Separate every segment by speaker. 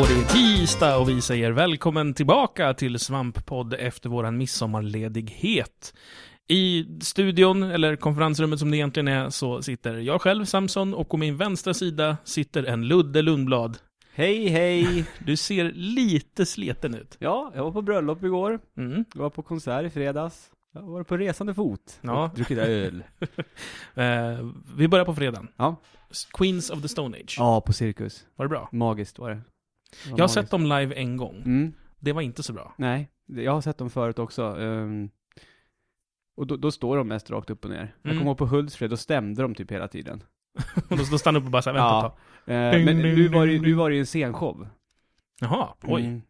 Speaker 1: Och det är tisdag och vi säger välkommen tillbaka till Svamppodd efter våran midsommarledighet. I studion, eller konferensrummet som det egentligen är, så sitter jag själv, Samson, och på min vänstra sida sitter en Ludde Lundblad.
Speaker 2: Hej hej!
Speaker 1: Du ser lite sliten ut.
Speaker 2: Ja, jag var på bröllop igår,
Speaker 1: Mm.
Speaker 2: jag var på konsert i fredags, jag var på resande fot
Speaker 1: Ja.
Speaker 2: och druckit öl.
Speaker 1: Eh, vi börjar på fredagen.
Speaker 2: Ja.
Speaker 1: Queens of the Stone Age.
Speaker 2: Ja, på Cirkus.
Speaker 1: Var det bra?
Speaker 2: Magiskt var det. det var
Speaker 1: Jag har
Speaker 2: magiskt.
Speaker 1: sett dem live en gång.
Speaker 2: Mm,
Speaker 1: Det var inte så bra.
Speaker 2: nej, Det- jag har sett dem förut också. ehm, och då, då står de mest rakt upp och ner. Jag
Speaker 1: Mm.
Speaker 2: kommer ihåg på Hultsfred, då stämde de typ hela tiden.
Speaker 1: Och då, då stannade jag upp och bara såhär, vänta ett tag.
Speaker 2: Eh,
Speaker 1: Ding,
Speaker 2: men
Speaker 1: ding,
Speaker 2: nu var, det, ju-
Speaker 1: ding,
Speaker 2: nu var det ju en scenshow.
Speaker 1: Jaha, oj.
Speaker 2: Mm.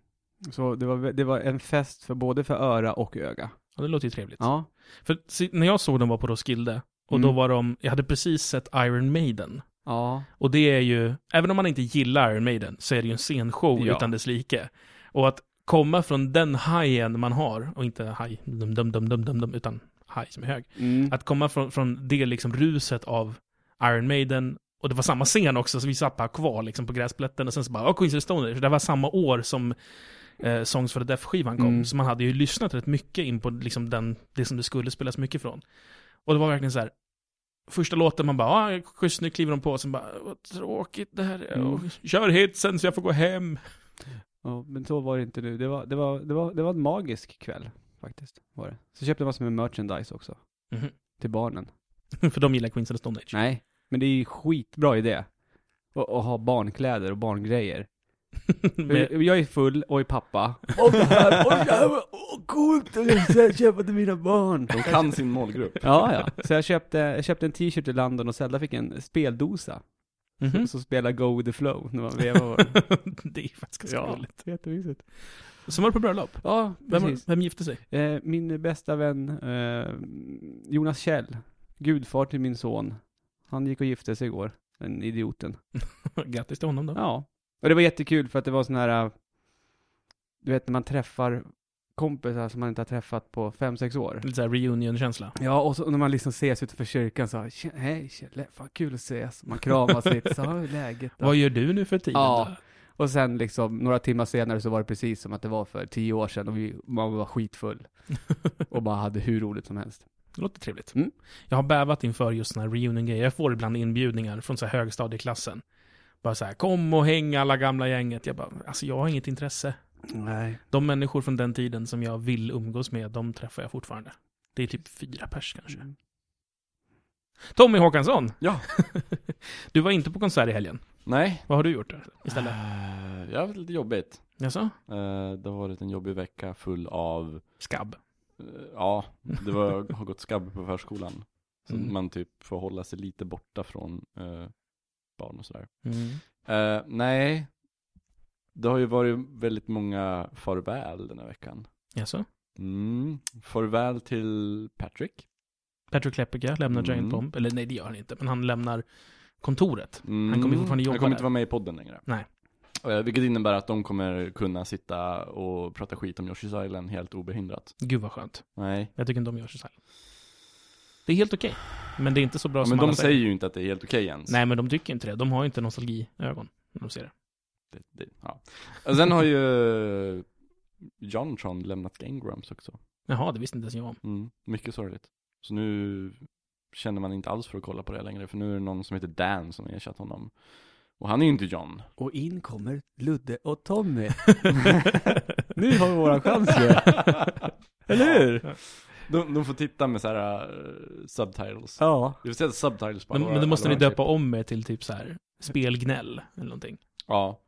Speaker 2: Så det var, det var en fest för både för öra och öga.
Speaker 1: Ja, det låter ju trevligt.
Speaker 2: Ja.
Speaker 1: För si- när jag såg dem var på Roskilde, och då
Speaker 2: Mm.
Speaker 1: var de, jag hade precis sett Iron Maiden.
Speaker 2: Ja.
Speaker 1: Och det är ju, även om man inte gillar Iron Maiden, så är det ju en scenshow
Speaker 2: Ja.
Speaker 1: utan dess like. Och att komma från den hajen man har, och inte haj, dum, dum, dum, dum, dum, dum, utan haj som är hög.
Speaker 2: Mm.
Speaker 1: Att komma från, från det liksom ruset av Iron Maiden, och det var samma scen också, så vi satt bara kvar liksom på gräsplätten och sen så bara, ja, Queens of the Stone Age", för det var samma år som eh, Songs for the Deaf-skivan kom.
Speaker 2: Mm.
Speaker 1: Så man hade ju lyssnat rätt mycket in på liksom den, det som det skulle spelas mycket från. Och det var verkligen så här, första låten man bara, ja, schysst, nu kliver de på, och sen bara, vad tråkigt det här är,
Speaker 2: Mm.
Speaker 1: och, kör hitsen så jag får gå hem.
Speaker 2: Ja, men så var det inte nu. Det var, det var, det var, det var en magisk kväll faktiskt. Var det. Så köpte jag massor med merchandise också.
Speaker 1: Mhm.
Speaker 2: Till barnen.
Speaker 1: för de gillar Queens of the Stone Age.
Speaker 2: Nej, men det är ju skitbra idé. Och, och ha barnkläder och barngrejer.
Speaker 1: Men-
Speaker 2: Jag är full och är pappa. Och det här, och det här, och coolt att köpa till mina barn.
Speaker 3: De kan sin målgrupp.
Speaker 2: Ja, ja. Så jag köpte, jag köpte en t-shirt till London och Zelda fick en speldosa.
Speaker 1: Mhm.
Speaker 2: Som spelar Go with the flow. När man vevar.
Speaker 1: det är faktiskt ganska
Speaker 2: Mhm. Ja,
Speaker 1: roligt.
Speaker 2: jättemysigt.
Speaker 1: Sen var du på bröllop.
Speaker 2: Ja,
Speaker 1: Vem,
Speaker 2: precis.
Speaker 1: vem gifte sig?
Speaker 2: Eh, min bästa vän eh, Jonas Kjell, gudfar till min son. Han gick och gifte sig igår, den idioten.
Speaker 1: Grattis till honom då.
Speaker 2: Ja. Och det var jättekul för att det var sån här, eh, du vet när man träffar kompisar som man inte har träffat på fem sex år.
Speaker 1: Lite såhär reunion-känsla.
Speaker 2: Ja, och så när man liksom ses utanför kyrkan så, här, "Tje- hej Kjell, fan kul att ses. Man kramas lite, så hur är läget då?
Speaker 1: Vad gör du nu för tiden
Speaker 2: Ja.
Speaker 1: då?
Speaker 2: Och sen liksom några timmar senare så var det precis som att det var för tio år sedan och vi, man var skitfull. Och bara hade hur roligt som helst.
Speaker 1: Det låter trevligt.
Speaker 2: Mm.
Speaker 1: Jag har bävat inför just såna här reunion-grejer. Jag får ibland inbjudningar från så här högstadieklassen. Bara så här, kom och häng alla gamla gänget. Jag bara, alltså jag har inget intresse.
Speaker 2: Nej.
Speaker 1: De människor från den tiden som jag vill umgås med, de träffar jag fortfarande. Det är typ fyra pers kanske.
Speaker 2: Mm.
Speaker 1: Tommy Håkansson!
Speaker 3: Ja.
Speaker 1: du var inte på konsert i helgen.
Speaker 3: Nej.
Speaker 1: Vad har du gjort då, istället?
Speaker 3: Eh, Jag har haft lite jobbigt.
Speaker 1: Jaså?
Speaker 3: Eh, Det har varit en jobbig vecka full av,
Speaker 1: Skabb.
Speaker 3: eh, ja, det var, har gått skabb på förskolan. Så
Speaker 1: Mm.
Speaker 3: man typ får hålla sig lite borta från eh, barn och sådär.
Speaker 1: Mm.
Speaker 3: Eh, Nej, det har ju varit väldigt många farväl den här veckan.
Speaker 1: Jaså?
Speaker 3: Mm. Farväl till Patrick.
Speaker 1: Patrick Kleppica lämnar
Speaker 3: Mm.
Speaker 1: Giant Bomb. Eller nej, det gör han inte, men han lämnar kontoret.
Speaker 3: Mm.
Speaker 1: Han kommer ju fortfarande jobba
Speaker 3: Han kommer
Speaker 1: där.
Speaker 3: inte vara med i podden längre.
Speaker 1: Nej.
Speaker 3: Eh, Vilket innebär att de kommer kunna sitta och prata skit om Yoshi's Island helt obehindrat.
Speaker 1: Gud vad skönt.
Speaker 3: Nej.
Speaker 1: Jag tycker inte om Yoshi's Island. Det är helt okej. Men det är inte så bra
Speaker 3: Ja,
Speaker 1: som
Speaker 3: men
Speaker 1: alla
Speaker 3: de säger ju inte att det är helt okej ens.
Speaker 1: Nej, men de tycker inte det. De har ju inte nostalgiögon när de ser det.
Speaker 3: Det, det, ja. Och sen har ju Jontron lämnat Gangrams också.
Speaker 1: Jaha, det visste inte ens jag om.
Speaker 3: Mm. Mycket sorgligt. Så nu känner man inte alls för att kolla på det längre, för nu är det någon som heter Dan som har ersatt honom. Och han är ju inte John.
Speaker 2: Och in kommer Ludde och Tommy. Nu har vi våran chans ju. Eller hur?
Speaker 3: De, de får titta med så här eh, subtitles.
Speaker 2: Ja.
Speaker 3: Det vill säga subtitles på
Speaker 1: Men,
Speaker 3: alla
Speaker 1: men då
Speaker 3: våra-
Speaker 1: måste ni
Speaker 3: alla våra
Speaker 1: döpa om er till typ så här spelgnäll eller någonting.
Speaker 3: Ja.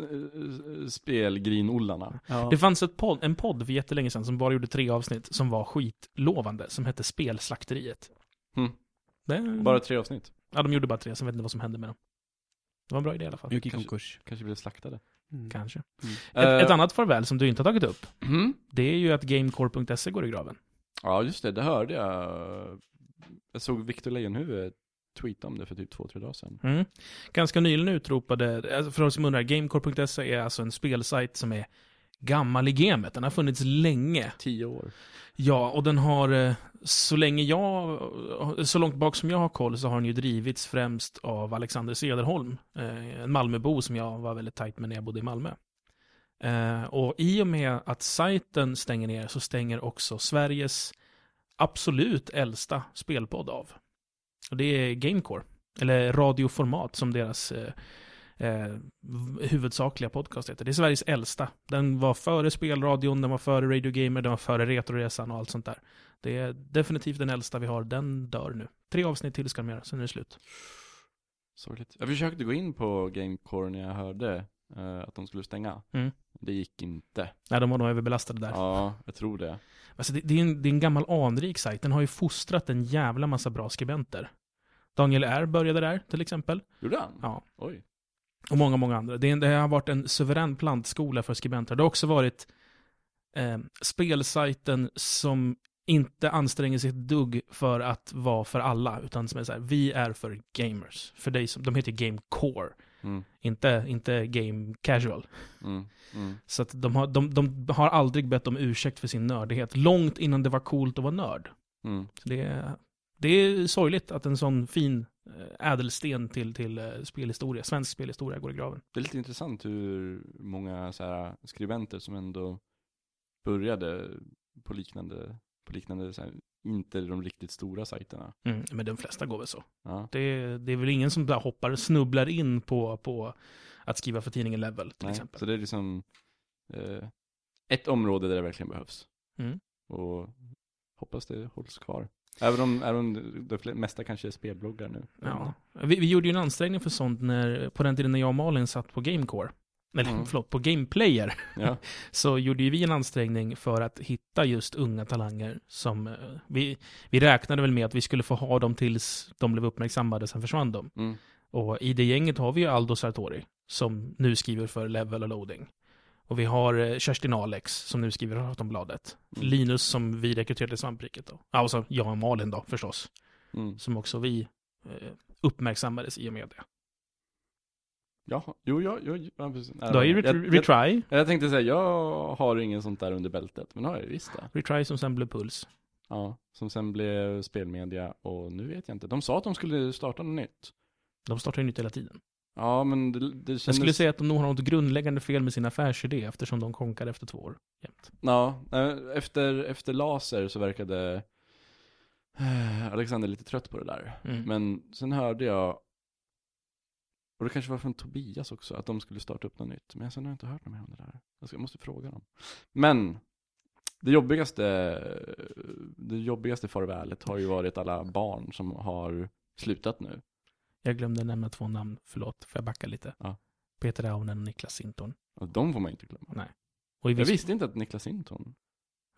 Speaker 3: Eh, Spelgrinollarna.
Speaker 2: ja.
Speaker 1: Det fanns ett podd, en podd för jättelänge sedan som bara gjorde tre avsnitt som var skitlovande, som hette Spelslakteriet.
Speaker 3: Mm.
Speaker 1: Det,
Speaker 3: Bara tre avsnitt.
Speaker 1: Ja, de gjorde bara tre, sen vet jag inte vad som hände med dem. Det var en bra idé i alla fall.
Speaker 2: gick i
Speaker 3: Kanske-
Speaker 2: konkurs.
Speaker 3: Kanske blev slaktade.
Speaker 1: Kanske.
Speaker 3: Mm.
Speaker 1: Ett,
Speaker 3: Eh,
Speaker 1: ett annat farväl som du inte har tagit upp,
Speaker 3: mhm.
Speaker 1: det är ju att Gamecore.se går i graven.
Speaker 3: Ja, just det. Det hörde jag. Jag såg Victor Leijonhufvud tweeta om det för typ två, tre dagar sedan.
Speaker 1: Mm. Ganska nyligen utropade, alltså för de som undrar, Gamecore.se är alltså en spelsajt som är gammal i gamet. Den har funnits länge.
Speaker 3: Tio år.
Speaker 1: Ja, och den har, eh, så länge jag, så långt bak som jag har koll så har den ju drivits främst av Alexander Cederholm, eh, en Malmöbo som jag var väldigt tajt med när jag bodde i Malmö. Eh, och i och med att sajten stänger ner så stänger också Sveriges absolut äldsta spelpodd av. Och det är Gamecore, eller radioformat som deras eh, eh, v- huvudsakliga podcast heter. Det är Sveriges äldsta. Den var före spelradion, den var före Radio Gamer, den var före Retroresan och allt sånt där. Det är definitivt den äldsta vi har, den dör nu. Tre avsnitt till ska de göra, sen är det slut.
Speaker 3: Sorgligt. Jag försökte gå in på Gamecore när jag hörde eh, att de skulle stänga.
Speaker 1: Mm.
Speaker 3: Det gick inte.
Speaker 1: Nej, de var nog överbelastade där.
Speaker 3: Ja, jag tror det.
Speaker 1: Alltså, det, det, är en, det är en gammal anrik sajt. Den har ju fostrat en jävla massa bra skribenter. Daniel R började där, till exempel.
Speaker 3: Gjorde han?
Speaker 1: Ja.
Speaker 3: Oj.
Speaker 1: Och många, många andra. Det, är en- det har varit en suverän plantskola för skribenter. Det har också varit eh, spelsajten som inte anstränger sig ett dugg för att vara för alla, utan som är så här, vi är för gamers. För dig som, de heter Game Core,
Speaker 3: Mm,
Speaker 1: inte, inte Game Casual.
Speaker 3: mm, mm.
Speaker 1: Så att de har, de, de har aldrig bett om ursäkt för sin nördighet, långt innan det var coolt att vara nörd.
Speaker 3: Mm.
Speaker 1: Så det, är- det är sorgligt att en sån fin eh, ädelsten till, till eh, spelhistoria, svensk spelhistoria går i graven.
Speaker 3: Det är lite intressant hur många så här, skribenter som ändå började på liknande, på liknande så här, inte de riktigt stora sajterna.
Speaker 1: Mm, Men de flesta går väl så.
Speaker 3: Ja.
Speaker 1: Det, det är väl ingen som bara hoppar, snubblar in på, på att skriva för tidningen Level till
Speaker 3: Nej,
Speaker 1: exempel.
Speaker 3: Så det är liksom eh, ett område där det verkligen behövs.
Speaker 1: Mm.
Speaker 3: Och hoppas det hålls kvar. Även om, även om de fle- mesta kanske är spelbloggar nu.
Speaker 1: Ja. Vi, vi gjorde ju en ansträngning för sånt när, på den tiden när jag och Malin satt på Gamecore. Eller
Speaker 3: Mm.
Speaker 1: förlåt, på Gameplayer.
Speaker 3: Ja.
Speaker 1: så gjorde ju vi en ansträngning för att hitta just unga talanger som eh, vi, vi räknade väl med att vi skulle få ha dem tills de blev uppmärksammade, sen försvann de.
Speaker 3: Mm.
Speaker 1: Och i det gänget har vi ju Aldo Sartori, som nu skriver för Level och Loading. Och vi har eh, Kerstin Alex, som nu skriver för Aftonbladet.
Speaker 3: Mm.
Speaker 1: Linus, som vi rekryterade till Svampriket då. Ja, och så jag och Malin då, förstås.
Speaker 3: Mm.
Speaker 1: Som också vi eh, uppmärksammades i och med det.
Speaker 3: Jaha, jo, ja, jo, jo, ja, precis. Nej,
Speaker 1: Då är ju
Speaker 3: jag,
Speaker 1: Ret-
Speaker 3: jag,
Speaker 1: Retry,
Speaker 3: jag, jag tänkte säga, jag har ingen sånt där under bältet, men har jag ju visst det.
Speaker 1: Retry som sen blev Puls.
Speaker 3: Ja, som sen blev spelmedia och nu vet jag inte. De sa att de skulle starta något nytt.
Speaker 1: De startar ju nytt hela tiden.
Speaker 3: Ja, men det, det
Speaker 1: Jag
Speaker 3: kändes...
Speaker 1: skulle säga att de nog har något grundläggande fel med sin affärsidé eftersom de konkar efter två år. Jämt.
Speaker 3: Ja, nej, efter, efter laser så verkade eh, Alexander lite trött på det där.
Speaker 1: Mm.
Speaker 3: Men sen hörde jag, och det kanske var från Tobias också, att de skulle starta upp något nytt. Men sen har jag inte hört något mer om det där. Jag, ska, jag måste fråga dem. Men det jobbigaste, det jobbigaste farvälet har ju varit alla barn som har slutat nu.
Speaker 1: Jag glömde nämna två namn, förlåt, får jag backa lite?
Speaker 3: Ja.
Speaker 1: Peter Aunen och Niklas Sintorn.
Speaker 3: Och de får man inte glömma.
Speaker 1: Och i
Speaker 3: Jag
Speaker 1: viss...
Speaker 3: visste inte att Niklas Sinton,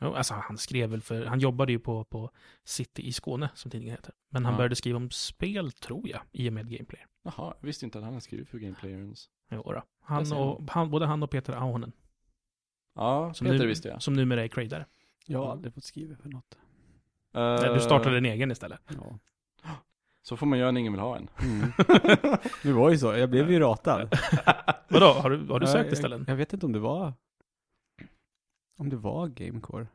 Speaker 1: Jo, alltså han skrev väl för, han jobbade ju på, på City i Skåne, som tidningen heter. Men han
Speaker 3: Ja.
Speaker 1: började skriva om spel, tror jag, i och med Gameplay.
Speaker 3: jaha, jag visste inte att han hade skrivit för Gameplayerns.
Speaker 1: Jo, då.
Speaker 3: Där
Speaker 1: Han
Speaker 3: ser
Speaker 1: och, han, både han och Peter Aunen,
Speaker 3: Ja,
Speaker 1: Som
Speaker 3: Peter
Speaker 1: nu-
Speaker 3: visste jag.
Speaker 1: som numera är creator.
Speaker 2: Jag har
Speaker 3: Ja.
Speaker 2: aldrig fått skriva för något.
Speaker 1: Nej,
Speaker 3: Eh.
Speaker 1: Du startade en egen istället.
Speaker 2: Ja.
Speaker 3: Så får man göra när ingen vill ha en.
Speaker 2: Mm. det var ju så, jag blev ju ratad.
Speaker 1: Vadå, har du, har du
Speaker 2: Ja,
Speaker 1: sökt
Speaker 2: jag,
Speaker 1: istället?
Speaker 2: Jag vet inte om det var om det var Gamecore.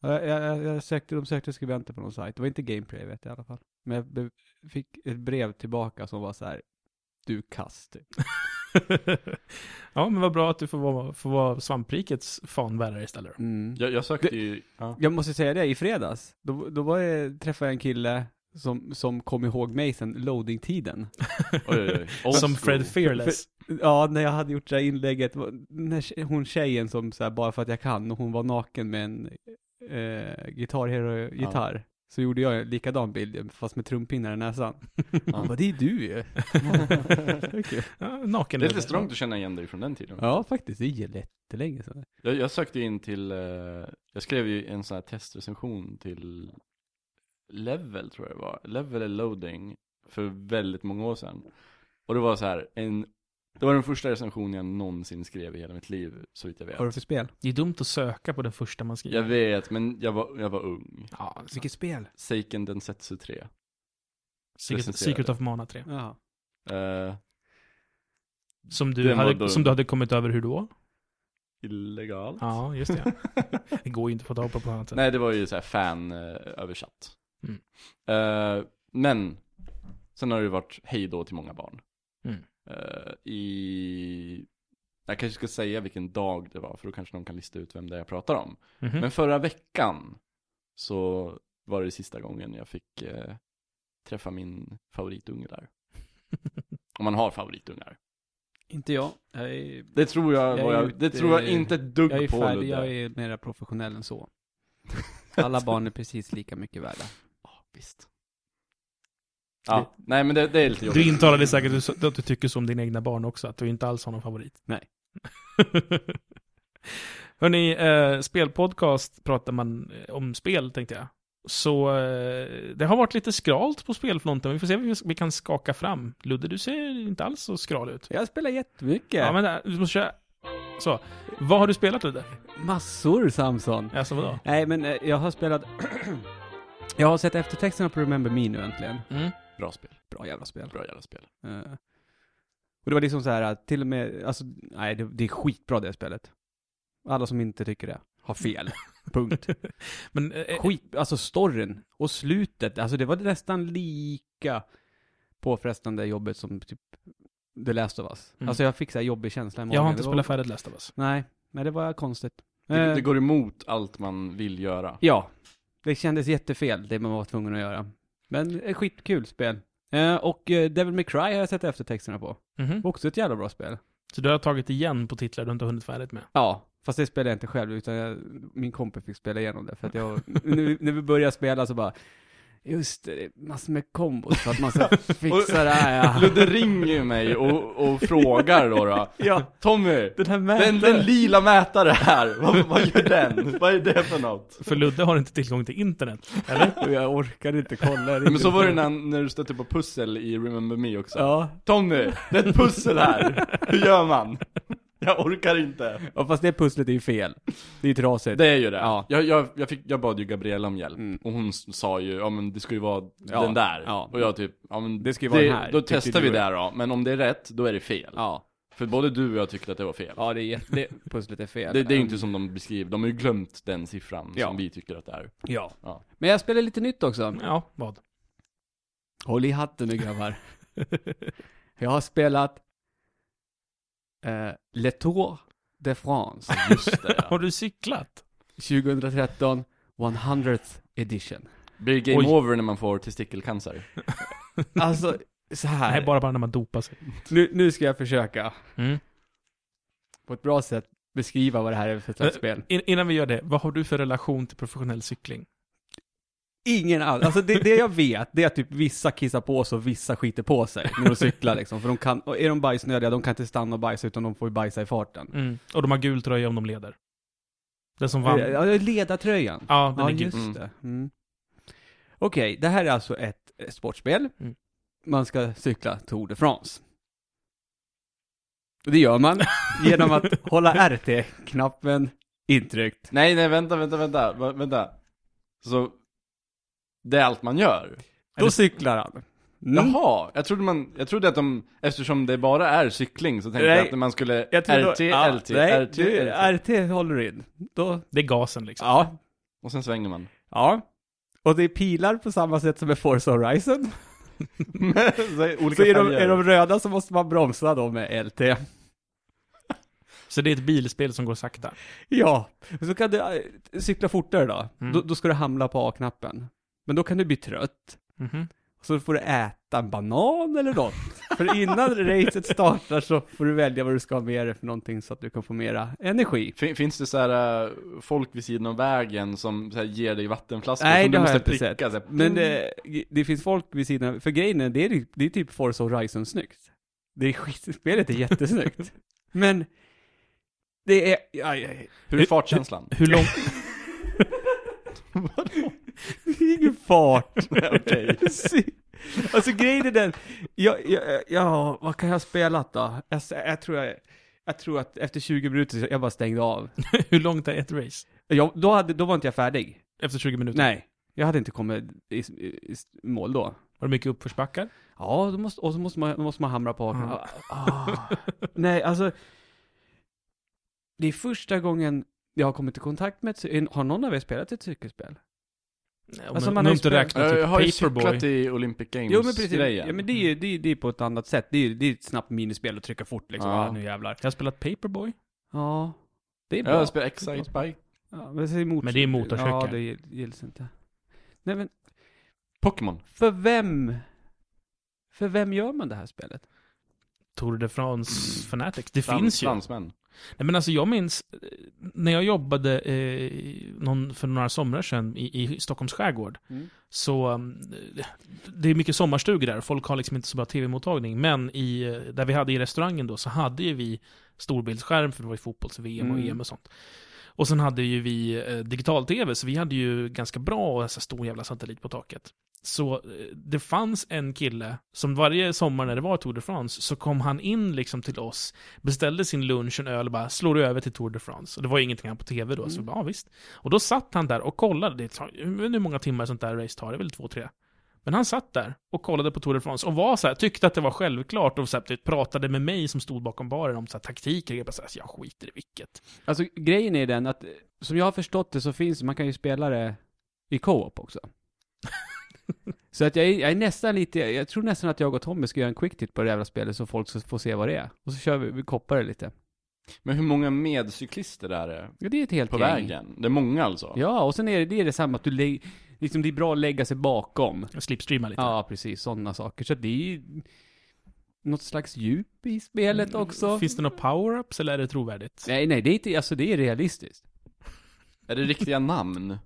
Speaker 2: Jag, jag, jag, jag sökte, de sökte skribenter på någon sajt. Det var inte Gameplay vet jag i alla fall. Men jag be, fick ett brev tillbaka som var så här. Du är kass typ.
Speaker 1: ja, men vad bra att du får vara, får vara svamprikets fanbärare istället. då.
Speaker 2: Mm.
Speaker 3: Jag, jag sökte ju... Ja.
Speaker 2: Jag måste säga det, i fredags, då, då var jag, träffade jag en kille som, som kom ihåg mig sen loading-tiden.
Speaker 3: Oj, oj, oj. Old
Speaker 1: Som
Speaker 3: school.
Speaker 1: Fred Fearless.
Speaker 2: Ja, när jag hade gjort det här inlägget, när tje- hon tjejen som så här, bara för att jag kan, och hon var naken med en eh, Guitar Hero-gitarr. Så gjorde jag en likadan bild, fast med trumpinnar i näsan. Hon bara, det är du ju. Det var kul.
Speaker 1: Ja, naken.
Speaker 3: Det är lite strångt att känna igen dig från den tiden.
Speaker 2: ja, faktiskt, det är ju jättelänge sedan.
Speaker 3: Jag, jag sökte in till... eh, jag skrev ju en sån här testrecension till Level, tror jag det var. Level eller Loading. För väldigt många år sedan. Och det var så här, en... Det var den första recensionen jag någonsin skrev i hela mitt liv, så vitt jag
Speaker 2: Vad har du
Speaker 3: vet.
Speaker 2: för spel?
Speaker 1: Det är dumt att söka på den första man skriver.
Speaker 3: Jag vet, men jag var, jag var ung.
Speaker 1: Ja, Secret,
Speaker 2: Vilket spel?
Speaker 3: Seiken Densetsu 3.
Speaker 1: Secret,
Speaker 3: recenserade.
Speaker 1: Secret of Mana 3.
Speaker 2: Ja.
Speaker 3: Eh,
Speaker 1: Som du,
Speaker 3: Den var
Speaker 1: hade,
Speaker 3: dum.
Speaker 1: som du hade kommit över hur då?
Speaker 3: illegalt.
Speaker 1: Ja, just det. Det går ju inte att få tag på på annat sätt.
Speaker 3: Nej, det var ju så här eh, fan-översatt.
Speaker 1: Mm.
Speaker 3: Eh, men,
Speaker 2: Mm.
Speaker 3: sen har det ju varit hej då till många barn.
Speaker 1: Mm.
Speaker 3: Eh, I Jag kanske ska säga vilken dag det var, för då kanske någon kan lista ut vem det är jag pratar om.
Speaker 2: Mm.
Speaker 1: Mhm.
Speaker 3: Men förra veckan så var det sista gången jag fick eh, träffa min favoritunge där. Om man har favoritungar.
Speaker 2: Inte jag. Jag är,
Speaker 3: Det tror jag,
Speaker 2: Jag är
Speaker 3: var jag,
Speaker 2: ute-
Speaker 3: det tror jag inte ett dugg
Speaker 2: jag är
Speaker 3: på
Speaker 2: färdig,
Speaker 3: Ludde.
Speaker 2: jag är mera professionell än så. Alla barn är precis lika mycket värda.
Speaker 3: Ja, visst. Ja, nej men det, det är lite
Speaker 1: Du
Speaker 3: jobbigt.
Speaker 1: intalade säkert att du- att du tycker som dina egna barn också, att du inte alls har någon favorit.
Speaker 2: Nej.
Speaker 1: Hörni, eh, spelpodcast pratar man eh, om spel, tänkte jag. Så eh, det har varit lite skralt på spelfronten, vi får se vad vi- vi kan skaka fram. Ludde, du ser inte alls så skral ut.
Speaker 2: Jag spelar jättemycket.
Speaker 1: Ja, men där, du måste köra. Så. Vad har du spelat, Ludde?
Speaker 2: Massor Samson.
Speaker 1: Alltså vadå?
Speaker 2: Nej, men eh, jag har spelat... jag har sett eftertexterna på Remember Me nu äntligen.
Speaker 1: Mm.
Speaker 3: Bra spel,
Speaker 2: Bra jävla spel.
Speaker 3: bra jävla spel.
Speaker 2: Eh, Och det var liksom så här att till och med, alltså, nej det, det är skitbra det spelet. Alla som inte tycker det har fel. Punkt.
Speaker 1: Men eh,
Speaker 2: Skit, alltså storyn och slutet, alltså det var nästan lika påfrestande jobbet som typ The Last of Us.
Speaker 1: Mm.
Speaker 2: Alltså jag fick så här jobbig känsla i magen.
Speaker 1: jag har inte
Speaker 2: Det var-
Speaker 1: spelat färdigt Last of Us.
Speaker 2: Nej, men det var konstigt.
Speaker 3: Det,
Speaker 2: Eh,
Speaker 3: det går emot allt man vill göra.
Speaker 2: Ja, det kändes jättefel det man var tvungen att göra. Men ett skitkul spel. Eh, och eh, Devil May Cry har jag sett eftertexterna på.
Speaker 1: Mhm.
Speaker 2: Också ett jävla bra spel.
Speaker 1: Så du har tagit igen på titlar du inte har hunnit färdigt med.
Speaker 2: Ja, fast det spelade jag inte själv, utan jag, min kompis fick spela igenom det. För att jag, nu, när vi började spela så bara, just det, det, är massor med kombos för att man ska fixa det här. Ja.
Speaker 3: Ludde ringer ju mig och, och frågar då, då
Speaker 2: ja,
Speaker 3: Tommy,
Speaker 2: den här
Speaker 3: den, den
Speaker 2: mätaren.
Speaker 3: lila mätare här, vad, vad gör den? Vad är det för något?
Speaker 1: För Ludde har inte tillgång till internet, eller?
Speaker 2: Och jag orkade inte kolla.
Speaker 3: Men så var det när, när du stötte på pussel i Remember Me också.
Speaker 2: Ja,
Speaker 3: Tommy, det är ett pussel här. Hur gör man? Jag orkar inte.
Speaker 2: ja, fast det pusslet är ju fel. Det är ju trasigt.
Speaker 3: Det är ju det.
Speaker 2: Ja.
Speaker 3: Jag, jag, jag, fick, jag bad ju Gabriella om hjälp.
Speaker 2: Mm.
Speaker 3: Och hon s- sa ju, ja men det ska ju vara
Speaker 2: Ja.
Speaker 3: den där.
Speaker 2: Ja.
Speaker 3: Och jag typ, ja men
Speaker 2: Det ska ju vara den här,
Speaker 3: Då
Speaker 2: tyckte
Speaker 3: testar
Speaker 2: du
Speaker 3: vi
Speaker 2: och
Speaker 3: det
Speaker 2: jag.
Speaker 3: då. Men om det är rätt, då är det fel.
Speaker 2: Ja,
Speaker 3: För både du och jag tyckte att det var fel.
Speaker 2: ja det är jätte... det- Pusslet är fel.
Speaker 3: Det, det är ju inte som de beskriver, de har ju glömt den siffran
Speaker 2: Ja.
Speaker 3: som vi tycker att det är.
Speaker 2: Ja.
Speaker 3: Ja.
Speaker 2: Men jag spelar lite nytt också.
Speaker 1: Ja, vad?
Speaker 2: Håll i hatten nu grabbar. jag har spelat eh, Le Tour de France
Speaker 3: Just det ja.
Speaker 1: Har du cyklat?
Speaker 2: 2013 100th edition.
Speaker 3: Blir det game
Speaker 1: Oj.
Speaker 3: over när man får testikelcancer?
Speaker 2: Alltså så här.
Speaker 1: Nej, bara, bara när man dopar sig.
Speaker 2: nu, nu ska jag försöka
Speaker 1: Mm.
Speaker 2: på ett bra sätt beskriva vad det här är för slags
Speaker 1: Eh.
Speaker 2: spel.
Speaker 1: In, innan vi gör det, vad har du för relation till professionell cykling?
Speaker 2: Ingen alls. Alltså det, det jag vet, det är att typ vissa kissar på sig och vissa skiter på sig när de cyklar liksom. För de kan, och är de bajsnödiga, de kan inte stanna och bajsa utan de får ju bajsa i farten.
Speaker 1: Och de har gul tröja om de leder. Den som vann. Ja,
Speaker 2: Ja, ledartröjan.
Speaker 1: den
Speaker 2: Ja,
Speaker 1: är gul.
Speaker 2: just
Speaker 3: Mm.
Speaker 2: det. Mm. Okej, det här är alltså ett eh, sportspel.
Speaker 1: Mm.
Speaker 2: Man ska cykla Tour de France. Och det gör man genom att hålla RT-knappen intryckt.
Speaker 3: Nej, nej, vänta, vänta, vänta, va- vänta. Så, det är allt man gör?
Speaker 2: Då cyklar han. Mm.
Speaker 3: Jaha, jag trodde, man, jag trodde att de, eftersom det bara är cykling så tänkte
Speaker 2: Nej.
Speaker 3: jag att man skulle
Speaker 2: Jag tror då-
Speaker 3: RT,
Speaker 2: ja,
Speaker 3: LT,
Speaker 2: nej,
Speaker 3: RT,
Speaker 2: du,
Speaker 3: LT.
Speaker 2: RT håller du in. Då,
Speaker 1: Det är gasen liksom.
Speaker 2: ja,
Speaker 3: Och sen svänger man.
Speaker 2: ja. Och det är pilar på samma sätt som med Forza Horizon.
Speaker 3: så är olika
Speaker 2: Så är de,
Speaker 3: färger.
Speaker 2: är de röda så måste man bromsa då med LT.
Speaker 1: Så det är ett bilspel som går sakta.
Speaker 2: Ja, så kan du eh, cykla fortare då.
Speaker 1: Mm.
Speaker 2: då. Då ska du hamna på A-knappen. Men då kan du bli trött.
Speaker 1: Mhm.
Speaker 2: Så får du äta en banan eller något. för innan racet startar så får du välja vad du ska ha med dig för någonting så att du kan få mera energi.
Speaker 3: Fin- Finns det så här äh, folk vid sidan av vägen som så här ger dig vattenflaskor
Speaker 2: Nej,
Speaker 3: som
Speaker 2: det
Speaker 3: du
Speaker 2: har
Speaker 3: måste
Speaker 2: jag inte
Speaker 3: pricka? Så här,
Speaker 2: Men det, det finns folk vid sidan För grejen är, det är, typ- det är typ Forza Horizon snyggt. Det är skit, spelet är jättesnyggt. Men det är, aj, aj,
Speaker 3: Hur är fartkänslan?
Speaker 1: Hur lång...
Speaker 2: det är ingen fart.
Speaker 3: Okej.
Speaker 2: Sy- alltså grejen är den, jag, jag, jag, vad kan jag ha spelat då? Jag, s- jag, tror jag, jag tror att efter 20 minuter så jag bara stängde av.
Speaker 1: Hur långt är ett race?
Speaker 2: Jag, då, hade, då var inte jag färdig.
Speaker 1: Efter 20 minuter?
Speaker 2: Nej, jag hade inte kommit i, i, i mål då.
Speaker 1: Var det mycket uppförsbackar?
Speaker 2: Ja, då måste, och så måste man, då måste man hamra på hakan.
Speaker 1: Mm.
Speaker 2: Ah. Nej, alltså. Det är första gången jag har kommit i kontakt med ett cy- Har någon av er spelat ett cykelspel?
Speaker 1: Om
Speaker 2: Alltså,
Speaker 1: jag-
Speaker 2: man
Speaker 1: nu
Speaker 2: har ju
Speaker 1: inte
Speaker 2: spelat-
Speaker 1: räknat
Speaker 3: Jag,
Speaker 1: till
Speaker 3: jag har ju
Speaker 1: Paperboy.
Speaker 3: cyklat i Olympic Games
Speaker 2: Jo men precis,
Speaker 3: grejen.
Speaker 2: ja, men det är ju det är, det är på ett annat sätt. Det är ju det är ett snabbt minispel att trycka fort liksom.
Speaker 3: Ja.
Speaker 2: Ja, nu jävlar.
Speaker 1: "Ah, Jag har spelat Paperboy.
Speaker 2: Ja, det är bra.
Speaker 3: Jag har spelat Excite Bike.
Speaker 2: Ja, men, så är mot-
Speaker 1: Men det är motorcykel.
Speaker 2: Ja, det gill- gills inte. Nej men,
Speaker 3: Pokémon.
Speaker 2: för vem? För vem gör man det här spelet?
Speaker 1: Tour de France
Speaker 3: Mm.
Speaker 1: Fanatics. Det
Speaker 3: Frans-
Speaker 1: finns ju.
Speaker 3: Fransmän.
Speaker 1: Nej, men alltså jag minns eh, när jag jobbade eh, någon, för några somrar sedan i, i Stockholms skärgård.
Speaker 2: Mm.
Speaker 1: Så um, eh, det är mycket sommarstugor där. Folk har liksom inte så bra tv-mottagning. Men i, eh, där vi hade i restaurangen då så hade ju vi storbildsskärm för det var ju fotbolls-VM och
Speaker 2: Mm.
Speaker 1: EM och sånt. Och sen hade ju vi eh, digital-tv, så vi hade ju ganska bra alltså, stor jävla satellit på taket. Så eh, det fanns en kille som varje sommar när det var Tour de France så kom han in liksom till oss, beställde sin lunch, en öl och bara slår du över till Tour de France? Och det var ju ingenting han på tv då, så
Speaker 2: Mm.
Speaker 1: bara, ja visst. Och då satt han där och kollade, det tar, jag vet inte hur många timmar sånt där race tar, det är väl två, tre. Men han satt där och kollade på Tour de France och var så här, tyckte att det var självklart och så här, typ, pratade med mig som stod bakom baren om så här, taktiker. Jag bara så här, jag skiter i vilket.
Speaker 2: Alltså grejen är den att, eh, som jag har förstått det så finns man kan ju spela det i co-op också. så att jag är, jag är nästan lite, jag tror nästan att jag och Tommy ska göra en quick titt på det jävla spelet så folk ska få se vad det är. Och så kör vi, vi koppar det lite.
Speaker 3: Men hur många medcyklister där är
Speaker 2: Ja, det är ett helt
Speaker 3: på
Speaker 2: gäng.
Speaker 3: vägen? Det är många alltså?
Speaker 2: Ja, och sen är det, det är det samma att du lä- liksom det är bra att lägga sig bakom.
Speaker 1: Jag slipstreamar lite.
Speaker 2: Ja, precis, sådana saker. Så att det är ju något slags djup i spelet också.
Speaker 1: Mm, Finns det några power-ups eller är det trovärdigt?
Speaker 2: Nej, nej, det är inte, alltså det är realistiskt.
Speaker 3: Är det riktiga namn?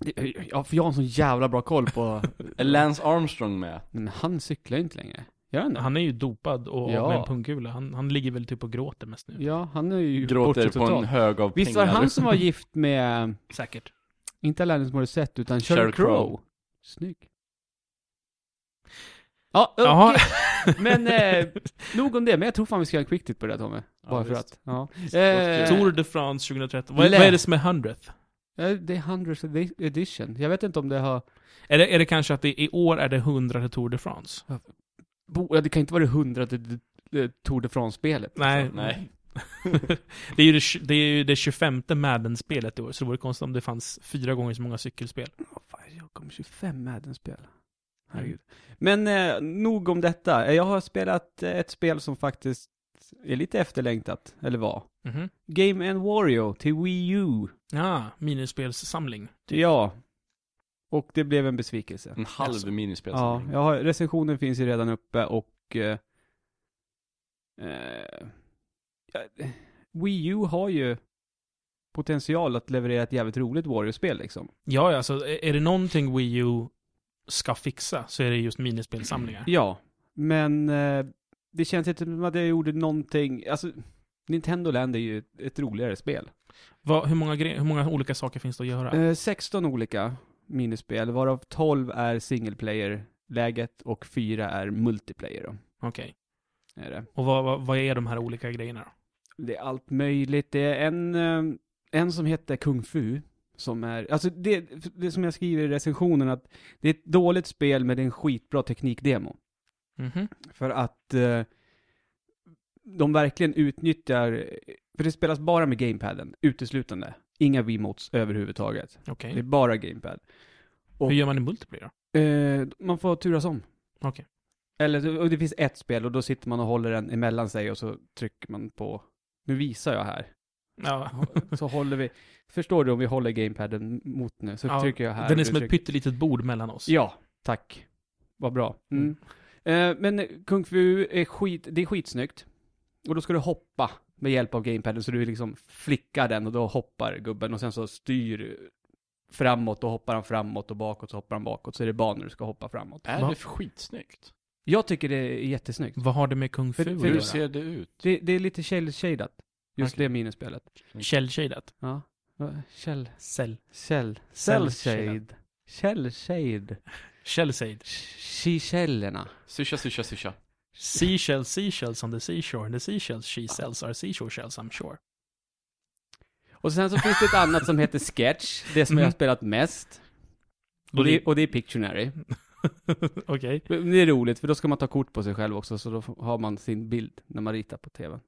Speaker 2: Det- Ja, för jag har en sån jävla bra koll på...
Speaker 3: Är Lance Armstrong med?
Speaker 2: Men han cyklar ju inte längre. Gör han det?
Speaker 1: Han är ju dopad och
Speaker 2: Ja.
Speaker 1: av med en pungkula. Han, han ligger väl typ och gråter mest nu.
Speaker 2: Ja, han är ju
Speaker 3: Gråter
Speaker 2: borta
Speaker 3: på en
Speaker 2: totalt.
Speaker 3: hög av
Speaker 2: Visst var
Speaker 3: pengar.
Speaker 2: det han som var gift med,
Speaker 1: Säkert.
Speaker 2: inte Alanis Morissette, utan Sheryl
Speaker 3: Sheryl
Speaker 2: Crow.
Speaker 3: Crow.
Speaker 2: Snygg. Ja, okej.
Speaker 1: Jaha.
Speaker 2: Men eh, nog om det, men jag tror fan vi ska göra en quick tip på det här, Tommy.
Speaker 3: Ja,
Speaker 2: Bara för
Speaker 3: visst.
Speaker 2: att. Ja. Eh,
Speaker 3: låter kul.
Speaker 1: Tour de France 2013. Vad,
Speaker 2: Lä-
Speaker 1: vad är det som är 100?
Speaker 2: eh, det är 100 th edition. Jag vet inte om det har...
Speaker 1: Är det, är det kanske att det, i år är det 100 Tour de France?
Speaker 2: Bo, ja, det kan inte vara det 100 Tour de France-spelet.
Speaker 1: Nej.
Speaker 3: Nej.
Speaker 1: det, är ju det, tj- det är ju det 25 Madden-spelet i år, så det vore konstigt om det fanns fyra gånger så många cykelspel.
Speaker 2: Åh, fan, jag kommer 25 Madden-spel.
Speaker 3: Mm.
Speaker 2: Herregud. Men eh, nog om detta. Jag har spelat eh, ett spel som faktiskt är lite efterlängtat, eller var.
Speaker 1: Mhm.
Speaker 2: Game and Wario till Wii U.
Speaker 1: Ja, minispelssamling.
Speaker 2: Ja. Och det blev en besvikelse.
Speaker 3: En halv
Speaker 1: Alltså.
Speaker 2: Ja,
Speaker 3: minispelsamling.
Speaker 2: jag har, recensionen finns ju redan uppe och... Eh, eh, ja, Wii U har ju potential att leverera ett jävligt roligt Wario-spel liksom.
Speaker 1: Ja, ja, alltså är är det någonting Wii U ska fixa så är det just minispelssamlingar.
Speaker 2: Ja, men eh, det känns inte som att jag gjorde någonting, alltså Nintendo Land är ju ett, ett roligare spel.
Speaker 1: Vad, hur, många gre- hur många olika saker finns det att göra?
Speaker 2: Eh, 16 olika minispel, varav 12 är single player-läget och 4 är multiplayer då.
Speaker 1: Okej.
Speaker 2: Är det.
Speaker 1: Och vad, vad, vad är de här olika grejerna då?
Speaker 2: Det är allt möjligt. Det är en, eh, en som heter Kung Fu, som är, alltså det, det som jag skriver i recensionen att det är ett dåligt spel men det är en skitbra teknikdemo.
Speaker 1: Mhm.
Speaker 2: För att eh, de verkligen utnyttjar, för det spelas bara med gamepaden, uteslutande. Inga Wiimotes överhuvudtaget.
Speaker 1: Okej.
Speaker 2: Det är bara gamepad.
Speaker 1: Hur gör man i multiplayer då?
Speaker 2: Eh, man får turas om.
Speaker 1: Okej.
Speaker 2: Eller, och det finns ett spel och då sitter man och håller den emellan sig och så trycker man på, nu visar jag här.
Speaker 1: Ja.
Speaker 2: Så håller vi, förstår du om vi håller gamepaden mot nu, så
Speaker 1: Ja,
Speaker 2: trycker jag här.
Speaker 1: Den är
Speaker 2: du
Speaker 1: som ett
Speaker 2: trycker-
Speaker 1: pyttelitet bord mellan oss.
Speaker 2: Ja, tack. Vad bra. Mm. Eh, men Kung Fu är skit, det är skitsnyggt. Och då ska du hoppa med hjälp av gamepaden, så du liksom flickar den och då hoppar gubben och sen så styr framåt och hoppar han framåt och bakåt så hoppar han bakåt så är det banor du ska hoppa framåt.
Speaker 3: Är
Speaker 1: Va?
Speaker 3: det för skitsnyggt?
Speaker 2: Jag tycker det är jättesnyggt.
Speaker 1: Vad har det med kung fu
Speaker 2: För-
Speaker 1: att
Speaker 2: för
Speaker 3: Hur
Speaker 1: göra?
Speaker 3: ser det ut?
Speaker 2: Det, det är lite shell-shadat, just
Speaker 3: Okej.
Speaker 2: det minispelet.
Speaker 1: Källshadat?
Speaker 2: Ja. Va? Shell...
Speaker 1: Cell.
Speaker 2: Shell...
Speaker 1: Cell-
Speaker 2: Shellshade. Shellshade.
Speaker 1: Shellshade.
Speaker 2: Kikällorna.
Speaker 3: Syscha, syscha, syscha.
Speaker 1: Seashells, seashells on the seashore. And the seashells she sells are seashore shells I'm sure.
Speaker 2: Och sen så finns det ett annat som heter Sketch, det som jag har
Speaker 1: Mhm.
Speaker 2: spelat mest.
Speaker 1: Och
Speaker 2: Och det,
Speaker 1: det-
Speaker 2: och det är Pictionary.
Speaker 1: Okej.
Speaker 2: Men Det är roligt, för då ska man ta kort på sig själv också, så då f- har man sin bild när man ritar på tvn.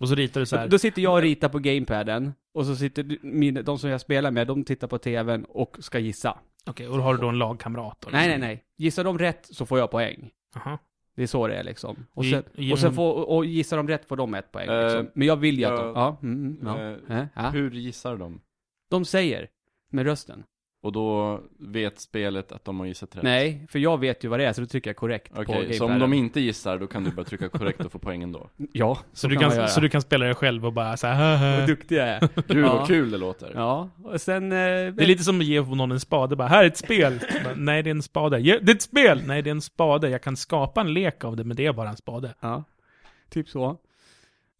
Speaker 1: Och så ritar du så här.
Speaker 2: Då sitter jag och ritar på gamepaden, och så sitter du- min, de som jag spelar med, de tittar på tvn och ska gissa.
Speaker 1: Okej, och då har du då en lagkamrat? då,
Speaker 2: Nej, nej,
Speaker 1: liksom.
Speaker 2: nej. Gissar de rätt så får jag poäng.
Speaker 1: Jaha.
Speaker 2: Det är så det är liksom. Och
Speaker 1: Ge-
Speaker 2: sen,
Speaker 1: genom-
Speaker 2: och, sen får, och- och gissar de rätt får de ett poäng.
Speaker 3: Eh,
Speaker 2: liksom. Men jag vill ju att de...
Speaker 3: jag-
Speaker 2: Ja, mm, mm, ja.
Speaker 3: Eh,
Speaker 2: Eh, ja.
Speaker 3: Hur gissar de?
Speaker 2: De säger med rösten.
Speaker 3: Och då vet spelet att de har gissat rätt?
Speaker 2: Nej, för jag vet ju vad det är så då trycker jag korrekt på
Speaker 3: Okej, så om
Speaker 2: gamepaden.
Speaker 3: de inte gissar då kan du bara trycka korrekt och få poängen då?
Speaker 2: Ja, så,
Speaker 1: Så, du
Speaker 2: kan, man göra.
Speaker 1: kan, så du kan spela dig själv och bara så här, "Haha."
Speaker 2: Vad duktig jag är.
Speaker 3: Gud
Speaker 2: Ja.
Speaker 3: vad kul det låter!
Speaker 2: Ja, och sen... Eh,
Speaker 1: Det är lite som att ge någon en spade, bara här är ett spel. Bara, Nej, det är en spade. "Ja, Det är ett spel! Nej, det är en spade. Jag kan skapa en lek av det, men det är bara en spade.
Speaker 2: Ja, typ så.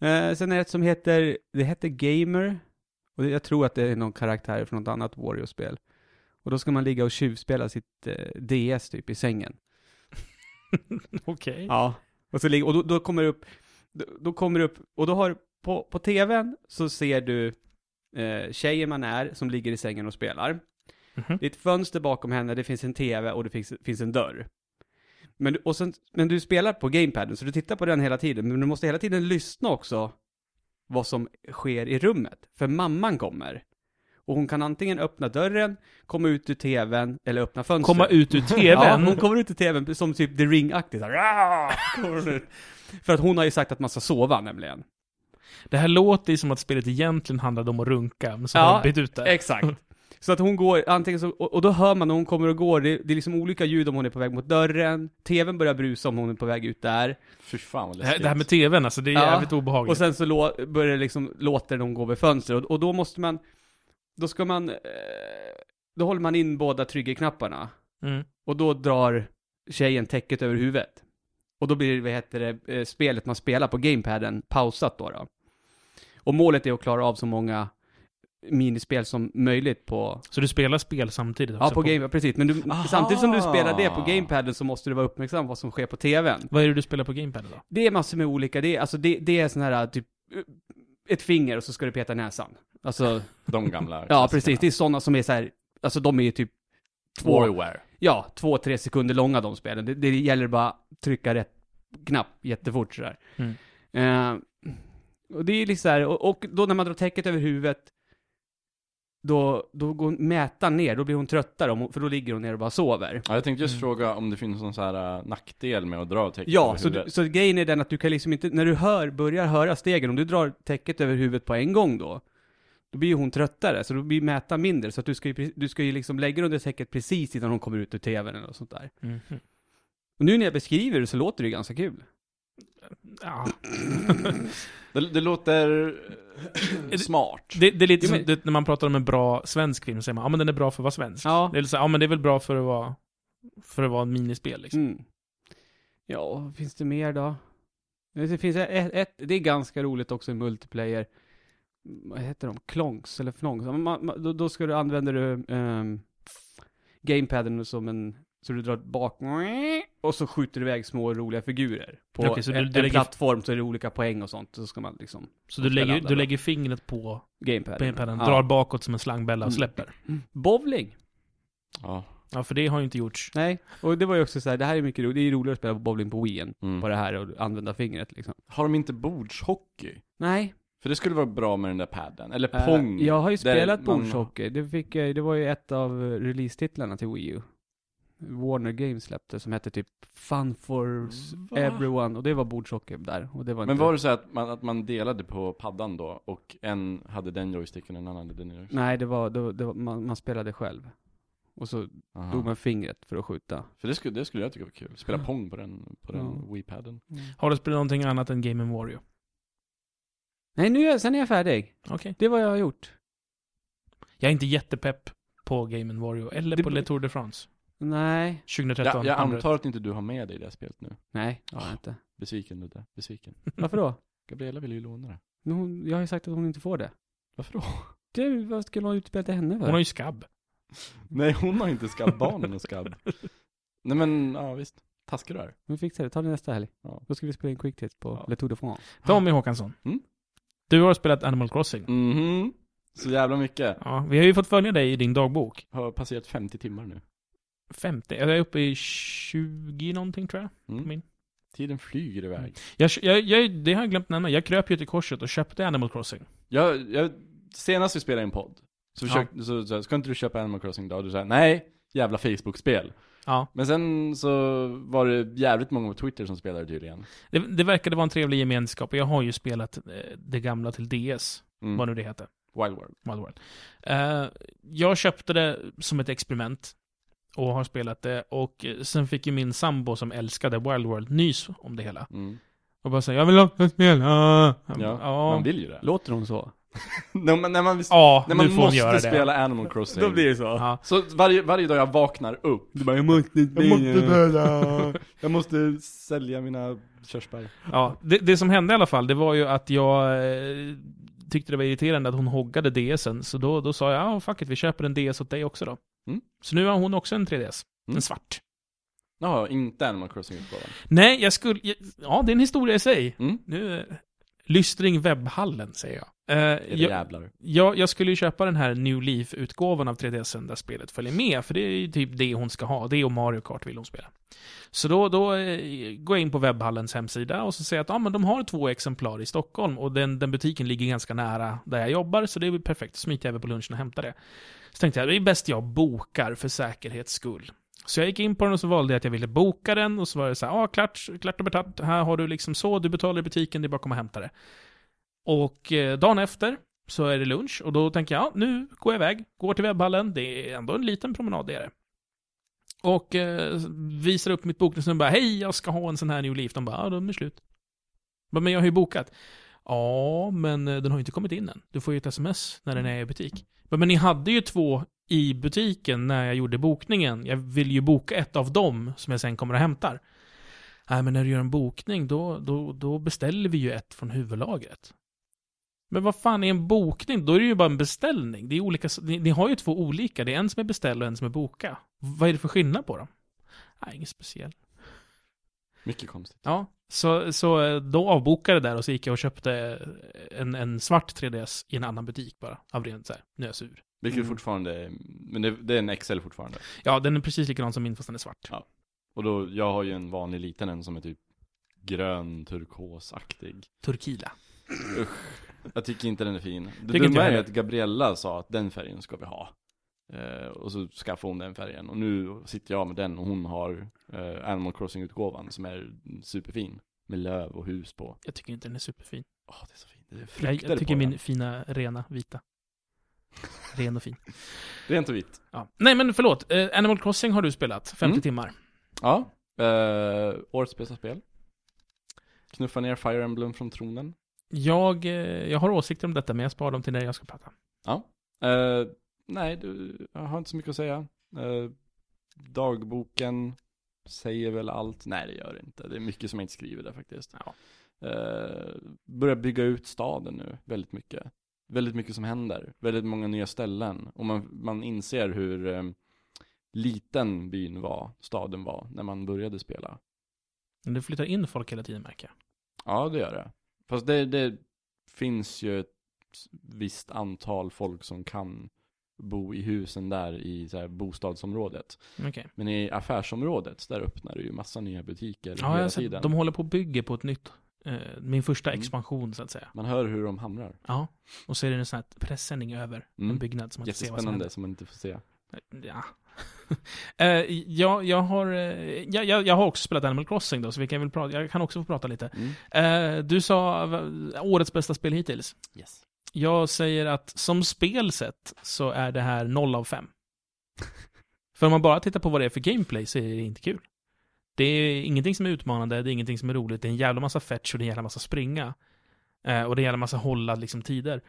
Speaker 2: Eh, sen är det ett som heter, det heter Gamer. Och det, jag tror att det är någon karaktär från något annat Wario-spel. Och då ska man ligga och tjuvspela sitt eh, DS typ i sängen.
Speaker 1: Okej.
Speaker 2: Ja. Och, så ligger, och då, då kommer det upp, då, då kommer det upp, och då har på, på tvn så ser du eh, tjejen man är som ligger i sängen och spelar.
Speaker 1: Mhm.
Speaker 2: Det är ett fönster bakom henne, det finns en tv och det finns, finns en dörr. Men, du- och sen, men du spelar på gamepaden, så du tittar på den hela tiden, men du måste hela tiden lyssna också vad som sker i rummet. För mamman kommer. Och hon kan antingen öppna dörren, komma ut ur tvn eller öppna fönstret.
Speaker 1: Komma ut ur
Speaker 2: Ja,
Speaker 1: tvn.
Speaker 2: hon kommer ut i tvn som typ The Ring-aktig så här, "Rah!" kommer hon ut. För att hon har ju sagt att man ska sova nämligen.
Speaker 1: Det här låter ju som att spelet egentligen handlade om att runka, men så
Speaker 2: Ja,
Speaker 1: har de bytt ut det.
Speaker 2: Exakt. Så att hon går, antingen så, och och då hör man när hon kommer och går, det, det är liksom olika ljud om hon är på väg mot dörren, tvn börjar brusa om hon är på väg ut där,
Speaker 3: Fy fan vad
Speaker 1: Det här,
Speaker 3: läskigt.
Speaker 1: det här med tvn, alltså det är
Speaker 2: Ja.
Speaker 1: jävligt obehagligt.
Speaker 2: och sen så lå, börjar det liksom, låter de gå vid fönstret, och, och då måste man, då ska man, eh, då håller man in båda tryggeknapparna,
Speaker 1: mm.
Speaker 2: och då drar tjejen täcket över huvudet. Och då blir det, vad heter det, eh, spelet man spelar på gamepaden pausat då, då. Och målet är att klara av så många minispel som möjligt på,
Speaker 1: Så du spelar spel samtidigt också?
Speaker 2: ja, på game, precis. Men du,
Speaker 3: Aha!
Speaker 2: samtidigt som du spelar det på gamepaden så måste du vara uppmärksam på vad som sker på tvn.
Speaker 1: Vad är det du spelar på GamePad då?
Speaker 2: Det är massor med olika, det är, alltså det, det är sån här typ, eh, ett finger och så ska du peta näsan. Alltså,
Speaker 3: De gamla
Speaker 2: ja precis, det är sådana som är så här, alltså de är ju typ två,
Speaker 3: Warware.
Speaker 2: ja, två, tre sekunder långa de spelen. Det, det gäller bara att trycka rätt knapp jättefort sådär.
Speaker 1: Mm.
Speaker 2: Eh, och det är liksom så här, och, och då när man drar täcket över huvudet, då, då går mätaren ner, då blir hon tröttare, om hon, för då ligger hon ner och bara sover.
Speaker 3: Ja, jag tänkte just
Speaker 1: Mm.
Speaker 3: fråga om det finns någon sån här äh, nackdel med att dra av täcket
Speaker 2: Ja,
Speaker 3: över
Speaker 2: så, du-
Speaker 3: huvudet.
Speaker 2: så grejen är den att du kan liksom inte, när du hör, börjar höra stegen, om du drar täcket över huvudet på en gång då, då blir ju hon tröttare, så då blir mätaren mindre, så att du ska ju, pre- du ska ju liksom lägga dig under täcket precis innan hon kommer ut ur tvn eller något sånt där. Och nu när jag beskriver det så låter det ju ganska kul.
Speaker 1: Ja.
Speaker 3: Det, det låter eh, smart.
Speaker 1: Det, det är lite
Speaker 2: Jo,
Speaker 1: som
Speaker 2: men-
Speaker 1: det, när man pratar om en bra svensk film, så säger man ja men den är bra för att vara svensk.
Speaker 2: Ja.
Speaker 1: Det är lite så, här, ja men det är väl bra för att vara, för att vara en minispel liksom.
Speaker 2: Mm. Ja, finns det mer då? Det finns ett, ett det är ganska roligt också i multiplayer. Vad heter de? Klonks eller fnonks? Ja, men Man, man, då, då ska du använda du ehm, gamepaden som en, så du drar bak och så skjuter du iväg små roliga figurer. På
Speaker 1: Okej, så du-
Speaker 2: en,
Speaker 1: du
Speaker 2: en
Speaker 1: lägger-
Speaker 2: plattform så är det olika poäng och sånt, så ska man liksom
Speaker 1: Så du
Speaker 2: Och spela
Speaker 1: lägger,
Speaker 2: andra
Speaker 1: du
Speaker 2: då.
Speaker 1: lägger fingret på
Speaker 2: gamepaden.
Speaker 1: gamepaden,
Speaker 2: Ja.
Speaker 1: drar bakåt som en slangbella och
Speaker 2: Mm.
Speaker 1: släpper.
Speaker 2: Bowling!
Speaker 3: Ja.
Speaker 1: Ja för det har ju inte gjorts.
Speaker 2: Nej, och det var ju också så här, det här är mycket roligt, det är ju roligare att spela bowling på Wien,
Speaker 3: Mm.
Speaker 2: på det här och använda fingret liksom.
Speaker 3: Har de inte bordshockey?
Speaker 2: Nej,
Speaker 3: För det skulle vara bra med den där padden. Eller
Speaker 2: Eh,
Speaker 3: pong.
Speaker 2: Jag har ju
Speaker 3: där
Speaker 2: spelat
Speaker 3: man-
Speaker 2: bordshockey. Det, fick jag, ju- det var ju ett av eh, releasetitlarna till Wii U. Warner Games släppte som hette typ Fun for s-
Speaker 3: Va?
Speaker 2: Everyone och det var bordshockey där. Och det var
Speaker 3: Men
Speaker 2: inte...
Speaker 3: var det så att man, att man delade på paddan då? Och en hade den joysticken och en annan hade den joysticken?
Speaker 2: Nej, det var, det, var- det var man, man spelade själv. Och så
Speaker 3: Aha.
Speaker 2: drog man fingret för att skjuta.
Speaker 3: För det skulle, det skulle jag tycka var kul. Spela pong på den, på den
Speaker 2: Ja.
Speaker 3: Wii-padden.
Speaker 1: Har du spelat någonting annat än Game Wario?
Speaker 2: Nej, nu är jag, sen är jag färdig.
Speaker 1: Okej.
Speaker 2: Det var jag har gjort.
Speaker 1: Jag är inte jättepepp på Game Wario, eller
Speaker 2: Det
Speaker 1: på
Speaker 2: blir-
Speaker 1: Le Tour de France.
Speaker 2: Nej.
Speaker 1: 2013.
Speaker 3: Jag, jag
Speaker 1: andra-
Speaker 3: antar att inte du har med dig det här spelet nu.
Speaker 2: Nej, det har jag inte.
Speaker 3: Besviken Ludde, besviken.
Speaker 2: Varför då?
Speaker 3: Gabriella ville ju låna det.
Speaker 2: Men hon, jag har ju sagt att hon inte får det.
Speaker 3: Varför då?
Speaker 2: Du, vad skulle hon utspela till henne för?
Speaker 1: Hon har ju skabb.
Speaker 3: Nej, hon har inte skabb. Barnen har skabb. Nej men, ja visst. Taskig du är.
Speaker 2: Men fixa det, ta det nästa helg.
Speaker 3: Ja.
Speaker 2: Då ska vi spela in quick hit på
Speaker 3: Ja.
Speaker 2: Le Tour de France.
Speaker 1: Tommy Håkansson.
Speaker 3: Mm.
Speaker 1: Du har spelat Animal Crossing.
Speaker 3: Mhm. Så jävla mycket.
Speaker 1: Ja, vi har ju fått följa dig i din dagbok.
Speaker 3: Har passerat 50 timmar nu.
Speaker 1: 50, jag är uppe i 20 någonting tror jag.
Speaker 3: Mm.
Speaker 1: Min.
Speaker 3: Tiden flyger iväg.
Speaker 1: Jag, jag, jag, det har jag glömt nämna. Jag kröp ju till korset och köpte Animal Crossing.
Speaker 3: Jag, jag, senast vi spelade en podd, så, försökte, så, så, ska inte du köpa Animal Crossing då? Och du sa nej, jävla Facebook-spel.
Speaker 1: Ja.
Speaker 3: Men sen så var det jävligt många på Twitter som spelade tydligen.
Speaker 1: Det, det verkade vara en trevlig gemenskap. Jag har ju spelat eh, det gamla till DS,
Speaker 3: Mm.
Speaker 1: vad nu det hette.
Speaker 3: Wild World.
Speaker 1: Wild World. Eh, jag köpte det som ett experiment och har spelat det. Och eh, sen fick ju min sambo som älskade Wild World nys om det hela.
Speaker 3: Mm.
Speaker 1: Och bara säga jag vill ha spela. Ja,
Speaker 3: Ja,
Speaker 1: ja.
Speaker 3: man vill ju det.
Speaker 2: Låter hon så?
Speaker 3: när man, när man,
Speaker 1: ja
Speaker 3: när
Speaker 1: nu
Speaker 3: man
Speaker 1: får hon göra
Speaker 3: måste
Speaker 1: det.
Speaker 3: spela Animal Crossing.
Speaker 2: det så.
Speaker 1: Ja.
Speaker 3: Så varje, varje dag jag vaknar upp,
Speaker 2: Du bara, jag måste inte
Speaker 3: jag måste sälja mina körsbär.
Speaker 1: Ja, det, det som hände i alla fall, det var ju att jag eh, tyckte det var irriterande att hon hoggade DSen. Så då, då sa jag, ja fuck it, vi köper en DS åt dig också då.
Speaker 3: Mm.
Speaker 1: Så nu har hon också en 3DS.
Speaker 3: Mm.
Speaker 1: En svart.
Speaker 3: Jaha, inte Animal Crossing-utgåvan.
Speaker 1: Nej, jag skulle... jag- Ja, det är en historia i sig.
Speaker 3: Mm.
Speaker 1: Nu... eh, Lystring webbhallen, säger jag. Eh,
Speaker 3: Era
Speaker 1: jag,
Speaker 3: jävlar.
Speaker 1: jag. Jag skulle ju köpa den här New Leaf-utgåvan av 3DSen där spelet följer med, för det är ju typ det hon ska ha. Det och Mario Kart vill hon spela. Så då, då eh, går jag in på webbhallens hemsida och så ser jag att ah, men de har två exemplar i Stockholm och den, den butiken ligger ganska nära där jag jobbar så det är väl perfekt. Smiter jag över på lunchen och hämtar det. Så tänkte jag det är bäst jag bokar för säkerhets skull. Så jag gick in på den och så valde jag att jag ville boka den och så var det så här, ah, klart, klart och betalt. Här har du liksom så, du betalar i butiken, det är bara att komma och hämta det. Och eh, dagen efter så är det lunch och då tänker jag, ja, nu går jag iväg, går till webbhallen, det är ändå en liten promenad det är det. Och eh, visar upp mitt bokningsnummer bara Hej, jag ska ha en sån här New Leaf. De bara, ja, de är slut. Men, men jag har ju bokat. Ja, men eh, den har ju inte kommit in än. Du får ju ett sms när den är i butik. Men, men ni hade ju två i butiken när jag gjorde bokningen. Jag vill ju boka ett av dem som jag sen kommer och hämtar. Nej, men när du gör en bokning då, då, då beställer vi ju ett från huvudlagret. Men vad fan är en bokning? Då är det ju bara en beställning. Det är olika, ni, ni har ju två olika. Det är en som är beställd och en som är boka. Vad är det för skillnad på dem? Nej, inget speciellt.
Speaker 3: Mycket konstigt.
Speaker 1: Ja, så, så eh, då avbokade jag det där och så gick jag och köpte eh, en, en svart 3DS i en annan butik bara. Av rent så här, nu är jag sur.
Speaker 3: Vilket
Speaker 2: Mm.
Speaker 3: fortfarande, men det, det är en XL fortfarande.
Speaker 1: Ja, den är precis likadan som min fast den är svart.
Speaker 3: Och då, jag har ju en vanlig liten en som är typ grön, turkosaktig.
Speaker 1: Turkila.
Speaker 3: Jag tycker inte den är fin. Det
Speaker 1: Tycker inte
Speaker 3: dumma
Speaker 1: jag
Speaker 3: är
Speaker 1: heller.
Speaker 3: att Gabriella sa att den färgen ska vi ha. Eh, och så skaffade hon den färgen. Och nu sitter jag med den och hon har eh, Animal Crossing-utgåvan som är superfin. Med löv och hus på.
Speaker 1: Jag tycker inte den är superfin.
Speaker 3: Åh, det är så fint. Det är frukter
Speaker 1: Jag, jag
Speaker 3: på
Speaker 1: tycker min
Speaker 3: den.
Speaker 1: fina, rena, vita. Ren och fin.
Speaker 3: Rent och vitt.
Speaker 1: Ja. Nej, men förlåt. Eh, Animal Crossing har du spelat 50
Speaker 3: Mm.
Speaker 1: timmar.
Speaker 3: Ja. Eh, årets bästa spel. Knuffa ner Fire Emblem från tronen.
Speaker 1: Jag, eh, jag har åsikter om detta, men jag sparar dem till när jag ska prata.
Speaker 3: Eh, nej, du, jag har inte så mycket att säga. Eh, dagboken säger väl allt. Nej, det gör det inte. Det är mycket som jag inte skriver där faktiskt.
Speaker 1: Ja.
Speaker 3: Eh, börjar bygga ut staden nu, väldigt mycket. Väldigt mycket som händer, väldigt många nya ställen. Och man, man inser hur eh, liten byn var, staden var, när man började spela.
Speaker 1: Men Du flyttar in folk hela tiden, märker jag.
Speaker 3: Ja, det gör det. Fast det, det finns ju ett visst antal folk som kan bo i husen där i så här bostadsområdet.
Speaker 1: Okej.
Speaker 3: Men i affärsområdet, där öppnar det ju massa nya butiker
Speaker 1: Ja, jag
Speaker 3: hela
Speaker 1: har sett.
Speaker 3: tiden.
Speaker 1: De håller på och bygger på ett nytt, eh, min första
Speaker 3: Mm.
Speaker 1: expansion så att säga.
Speaker 3: Man hör hur de hamrar.
Speaker 1: Ja, och så är det en sån här pressändning över
Speaker 3: Mm.
Speaker 1: en byggnad som man inte ser vad som
Speaker 3: Jättespännande
Speaker 1: händer.
Speaker 3: som man inte får se.
Speaker 1: Ja. Eh, jag, jag, har, eh, jag, jag, jag har också spelat Animal Crossing då, så vi kan väl prata, jag kan också få prata lite.
Speaker 3: Mm.
Speaker 1: Eh, du sa va- årets bästa spel hittills.
Speaker 3: Yes.
Speaker 1: Jag säger att som spel sett så är det här 0 av 5. för om man bara tittar på vad det är för gameplay så är det inte kul. Det är ingenting som är utmanande, det är ingenting som är roligt, det är en jävla massa fetch och det är en jävla massa springa. Eh, och det är en jävla massa hålla liksom, tider.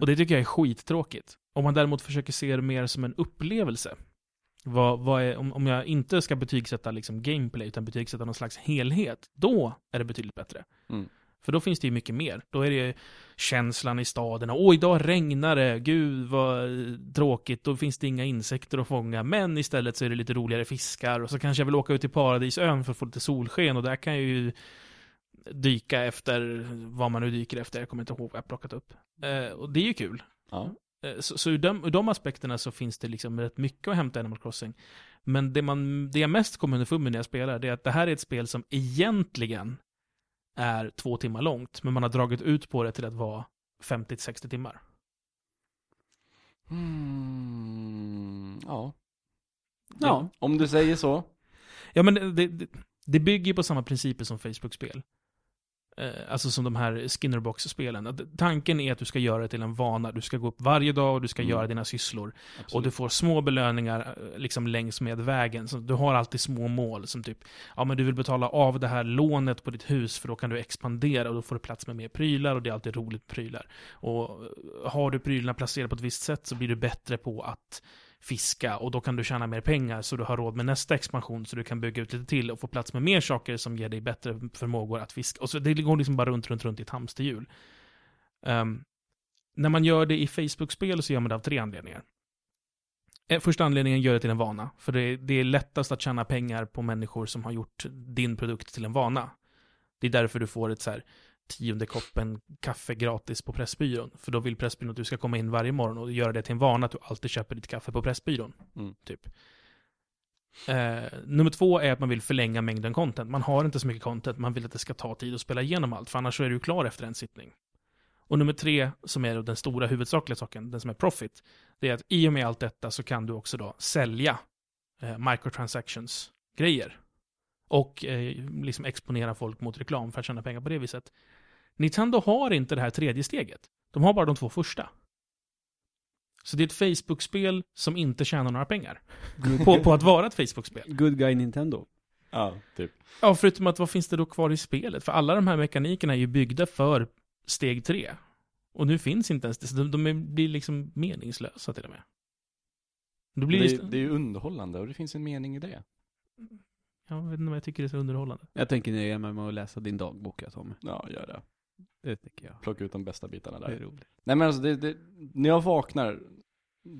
Speaker 1: Och det tycker jag är skittråkigt. Om man däremot försöker se det mer som en upplevelse. Vad, vad är, om, om jag inte ska betygsätta liksom gameplay, utan betygsätta någon slags helhet, då är det betydligt bättre.
Speaker 3: Mm.
Speaker 1: För då finns det ju mycket mer. Då är det ju känslan i staden. Åh, idag regnar det. Gud vad eh, tråkigt. Då finns det inga insekter att fånga. Men istället så är det lite roligare fiskar. Och så kanske jag vill åka ut till Paradisön för att få lite solsken. Och där kan jag ju dyka efter vad man nu dyker efter. Jag kommer inte ihåg vad jag har plockat upp. Eh, och det är ju kul.
Speaker 3: Ja.
Speaker 1: Eh, Så, så ur, de, ur de aspekterna så finns det liksom rätt mycket att hämta i Animal Crossing. Men det, man, det jag mest kommer underfund med när jag spelar, det är att det här är ett spel som egentligen är två timmar långt, men man har dragit ut på det till att vara 50-60 timmar.
Speaker 3: Mm. Ja.
Speaker 2: Ja.
Speaker 3: Om du säger så.
Speaker 1: Ja, men det, det, det bygger ju på samma principer som Facebook-spel. Eh, alltså som de här Skinnerbox-spelen. Att tanken är att du ska göra det till en vana. Du ska gå upp varje dag och du ska
Speaker 3: Mm.
Speaker 1: göra dina sysslor. Och
Speaker 3: Absolut.
Speaker 1: du får små belöningar eh, liksom längs med vägen. Så du har alltid små mål som typ, ja men du vill betala av det här lånet på ditt hus för då kan du expandera och då får du plats med mer prylar och det är alltid roligt med prylar. Och eh, har du prylarna placerade på ett visst sätt så blir du bättre på att fiska och då kan du tjäna mer pengar så du har råd med nästa expansion så du kan bygga ut lite till och få plats med mer saker som ger dig bättre förmågor att fiska. Och så det går liksom bara runt, runt, runt i ett hamsterhjul. Ehm, när man gör det i Facebook-spel så gör man det av tre anledningar. Eh, Första anledningen gör det till en vana. För det, det är lättast att tjäna pengar på människor som har gjort din produkt till en vana. Det är därför du får ett så här tionde koppen kaffe gratis på Pressbyrån. För då vill Pressbyrån att du ska komma in varje morgon och göra det till en vana att du alltid köper ditt kaffe på Pressbyrån.
Speaker 3: Mm.
Speaker 1: Typ. Eh, nummer två är att man vill förlänga mängden content. Man har inte så mycket content, man vill att det ska ta tid att spela igenom allt, för annars så är du ju klar efter en sittning. Och nummer tre, som är då den stora huvudsakliga saken, den som är profit, det är att i och med allt detta så kan du också då sälja eh, microtransactions-grejer. Och eh, liksom exponera folk mot reklam för att tjäna pengar på det viset. Nintendo har inte det här tredje steget. De har bara de två första. Så det är ett Facebook-spel som inte tjänar några pengar. På, på att vara ett Facebook-spel.
Speaker 2: Good guy Nintendo.
Speaker 3: Ja, typ.
Speaker 1: Ja, förutom att vad finns det då kvar i spelet? För alla de här mekanikerna är ju byggda för steg tre. Och nu finns inte ens det, så de, de är- blir liksom meningslösa till och med. Det
Speaker 3: Det,
Speaker 1: blir
Speaker 3: är-
Speaker 1: just,
Speaker 3: det är ju underhållande och det finns en mening i det.
Speaker 1: Jag vet inte om jag tycker det är så underhållande.
Speaker 2: Jag tänker nöja mig med att läsa din dagbok, jag Tommy.
Speaker 3: Ja, gör det.
Speaker 2: Det tycker jag.
Speaker 3: Plocka ut de bästa bitarna där.
Speaker 2: Det är roligt.
Speaker 3: Nej men alltså, det, det, när jag vaknar,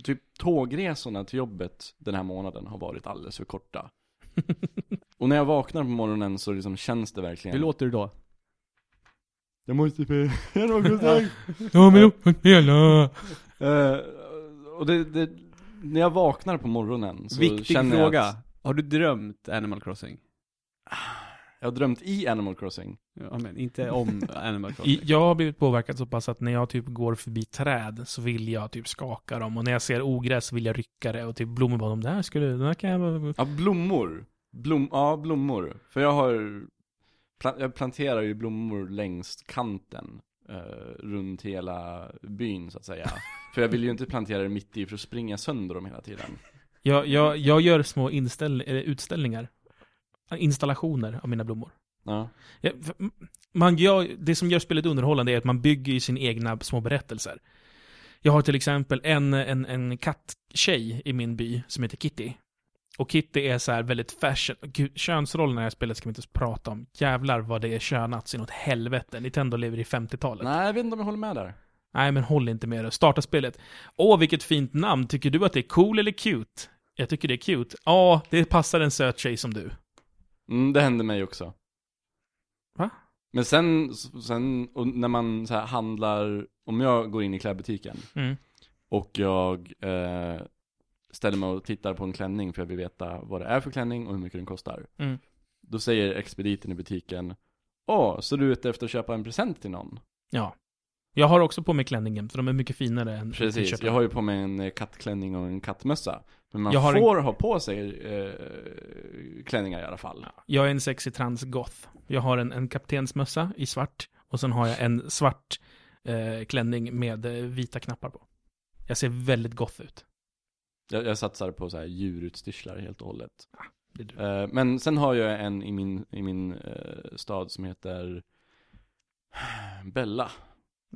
Speaker 3: typ tågresorna till jobbet den här månaden har varit alldeles för korta. Och när jag vaknar på morgonen så liksom känns det verkligen.
Speaker 2: Hur låter du då?
Speaker 3: Jag måste be. Jag råkade säga.
Speaker 1: Ja,
Speaker 3: men
Speaker 1: hela...
Speaker 3: Eh, Och det, det, när jag vaknar på morgonen så
Speaker 2: Viktig
Speaker 3: känner
Speaker 2: fråga.
Speaker 3: jag att
Speaker 2: Har du drömt Animal Crossing?
Speaker 3: jag har drömt i Animal Crossing.
Speaker 2: Ja, men inte om Animal Crossing.
Speaker 1: I- Jag har blivit påverkad så pass att när jag typ går förbi träd så vill jag typ skaka dem och när jag ser ogräs så vill jag rycka det och typ blommor bara, de där skulle, de där kan jag...
Speaker 3: Ja, blommor. Blom, ja, blommor. För jag har, pla- jag planterar ju blommor längs kanten. eh, runt hela byn så att säga. för jag vill ju inte plantera det mitt i för att springa sönder dem hela tiden.
Speaker 1: Jag, jag, jag gör små inställ, eh, utställningar, installationer av mina blommor.
Speaker 3: Ja.
Speaker 1: Ja, för- m- Man gör, det som gör spelet underhållande är att man bygger ju sina egna små berättelser. Jag har till exempel en, en, en katttjej i min by som heter Kitty. Och Kitty är så här väldigt fashion. Gud, könsrollerna i det här spelet ska vi inte ens prata om. Jävlar vad det är könat så inåt helvete. Nintendo lever i 50-talet. Nej.
Speaker 3: Nej, jag vet inte om jag håller med där.
Speaker 1: men håll inte med det. Starta spelet. Åh, vilket fint namn. Tycker du att det är cool eller cute? Jag tycker det är cute. Ja, det passar en söt tjej som du.
Speaker 3: Mm, det hände mig också.
Speaker 1: Va?
Speaker 3: Men sen, sen och när man så här handlar, om jag går in i klädbutiken
Speaker 1: Mm.
Speaker 3: och jag eh, ställer mig och tittar på en klänning för jag vill veta vad det är för klänning och hur mycket den kostar.
Speaker 1: Mm.
Speaker 3: Då säger expediten i butiken, Åh, så du är ute efter att köpa en present till någon?
Speaker 1: Ja. Jag har också på mig klänningen, för de är mycket finare än
Speaker 3: Precis,
Speaker 1: t-shirten.
Speaker 3: jag har ju på mig en eh, kattklänning och en kattmössa. Men man
Speaker 1: Jag har en-
Speaker 3: får ha på sig eh, klänningar i alla fall.
Speaker 1: Ja. Jag är en sexy transgoth. Jag har en, en kaptensmössa i svart, och sen har jag en svart eh, klänning med eh, vita knappar på. Jag ser väldigt goth ut.
Speaker 3: Jag, jag satsar på så här djurutstyrslar helt och hållet.
Speaker 1: Ah, Det är du.
Speaker 3: Eh, Men sen har jag en i min, i min eh, stad som heter Bella.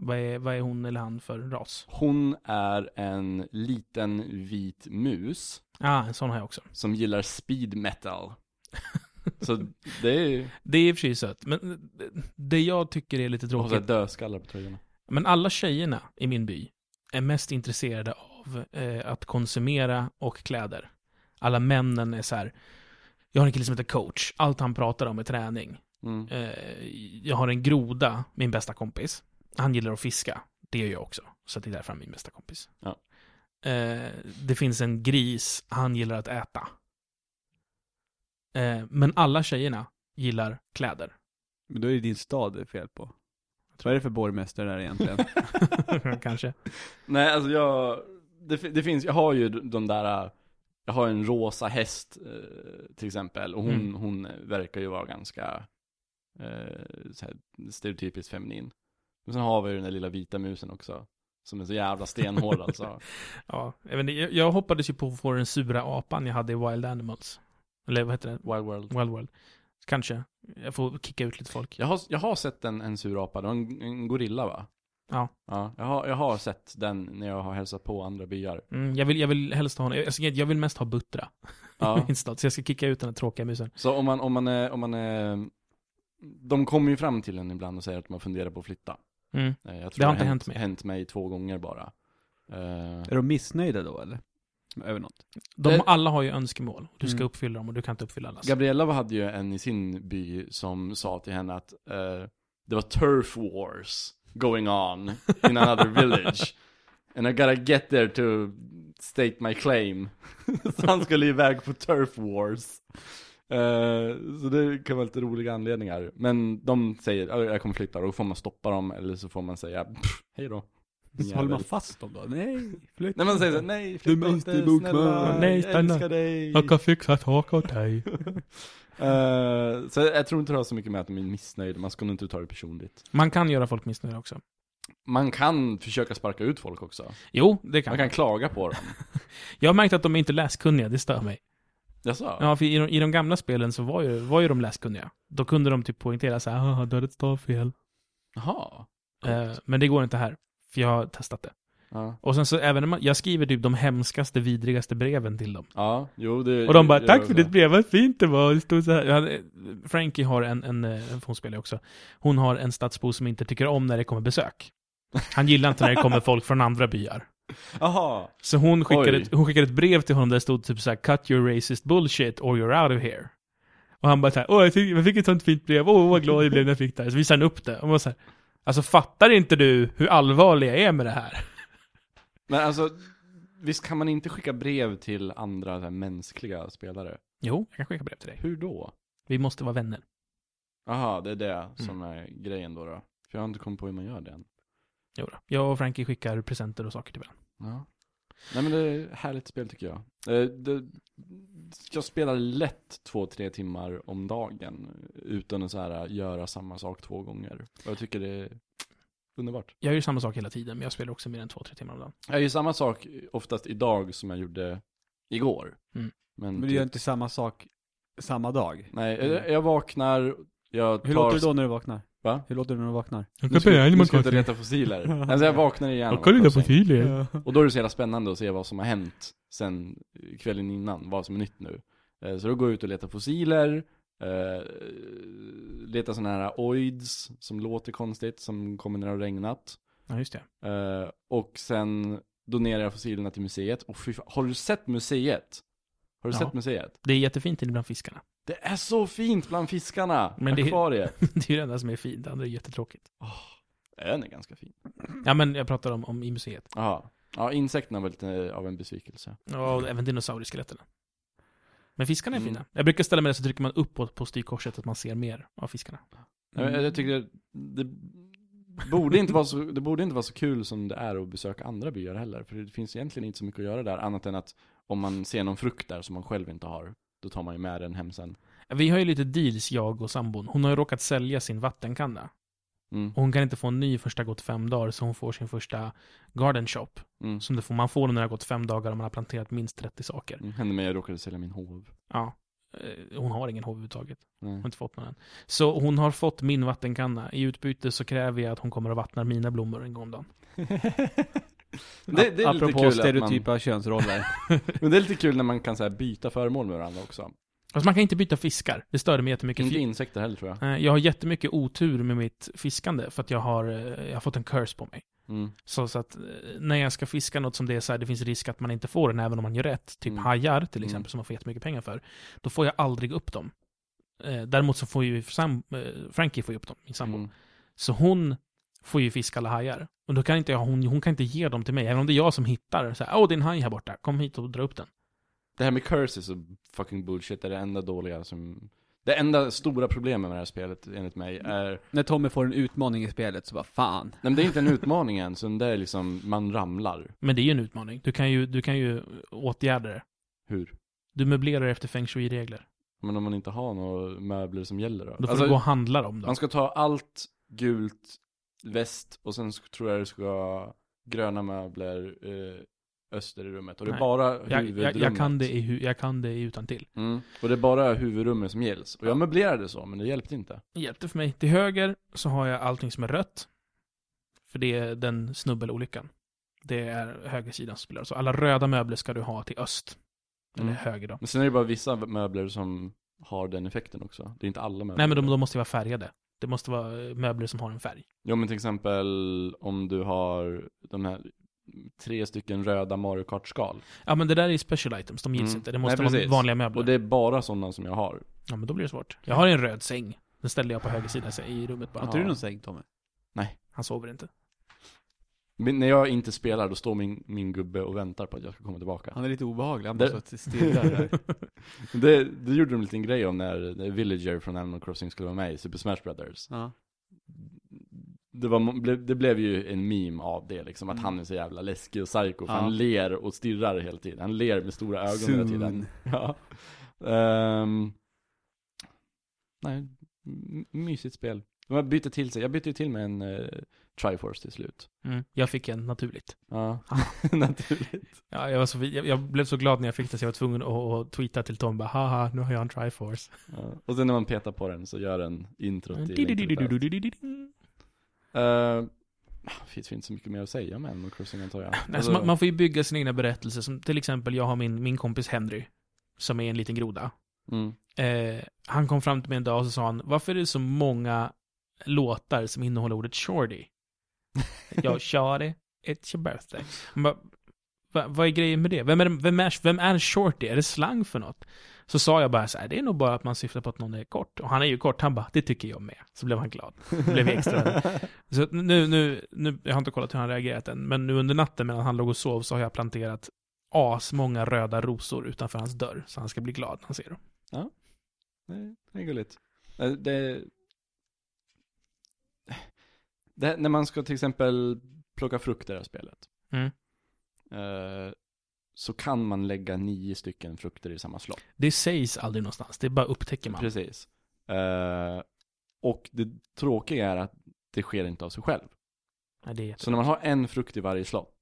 Speaker 1: Vad, är, vad är hon eller han för ras?
Speaker 3: Hon är en liten vit mus
Speaker 1: Ah, en sån har jag också.
Speaker 3: som gillar speed metal. Så det är ju
Speaker 1: Det är i och för sig sött, men eh, det jag tycker är lite
Speaker 3: och så här
Speaker 1: tråkigt.
Speaker 3: dödskallar på tröjorna.
Speaker 1: Men alla tjejerna i min by är mest intresserade av eh, att konsumera och kläder. Alla männen är så här. Jag har en kille som heter coach. Allt han pratar om är träning.
Speaker 3: Mm.
Speaker 1: Eh, jag har en groda, min bästa kompis. Han gillar att fiska. Det gör jag också. Så det är därför han är min bästa kompis.
Speaker 3: Ja.
Speaker 1: Eh, det finns en gris, han gillar att äta. Eh, men alla tjejerna gillar kläder.
Speaker 2: Men då är det din stad det är fel på. Vad är det för borgmästare där egentligen?
Speaker 1: Kanske.
Speaker 3: Nej, alltså jag, det, fi- det finns, jag har ju de där jag har en rosa häst eh, till exempel och hon,
Speaker 1: Mm.
Speaker 3: hon verkar ju vara ganska eh, så här, stereotypiskt feminin. Men sen har vi ju den där lilla vita musen också. Som är så jävla stenhård alltså.
Speaker 1: Ja, jag, vet inte, jag- jag hoppades ju på att få den sura apan jag hade i Wild Animals. Eller vad heter det?
Speaker 3: Wild World.
Speaker 1: Wild World. Kanske. Jag får kicka ut lite folk.
Speaker 3: Jag har, jag har sett en, en surapa, det var en, en gorilla va?
Speaker 1: Ja.
Speaker 3: ja jag, har, jag har sett den när jag har hälsat på andra byar.
Speaker 1: Mm, jag, vill, jag vill helst ha en, jag, jag vill mest ha Buttra.
Speaker 3: Ja.
Speaker 1: i min stad, så jag ska kicka ut den här tråkiga musen.
Speaker 3: Så om man, om man, är, om man är, de kommer ju fram till en ibland och säger att man funderar på att flytta.
Speaker 1: Mm.
Speaker 3: Eh, Jag tror
Speaker 1: Det har inte hänt mig.
Speaker 3: hänt mig två gånger bara. Eh,
Speaker 2: Är de missnöjda då eller? Över något?
Speaker 1: De
Speaker 3: Det-
Speaker 1: alla har ju önskemål. Du ska
Speaker 2: Mm.
Speaker 1: uppfylla dem och du kan inte uppfylla allas.
Speaker 3: Gabriella hade ju en i sin by som sa till henne att eh, det var turf wars going on in another village. And I gotta get there to state my claim. så han skulle iväg på turf wars. Eh, så det kan vara lite roliga anledningar. Men de säger, "Ja, jag kommer flytta, då får man stoppa dem eller så får man säga, "Pff, hej då.
Speaker 2: Så håller man fast dem då? Nej, flytt.
Speaker 3: Nej man säger så, här, nej flytta
Speaker 2: är
Speaker 3: inte,
Speaker 2: inte bokman."
Speaker 3: snälla,
Speaker 1: Nej,
Speaker 3: jag älskar
Speaker 1: stanna.
Speaker 3: dig.
Speaker 1: fixa tak åt dig.
Speaker 3: Eh, så jag tror inte det har så mycket med att de är missnöjda, man ska nog inte ta det personligt.
Speaker 1: Man kan göra folk missnöjda också.
Speaker 3: Man kan försöka sparka ut folk också.
Speaker 1: Jo, det kan
Speaker 3: Man
Speaker 1: man.
Speaker 3: kan klaga på dem.
Speaker 1: Jag har märkt att de är inte läskunniga, det stör mig.
Speaker 3: Jaså?
Speaker 1: Ja, för i de, i de gamla spelen så var ju, var ju de läskunniga. Då kunde de typ poängtera så här, "Haha, du hade ett stavfel.
Speaker 3: Jaha.
Speaker 1: Eh, men det går inte här, för jag har testat det.
Speaker 3: Ja.
Speaker 1: Och sen så även när man, jag skriver typ de hemskaste, vidrigaste breven till dem.
Speaker 3: ja, jo det
Speaker 1: Och de bara
Speaker 3: det-
Speaker 1: 'Tack för ditt brev, vad fint det var' det stod så här. Jag hade, Frankie har en, en, eh, en fotbollsspelare också. Hon har en stadsbo som inte tycker om när det kommer besök. Han gillar inte när det kommer folk från andra byar.
Speaker 3: Jaha.
Speaker 1: Så hon skickade,
Speaker 3: Oj.
Speaker 1: ett, hon skickade ett brev till honom där det stod typ så här 'Cut your racist bullshit or you're out of here' Och han bara såhär 'Åh, jag fick, jag fick ett sånt fint brev, åh vad glad jag blev när jag fick det här' Så visade han upp det, och man var så här, Alltså fattar inte du hur allvarlig jag är med det här?
Speaker 3: Men alltså, visst kan man inte skicka brev till andra så här, mänskliga spelare?
Speaker 1: Jo, jag kan skicka brev till dig.
Speaker 3: Hur då?
Speaker 1: Vi måste vara vänner.
Speaker 3: Jaha, det är det
Speaker 1: Mm.
Speaker 3: som är grejen då, då. För jag har inte kommit på hur man gör det än.
Speaker 1: Jo då. Jag och Frankie skickar presenter och saker till varandra.
Speaker 3: Ja. Nej men det är ett härligt spel tycker jag. Eh, Det, jag spelar lätt två, tre timmar om dagen utan att så här, eh, göra samma sak två gånger. Och jag tycker det är underbart.
Speaker 1: Jag gör samma sak hela tiden, men jag spelar också mer än två, tre timmar om dagen.
Speaker 3: Jag gör samma sak oftast idag som jag gjorde igår.
Speaker 1: Mm.
Speaker 3: Men,
Speaker 2: Men du
Speaker 3: typ-
Speaker 2: gör inte samma sak samma dag?
Speaker 3: Nej, eh, jag, jag vaknar, jag tar...
Speaker 2: Hur låter det då när du vaknar?
Speaker 3: Va?
Speaker 2: Hur låter det när du vaknar?
Speaker 3: Nu ska, nu ska jag inte leta fossiler. alltså jag vaknar igen. och går upp i säng.
Speaker 1: fossiler.
Speaker 3: Och då är det så jävla spännande att se vad som har hänt sen kvällen innan, vad som är nytt nu. Eh, Så då går jag ut och letar fossiler, eh, letar sådana här oids som låter konstigt, som kommer när det har regnat.
Speaker 1: Ja, just det.
Speaker 3: Eh, Och sen donerar jag fossilerna till museet. Och fy fan, har du sett museet? Har du
Speaker 1: Ja.
Speaker 3: sett museet?
Speaker 1: Det är jättefint inne bland fiskarna.
Speaker 3: Det är så fint bland fiskarna!
Speaker 1: Men det-
Speaker 3: Akvariet.
Speaker 1: det är ju det enda som är fint, det andra är jättetråkigt.
Speaker 3: Ön är ganska fin.
Speaker 1: Ja, men jag pratar om, om i museet.
Speaker 3: Jaha. Ja, insekterna var lite av en besvikelse.
Speaker 1: Ja, och även dinosaurieskeletten. Men fiskarna är
Speaker 3: Mm.
Speaker 1: fina. Jag brukar ställa mig där så trycker man uppåt på styrkorset att man ser mer av fiskarna.
Speaker 3: Jag, jag- jag tycker det, det, borde inte vara så, det borde inte vara så kul som det är att besöka andra byar heller. För det finns egentligen inte så mycket att göra där, annat än att om man ser någon frukt där som man själv inte har, då tar man ju med den hem sen.
Speaker 1: Vi har ju lite deals, jag och sambon. Hon har ju råkat sälja sin vattenkanna.
Speaker 3: Mm,
Speaker 1: Och hon kan inte få en ny första gått fem dagar, så hon får sin första garden shop.
Speaker 3: mm.
Speaker 1: Som det får, man får när det har gått fem dagar och man har planterat minst 30 saker.
Speaker 3: Det mm, hände mig, jag råkade sälja min hov.
Speaker 1: Ja. Eh, Hon har ingen hov överhuvudtaget.
Speaker 3: Nej.
Speaker 1: Hon har inte fått någon än. Så hon har fått min vattenkanna. I utbyte så kräver jag att hon kommer att vattna mina blommor en gång om dagen.
Speaker 3: Det, det är lite
Speaker 2: Apropå
Speaker 3: kul att
Speaker 2: stereotypa
Speaker 3: man,
Speaker 2: könsroller.
Speaker 3: Men det är lite kul när man kan så här, byta föremål med varandra också.
Speaker 1: Fast man kan inte byta fiskar. Det störde mig jättemycket.
Speaker 3: Inte
Speaker 1: För-
Speaker 3: insekter heller tror jag.
Speaker 1: Eh, Jag har jättemycket otur med mitt fiskande för att jag har, eh, jag har fått en curse på mig.
Speaker 3: Mm.
Speaker 1: Så, så att eh, när jag ska fiska något som det är så här, det finns risk att man inte får den även om man gör rätt. Typ
Speaker 3: Mm.
Speaker 1: hajar till exempel
Speaker 3: Mm.
Speaker 1: som man får jättemycket pengar för. Då får jag aldrig upp dem. Eh, Däremot så får ju Sam, eh, Frankie får ju upp dem, min sambo.
Speaker 3: Mm.
Speaker 1: Så hon får ju fiska alla hajar. Och då kan inte jag, hon, hon kan inte ge dem till mig, även om det är jag som hittar. Så här, Åh, det är en haj här borta, kom hit och dra upp den.
Speaker 3: Det här med curses och fucking bullshit är det enda dåliga som... Det enda stora problemet med det här spelet enligt mig är
Speaker 2: när Tommy får en utmaning i spelet så bara fan.
Speaker 3: Nej men det är inte en utmaning än, så det är liksom, man ramlar.
Speaker 1: Men det är ju en utmaning. Du kan ju, du kan ju åtgärda det.
Speaker 3: Hur?
Speaker 1: Du möblerar efter feng shui-regler.
Speaker 3: Men om man inte har några möbler som gäller då?
Speaker 1: Då får
Speaker 3: Alltså,
Speaker 1: du gå och handla dem då.
Speaker 3: Man ska ta allt gult väst och sen sk- tror jag det ska vara gröna möbler eh, öster i rummet. Och det är
Speaker 1: Nej.
Speaker 3: bara
Speaker 1: Jag,
Speaker 3: huvudrummet.
Speaker 1: jag, jag, kan det i, hu- jag kan det i utantill.
Speaker 3: Mm. Och det är bara huvudrummet som gälls. Och jag möblerade så, men det hjälpte inte.
Speaker 1: Det hjälpte för mig. Till höger så har jag allting som är rött. För det är den snubbelolyckan. Det är högersidan som spelar. Så alla röda möbler ska du ha till öst. Eller
Speaker 3: Mm.
Speaker 1: höger då.
Speaker 3: Men sen är det bara vissa möbler som har den effekten också. Det är inte alla möbler.
Speaker 1: Nej men de, de måste ju vara färgade. Det måste vara eh, möbler som har en färg.
Speaker 3: Jo men till exempel om du har de här tre stycken röda Mario Kart-skal.
Speaker 1: Ja men det där är ju special items, de gills
Speaker 3: Mm.
Speaker 1: inte. Det måste
Speaker 3: Nej,
Speaker 1: vara
Speaker 3: precis.
Speaker 1: vanliga möbler.
Speaker 3: Och det är bara sådana som jag har.
Speaker 1: Ja men då blir det svårt. Jag har en röd säng. Den ställde jag på höger sida så- i rummet
Speaker 2: Har
Speaker 1: bara.
Speaker 2: inte du någon säng Tommy?
Speaker 1: Han sover inte.
Speaker 3: Men när jag inte spelar, då står min, min gubbe och väntar på att jag ska komma tillbaka.
Speaker 2: Han är lite obehaglig, han
Speaker 3: Där-
Speaker 2: bara satt och stirrar där.
Speaker 3: Det, det gjorde de en liten grej om när när Villager från Animal Crossing skulle vara med i Super Smash Brothers.
Speaker 2: Ja.
Speaker 3: Det, var, ble- det blev ju en meme av det liksom, att
Speaker 2: Mm.
Speaker 3: han är så jävla läskig och psycho, för
Speaker 2: Ja.
Speaker 3: han ler och stirrar hela tiden. Han ler med stora ögon hela tiden. Ja. Ehm, nej, m- mysigt spel. De byter till sig, jag bytte ju till mig en eh, Triforce till slut.
Speaker 1: Mm. Jag fick en naturligt.
Speaker 3: Ja, naturligt.
Speaker 1: Ja, jag, var så, jag, jag blev så glad när jag fick den så jag var tvungen att, att tweeta till Tom bara haha, nu har jag en Triforce.
Speaker 3: Ja. Och sen när man petar på den så gör den intro till Link to the Past.
Speaker 1: Didididididididididing.
Speaker 3: Uh, finns ju inte så mycket mer att säga om Animal Crossing antar jag.
Speaker 1: Alltså, man, man får ju bygga sina egna berättelser, som till exempel jag har min, min kompis Henry, som är en liten groda.
Speaker 3: mm.
Speaker 1: Eh, han kom fram till mig en dag och så sa han, varför är det så många låtar som innehåller ordet shorty? Jag, shorty, it's your birthday. Han bara, Va, vad är grejen med det? Vem är, vem, är, vem är shorty? Är det slang för något? Så sa jag bara så här, det är nog bara att man syftar på att någon är kort. Och han är ju kort, han bara, det tycker jag med. Så blev han glad. Blev extra. Så att nu, nu, nu, jag har inte kollat hur han reagerat än, men nu under natten medan han låg och sov så har jag planterat asmånga röda rosor utanför hans dörr. Så han ska bli glad när han ser dem.
Speaker 3: Nej, det är gulligt. Eh, Det... det när man ska till exempel plocka frukt i det här spelet.
Speaker 1: Mm.
Speaker 3: eh, så kan man lägga nio stycken frukter i samma slott.
Speaker 1: Det sägs aldrig någonstans, det bara upptäcker man.
Speaker 3: Precis. Eh, och det tråkiga är att det sker inte av sig själv.
Speaker 1: Nej, det är
Speaker 3: Så när man har en frukt i varje slott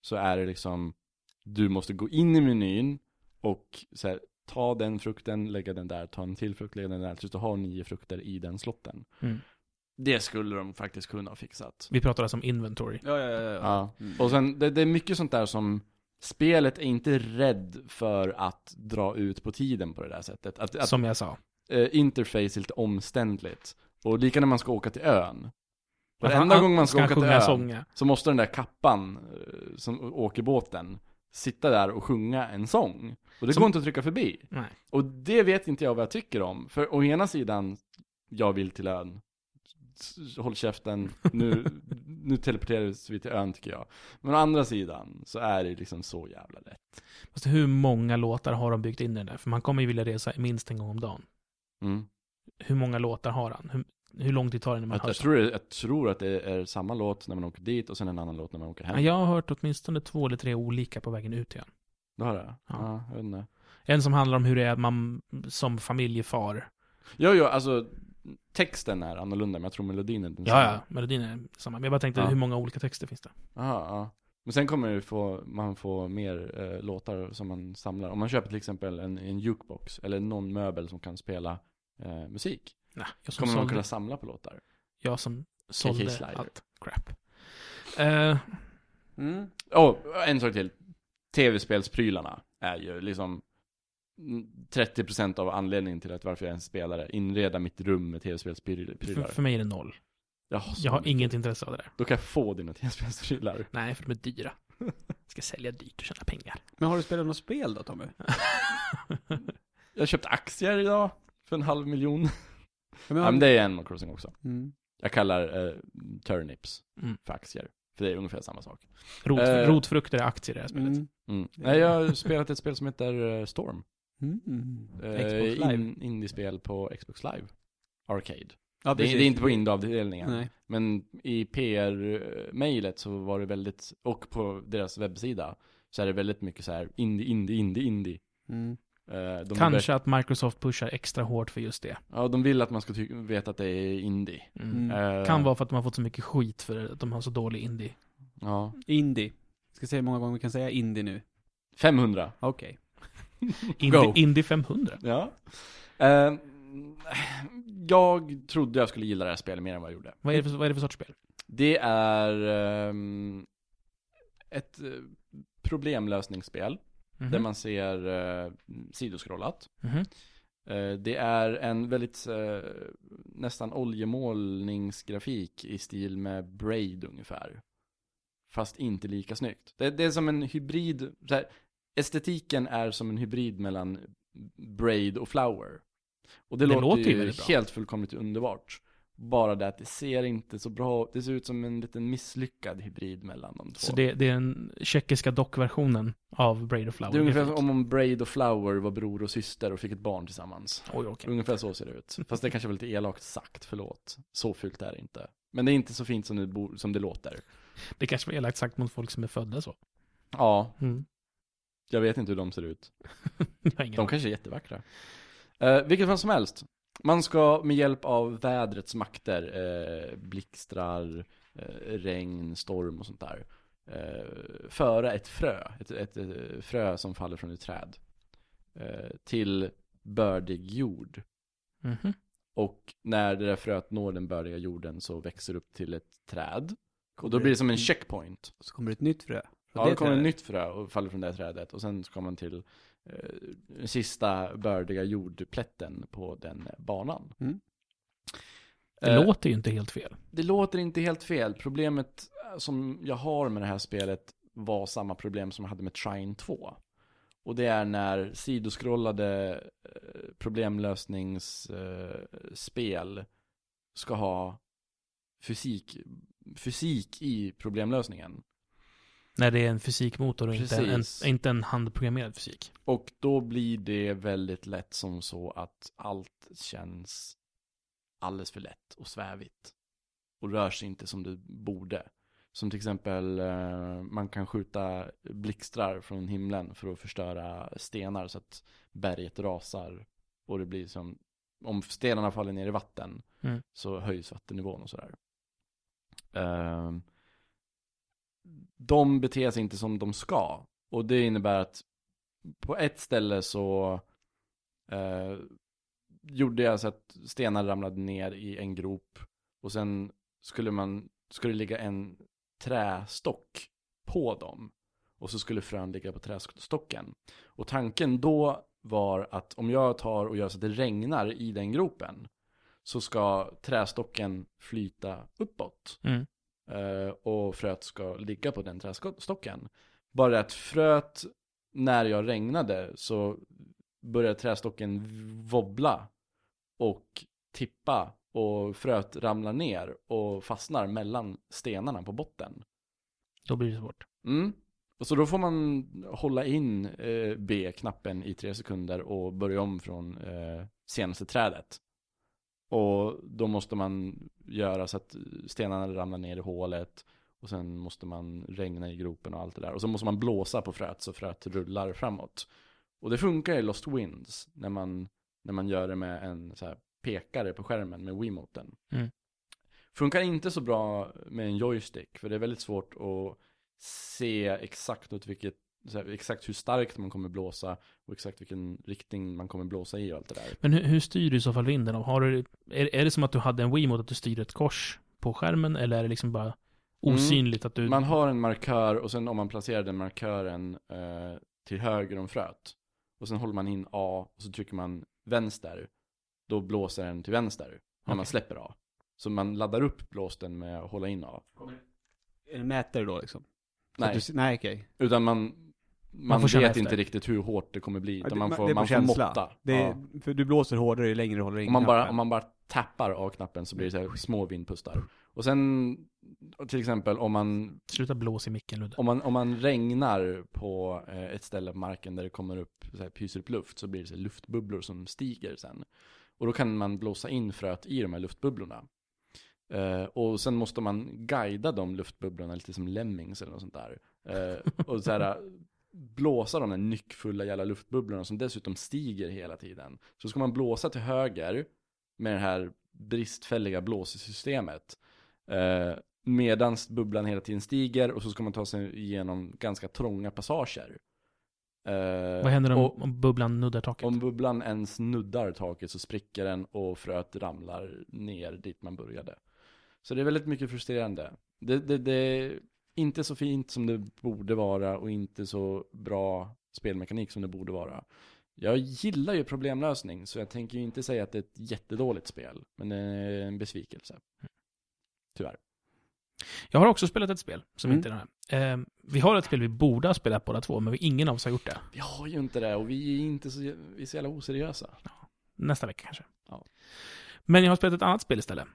Speaker 3: så är det liksom du måste gå in i menyn och så här, ta den frukten, lägga den där, ta en till frukt, lägga den där. Så du har nio frukter i den slotten.
Speaker 1: Mm.
Speaker 3: Det skulle de faktiskt kunna ha fixat.
Speaker 1: Vi pratar alltså om inventory.
Speaker 2: Ja, ja, ja. ja.
Speaker 3: Ja.
Speaker 2: Mm.
Speaker 3: Och sen, det, det är mycket sånt där som Spelet är inte rädd för att dra ut på tiden på det där sättet. Att, att
Speaker 1: Som jag sa.
Speaker 3: eh, interface är lite omständligt. Och lika när man ska åka till ön.
Speaker 1: Att
Speaker 3: Varenda
Speaker 1: han-
Speaker 3: gång man ska,
Speaker 1: Ska han
Speaker 3: åka till
Speaker 1: sjunga
Speaker 3: ön.
Speaker 1: sånger?
Speaker 3: Så måste den där kappan eh, som åker båten sitta där och sjunga en sång. Och det
Speaker 1: Som-
Speaker 3: går inte att trycka förbi.
Speaker 1: Nej.
Speaker 3: Och det vet inte jag vad jag tycker om. För å ena sidan, jag vill till ön. S- Håll käften, nu, nu teleporteras vi till ön tycker jag. Men å andra sidan så är det liksom så jävla lätt.
Speaker 1: Fast hur många låtar har de byggt in i den där? För man kommer ju vilja resa minst en gång om dagen.
Speaker 3: Mm.
Speaker 1: Hur många låtar har han? Hur, hur lång tid tar det när man
Speaker 3: Jag,
Speaker 1: hör
Speaker 3: jag, tror, det- jag tror att det är samma låt när man åker dit och sen en annan låt när man åker
Speaker 1: Ja,
Speaker 3: hem.
Speaker 1: Jag har hört åtminstone två eller tre olika på vägen ut igen.
Speaker 3: Du har det?
Speaker 1: Ja.
Speaker 3: Ja, jag vet inte.
Speaker 1: En som handlar om hur det är att man som familjefar.
Speaker 3: Jo, jo, alltså texten är annorlunda men jag tror melodin är densamma.
Speaker 1: Ja, ja, melodin är samma. Men jag bara tänkte,
Speaker 3: Mm. Ja.
Speaker 1: hur många olika texter finns det?
Speaker 3: Aha, ja. Men sen kommer ju få, man få mer eh, låtar som man samlar. Om man köper till exempel en, en jukebox eller någon möbel som kan spela eh, musik.
Speaker 1: Nej, jag som
Speaker 3: Kommer man
Speaker 1: sålde,
Speaker 3: kunna samla på låtar?
Speaker 1: jag som sålde
Speaker 3: Slider.
Speaker 1: allt crap. Eh,
Speaker 2: Mm.
Speaker 3: Åh, en sak till. Tv-spelsprylarna är ju liksom mm, 30% av anledningen till att varför jag ens spelar det. Inreda mitt rum med
Speaker 1: för,
Speaker 3: tv-spelsprylar.
Speaker 1: för mig är det noll.
Speaker 3: Jag har, så
Speaker 1: Jag har
Speaker 3: mycket.
Speaker 1: inget intresse av det där.
Speaker 3: Då kan jag få dina tv-spelsprylar.
Speaker 1: Nej, för de är dyra. Jag ska sälja dyrt och tjäna pengar.
Speaker 2: Men har du spelat något spel då Tommy?
Speaker 3: Jag köpte aktier idag för en halv miljon.
Speaker 2: Ja,
Speaker 3: Ja, men det är Animal Crossing också.
Speaker 2: Mm.
Speaker 3: Jag kallar eh, turnips
Speaker 1: Mm.
Speaker 3: för aktier. För det är ungefär samma sak.
Speaker 1: Rot,
Speaker 3: Eh.
Speaker 1: Rotfrukter är aktier i det här spelet.
Speaker 2: Mm.
Speaker 3: Mm. Nej, jag har spelat ett spel som heter eh, Storm.
Speaker 2: Mm.
Speaker 3: Eh,
Speaker 2: Xbox Live.
Speaker 3: In, indiespel på Xbox Live. Arcade.
Speaker 2: ja,
Speaker 3: det, är, det är inte på indie-avdelningen.
Speaker 2: Nej.
Speaker 3: Men i PR-mejlet så var det väldigt, och på deras webbsida, så är det väldigt mycket så här indie, indie, indie, indie.
Speaker 2: Mm.
Speaker 3: Eh, de
Speaker 1: Kanske att Microsoft pushar extra hårt för just det.
Speaker 3: Ja, de vill att man ska ty- veta att det är indie.
Speaker 1: Mm.
Speaker 2: Mm.
Speaker 3: Eh,
Speaker 1: Kan vara för att de har fått så mycket skit för att de har så dålig indie.
Speaker 3: Ja.
Speaker 2: Indie. Ska se hur många gånger vi kan säga indie nu.
Speaker 3: 500.
Speaker 2: Okej.
Speaker 1: Indie,
Speaker 3: Go.
Speaker 1: indie 500.
Speaker 3: Ja. Eh, jag trodde jag skulle gilla det här spelet mer än vad jag gjorde.
Speaker 1: Vad är det för, vad är det för sorts spel?
Speaker 3: Det är ehm, ett eh, problemlösningsspel
Speaker 1: Mhm.
Speaker 3: där man ser eh, sidoskrållat.
Speaker 1: Mhm.
Speaker 3: Eh, det är en väldigt eh, nästan oljemålningsgrafik i stil med Braid ungefär. Fast inte lika snyggt. Det, det är som en hybrid, så här, estetiken är som en hybrid mellan Braid och Flower. Och det,
Speaker 1: Det
Speaker 3: låter,
Speaker 1: låter ju
Speaker 3: ju
Speaker 1: väldigt bra.
Speaker 3: helt fullkomligt underbart. Bara det att det ser inte så bra ut. Det ser ut som en liten misslyckad hybrid mellan de två.
Speaker 1: Så det, det är den tjeckiska dockversionen av Braid of Flower.
Speaker 3: det är ungefär som
Speaker 1: definitivt.
Speaker 3: om om Braid och Flower var bror och syster och fick ett barn tillsammans.
Speaker 1: Oj, okej.
Speaker 3: Ungefär så ser det ut. Fast det kanske var lite elakt sagt, förlåt. Så fult är det inte. Men det är inte så fint som det, bo- som det låter.
Speaker 1: Det kanske var elakt sagt mot folk som är födda så.
Speaker 3: Ja,
Speaker 1: Mm.
Speaker 3: jag vet inte hur de ser ut.
Speaker 1: Jag har ingen
Speaker 3: De
Speaker 1: aning.
Speaker 3: kanske är jättevackra. Eh, vilket fall som helst. Man ska med hjälp av vädrets makter, eh, blixtrar, eh, regn, storm och sånt där. Eh, föra ett frö, ett, ett, eh, frö som faller från ett träd. Eh, till bördig jord.
Speaker 1: Mhm.
Speaker 3: Och när det där fröet når den bördiga jorden så växer det upp till ett träd. Och då blir det som en checkpoint.
Speaker 2: Så kommer det ett nytt frö. från
Speaker 3: Ja,
Speaker 2: det
Speaker 3: det kommer ett
Speaker 2: trädet.
Speaker 3: nytt frö och faller från det här trädet. Och sen så kommer man till eh, den sista bördiga jordplätten på den banan.
Speaker 2: Mm.
Speaker 1: Det
Speaker 3: Eh,
Speaker 1: låter ju inte helt fel.
Speaker 3: det låter inte helt fel. Problemet som jag har med det här spelet var samma problem som jag hade med Trine 2. Och det är när sidoskrollade eh, problemlösningsspel eh, ska ha fysik, fysik i problemlösningen.
Speaker 1: När det är en fysikmotor och inte en,
Speaker 3: Precis.
Speaker 1: inte en handprogrammerad fysik.
Speaker 3: Och då blir det väldigt lätt som så att allt känns alldeles för lätt och svävigt. Och rör sig inte som det borde. Som till exempel eh, man kan skjuta blixtrar från himlen för att förstöra stenar så att berget rasar. Och det blir som, om stenarna faller ner i vatten
Speaker 1: Mm.
Speaker 3: så höjs vattennivån och sådär. Ehm, de beter sig inte som de ska. Och det innebär att på ett ställe så eh, gjorde jag så att stenar ramlade ner i en grop och sen skulle man, skulle det ligga en trästock på dem och så skulle frön ligga på trästocken. Och tanken då var att om jag tar och gör så att det regnar i den gropen så ska trästocken flyta uppåt.
Speaker 1: Mm.
Speaker 3: Eh, och fröet ska ligga på den trästocken. Bara det att fröet, när jag regnade så började trästocken wobbla och tippa och fröet ramlar ner och fastnar mellan stenarna på botten.
Speaker 1: Då blir det svårt.
Speaker 3: Mm. Och så då får man hålla in eh, B-knappen i tre sekunder och börja om från eh, senaste trädet. Och då måste man göra så att stenarna ramlar ner i hålet och sen måste man regna i gropen och allt det där. Och så måste man blåsa på fröet så fröet rullar framåt. Och det funkar i Lost Winds när man, när man gör det med en så här pekare på skärmen med Wiimoten.
Speaker 1: Mm.
Speaker 3: Funkar inte så bra med en joystick för det är väldigt svårt att se exakt åt vilket så här, exakt hur starkt man kommer blåsa och exakt vilken riktning man kommer blåsa i och allt det där.
Speaker 1: Men hur, hur styr du i så fall vinden? Har du, är, är det som att du hade en Wiimote att du styr ett kors på skärmen? Eller är det liksom bara osynligt att du...
Speaker 3: Mm. Man har en markör och sen om man placerar den markören eh, till höger om fröet och sen håller man in A och så trycker man vänster, då blåser den till vänster när man
Speaker 1: Okej.
Speaker 3: släpper A. Så man laddar upp blåsten med att hålla in A.
Speaker 2: Är det mätare då liksom? Så
Speaker 3: Nej.
Speaker 2: att du, nej okej.
Speaker 3: Utan man, man,
Speaker 1: får känna
Speaker 3: vet
Speaker 1: efter.
Speaker 3: inte riktigt hur hårt det kommer bli.
Speaker 2: Ja, det-
Speaker 3: Utan man
Speaker 2: man-
Speaker 3: får,
Speaker 2: det är på
Speaker 3: man får
Speaker 2: känsla.
Speaker 3: måtta.
Speaker 2: Det är,
Speaker 3: Ja.
Speaker 2: För du blåser hårdare ju längre du håller in
Speaker 3: Om man, bara,
Speaker 2: knappen.
Speaker 3: om man bara tappar A-knappen så blir det så här små vindpustar. Och sen, till exempel om man,
Speaker 1: Sluta blås i micken Ludde.
Speaker 3: om man, om man regnar på eh, ett ställe på marken där det kommer upp, så här, pyser upp luft så blir det så här luftbubblor som stiger sen. Och då kan man blåsa in fröet i de här luftbubblorna. Eh, och sen måste man guida de luftbubblorna lite som lemmings eller något sånt där. Eh, och så här, blåsa de där nyckfulla jävla luftbubblorna som dessutom stiger hela tiden. Så ska man blåsa till höger med det här bristfälliga blåssystemet. Eh, Medan bubblan hela tiden stiger och så ska man ta sig igenom ganska trånga passager. Eh,
Speaker 1: Vad händer om,
Speaker 3: och-
Speaker 1: om bubblan nuddar taket?
Speaker 3: om bubblan ens nuddar taket så spricker den och fröet ramlar ner dit man började. Så det är väldigt mycket frustrerande. Det, det, det är inte så fint som det borde vara och inte så bra spelmekanik som det borde vara. Jag gillar ju problemlösning så jag tänker ju inte säga att det är ett jättedåligt spel. Men det är en besvikelse. Tyvärr.
Speaker 1: Jag har också spelat ett spel som
Speaker 2: Mm.
Speaker 1: inte är det här. Eh, vi har ett spel vi borde ha spelat båda två, men vi, ingen av oss har gjort det.
Speaker 3: Vi har ju inte det och vi är inte så, vi är så jävla oseriösa.
Speaker 1: Nästa vecka kanske.
Speaker 3: Ja.
Speaker 1: Men jag har spelat ett annat spel istället.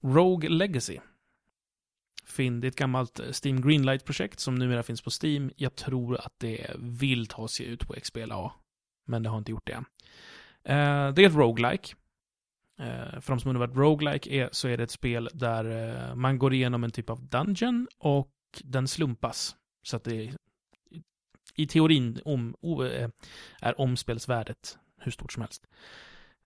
Speaker 1: Rogue Legacy. Finn, det är ett gammalt eh, Steam Greenlight-projekt som numera finns på Steam. Jag tror att det vill ta sig ut på XBLA, men det har inte gjort det än. Eh, det är ett roguelike. Eh, för de som undrar vad ett roguelike är, så är det ett spel där eh, man går igenom en typ av dungeon och den slumpas. Så att det är, i- i teorin om, o, eh, är omspelsvärdet hur stort som helst.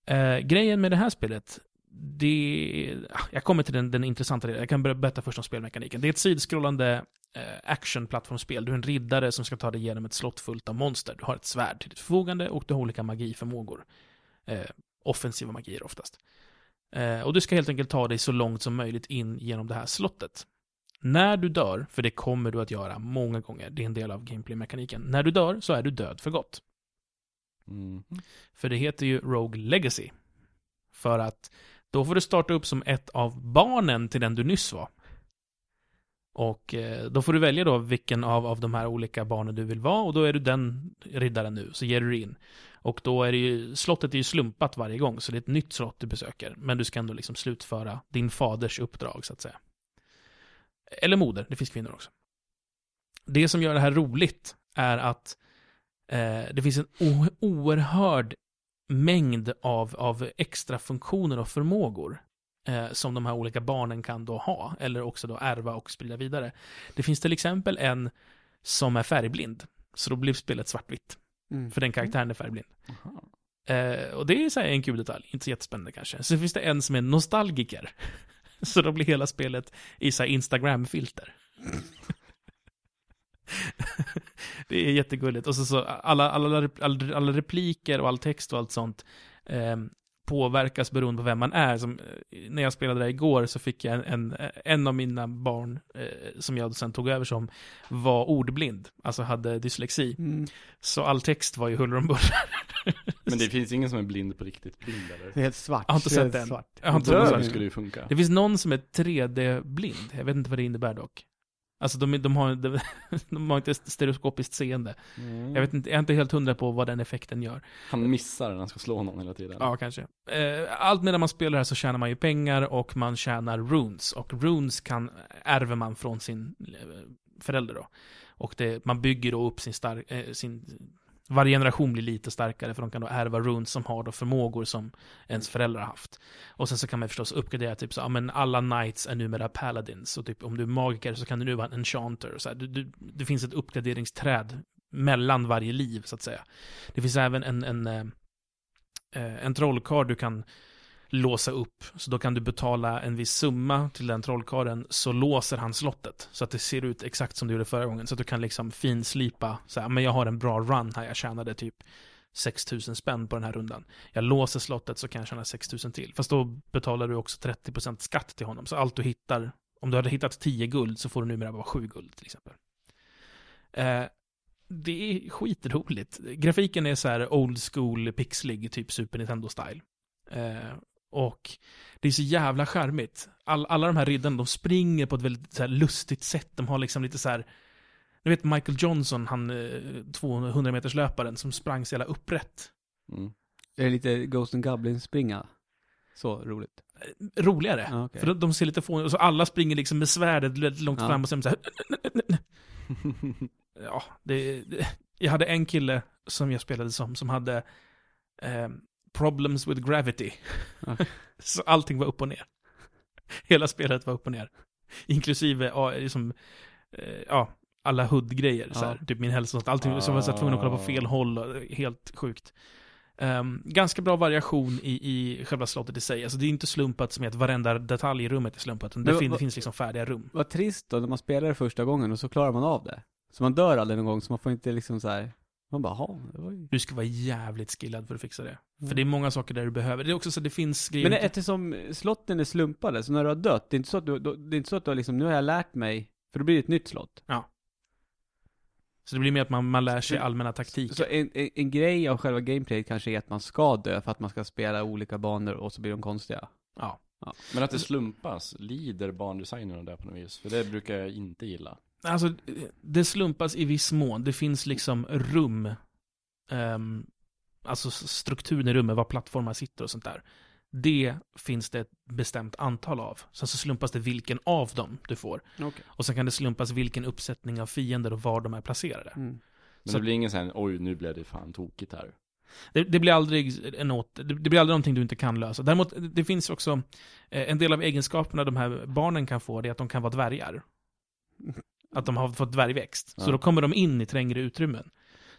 Speaker 1: Eh, grejen med det här spelet, det... ah, Jag kommer till den, den intressanta delen. Jag kan börja berätta först om spelmekaniken. Det är ett sidskrollande eh, actionplattformsspel. Du är en riddare som ska ta dig igenom ett slott fullt av monster. Du har ett svärd till ditt förfogande och du har olika magiförmågor. Eh, offensiva magier oftast. Eh, och du ska helt enkelt ta dig så långt som möjligt in genom det här slottet. När du dör, för det kommer du att göra många gånger, det är en del av gameplay-mekaniken. När du dör så är du död för gott.
Speaker 3: Mm.
Speaker 1: För det heter ju Rogue Legacy. För att då får du starta upp som ett av barnen till den du nyss var. Och eh, då får du välja då vilken av, av de här olika barnen du vill vara och då är du den riddaren nu, så ger du dig in. Och då är det ju, slottet är ju slumpat varje gång, så det är ett nytt slott du besöker. Men du ska ändå liksom slutföra din faders uppdrag, så att säga. Eller moder, det finns kvinnor också. Det som gör det här roligt är att Eh, det finns en o- oerhörd mängd av, av extra funktioner och förmågor eh, som de här olika barnen kan då ha, eller också då ärva och sprida vidare. Det finns till exempel en som är färgblind, så då blir spelet svartvitt,
Speaker 2: Mm.
Speaker 1: för den karaktären är färgblind.
Speaker 3: Aha.
Speaker 1: Eh, och det är så här en kul detalj, inte så jättespännande kanske. Sen finns det en som är nostalgiker. Så då blir hela spelet i så här Instagram-filter. det är jättegulligt. Och så, så alla, alla, alla, alla repliker och all text och allt sånt eh, påverkas beroende på vem man är. Som, eh, när jag spelade det här igår så fick jag en, en, en av mina barn, eh, som jag sen tog över som, var ordblind. Alltså hade dyslexi.
Speaker 2: Mm.
Speaker 1: Så all text var ju huller om buller.
Speaker 3: Men det finns ingen som är blind på riktigt blind eller?
Speaker 2: Det är helt svart.
Speaker 1: Jag har inte sett
Speaker 2: Det är
Speaker 1: den.
Speaker 2: Svart.
Speaker 1: Jag har inte
Speaker 2: Dör
Speaker 1: sett
Speaker 3: Döv
Speaker 1: den.
Speaker 2: nu.
Speaker 3: skulle ju funka.
Speaker 1: Det finns någon som är 3D-blind. Jag vet inte vad det innebär dock. Alltså de, de, har, de, de har inte stereoskopiskt seende.
Speaker 2: Mm.
Speaker 1: Jag, vet inte, jag är inte helt hundra på vad den effekten gör.
Speaker 3: Han missar när han ska slå någon hela tiden.
Speaker 1: Ja, kanske. Eh, Allt medan man spelar här så tjänar man ju pengar och man tjänar runes. Och runes kan, ärver man från sin eh, förälder då. Och det, man bygger då upp sin stark... eh, sin, varje generation blir lite starkare för de kan då ärva runes som har då förmågor som ens föräldrar har haft. Och sen så kan man förstås uppgradera typ så, ja men alla knights är numera paladins och typ om du är magiker så kan du nu vara en enchanter. Och så här, du, du, det finns ett uppgraderingsträd mellan varje liv så att säga. Det finns även en, en eh, eh, en trollkarl du kan låsa upp. Så då kan du betala en viss summa till den trollkarlen så låser han slottet. Så att det ser ut exakt som du gjorde förra gången. Så att du kan liksom finslipa, så här, men jag har en bra run här, jag tjänade typ 6000 spänn på den här rundan. Jag låser slottet så kan jag tjäna 6000 till. Fast då betalar du också 30% skatt till honom. Så allt du hittar, om du hade hittat 10 guld så får du numera bara 7 guld till exempel. Eh, det är skitroligt. Grafiken är så här old school, pixlig, typ Super Nintendo-style. Eh, och det är så jävla charmigt. All, alla de här riddarna, de springer på ett väldigt så här, lustigt sätt. De har liksom lite så här... Du vet Michael Johnson, han eh, 200 meters löparen som sprang så jävla upprätt.
Speaker 3: Mm.
Speaker 2: Är det lite Ghost and Goblin-springa? Så roligt.
Speaker 1: Roligare.
Speaker 2: Ja, okej.
Speaker 1: För de, de ser lite fåniga och så alla springer liksom med svärdet väldigt långt
Speaker 2: Ja.
Speaker 1: fram och sen så här... ja, det, det, jag hade en kille som jag spelade som, som hade eh, problems with gravity.
Speaker 2: Okej.
Speaker 1: så allting var upp och ner. Hela spelet var upp och ner. Inklusive, ja, liksom, eh, ja, alla HUD-grejer. så här.
Speaker 2: Ja. Ah.
Speaker 1: Typ min hälsostat. Allting som var så här, tvungen att kolla på fel håll. och eh, Helt sjukt. Ehm, ganska bra variation i, i själva slottet i sig. Alltså det är inte slumpat som i att varenda detalj i rummet är slumpat. utan Det,
Speaker 2: Men
Speaker 1: fin- det
Speaker 2: vad-
Speaker 1: finns liksom färdiga rum.
Speaker 2: Vad trist då, när man spelar det första gången och så klarar man av det. Så man dör aldrig någon gång, så man får inte liksom så här. man bara, "Jaha, det var ju...
Speaker 1: Du ska vara jävligt skillad för att fixa det. För
Speaker 2: Mm.
Speaker 1: det är många saker där du behöver. Det är också så att det finns grejer.
Speaker 2: Men eftersom slotten är slumpade, så när du har dött, det är inte så att du, då- det är inte så att du har liksom, nu har jag lärt mig, för då blir det ett nytt slott.
Speaker 1: Så det blir mer att man, man lär sig allmänna taktiker.
Speaker 2: Så en, en, en grej av själva gameplayet kanske är att man ska dö för att man ska spela olika banor och så blir de konstiga.
Speaker 1: Ja.
Speaker 3: Men att det slumpas, lider barndesignerna där på något vis? För det brukar jag inte gilla.
Speaker 1: Alltså, det slumpas i viss mån. Det finns liksom rum. ehm, alltså strukturen i rummet, var plattformar sitter och sånt där. Det finns det ett bestämt antal av. Sen så slumpas det vilken av dem du får.
Speaker 2: Okej.
Speaker 1: Och sen kan det slumpas vilken uppsättning av fiender och var de är placerade.
Speaker 2: Mm.
Speaker 3: Men
Speaker 1: Så-
Speaker 3: det blir ingen sån här, oj nu blev det fan tokigt här.
Speaker 1: Det, det, blir aldrig en åt, det, det blir aldrig någonting du inte kan lösa. Däremot, det finns också eh, en del av egenskaperna de här barnen kan få, det är att de kan vara dvärgar. Att de har fått dvärgväxt. Så
Speaker 3: Ja.
Speaker 1: då kommer de in i trängre utrymmen.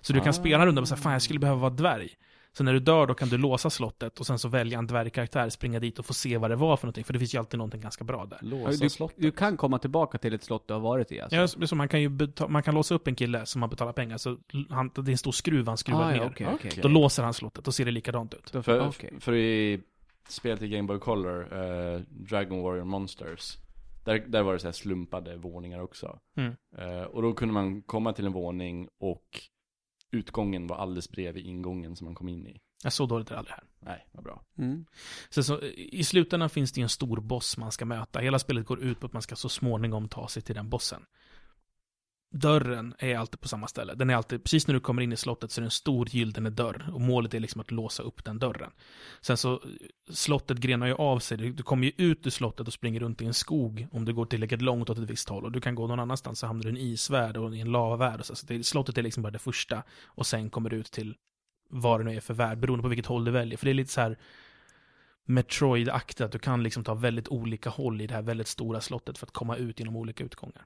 Speaker 1: Så du kan
Speaker 3: Ah.
Speaker 1: spela en runda och säga, fan jag skulle behöva vara dvärg. Så när du dör då kan du låsa slottet och sen så välja en dvärgkaraktär, springa dit och få se vad det var för någonting. För det finns ju alltid någonting ganska bra där.
Speaker 3: Låsa
Speaker 2: du,
Speaker 3: slottet.
Speaker 2: du kan komma tillbaka till ett slott du har varit i alltså.
Speaker 1: Ja, så- så man kan ju beta- man kan låsa upp en kille som man betalar pengar, så han, det är en stor skruv han skruvar
Speaker 2: ah,
Speaker 1: ner.
Speaker 2: ja, okej, okej.
Speaker 3: Okej.
Speaker 1: Då låser han slottet, och ser det likadant ut.
Speaker 2: Då-
Speaker 3: För,
Speaker 2: okej.
Speaker 3: för i spelet i Game Boy Color, eh, Dragon Warrior Monsters, där, där var det så här slumpade våningar också.
Speaker 1: Mm.
Speaker 3: Eh, och då kunde man komma till en våning och utgången var alldeles bredvid ingången som man kom in i.
Speaker 1: Ja, så dåligt är det aldrig här.
Speaker 3: Nej, vad bra.
Speaker 2: Mm.
Speaker 1: Sen så, I slutändan finns det ju en stor boss man ska möta. Hela spelet går ut på att man ska så småningom ta sig till den bossen. Dörren är alltid på samma ställe. Den är alltid, precis när du kommer in i slottet så är det en stor gyldene dörr. Och målet är liksom att låsa upp den dörren. Sen så, slottet grenar ju av sig. Du, du kommer ju ut ur slottet och springer runt i en skog. Om du går tillräckligt långt åt ett visst håll. Och du kan gå någon annanstans så hamnar du i en isvärld och i en lavavärld. Och så. Så det, slottet är liksom bara det första. Och sen kommer du ut till vad det nu är för värld. Beroende på vilket håll du väljer. För det är lite så här... Metroid-aktigt, att du kan liksom ta väldigt olika håll i det här väldigt stora slottet för att komma ut genom olika utgångar.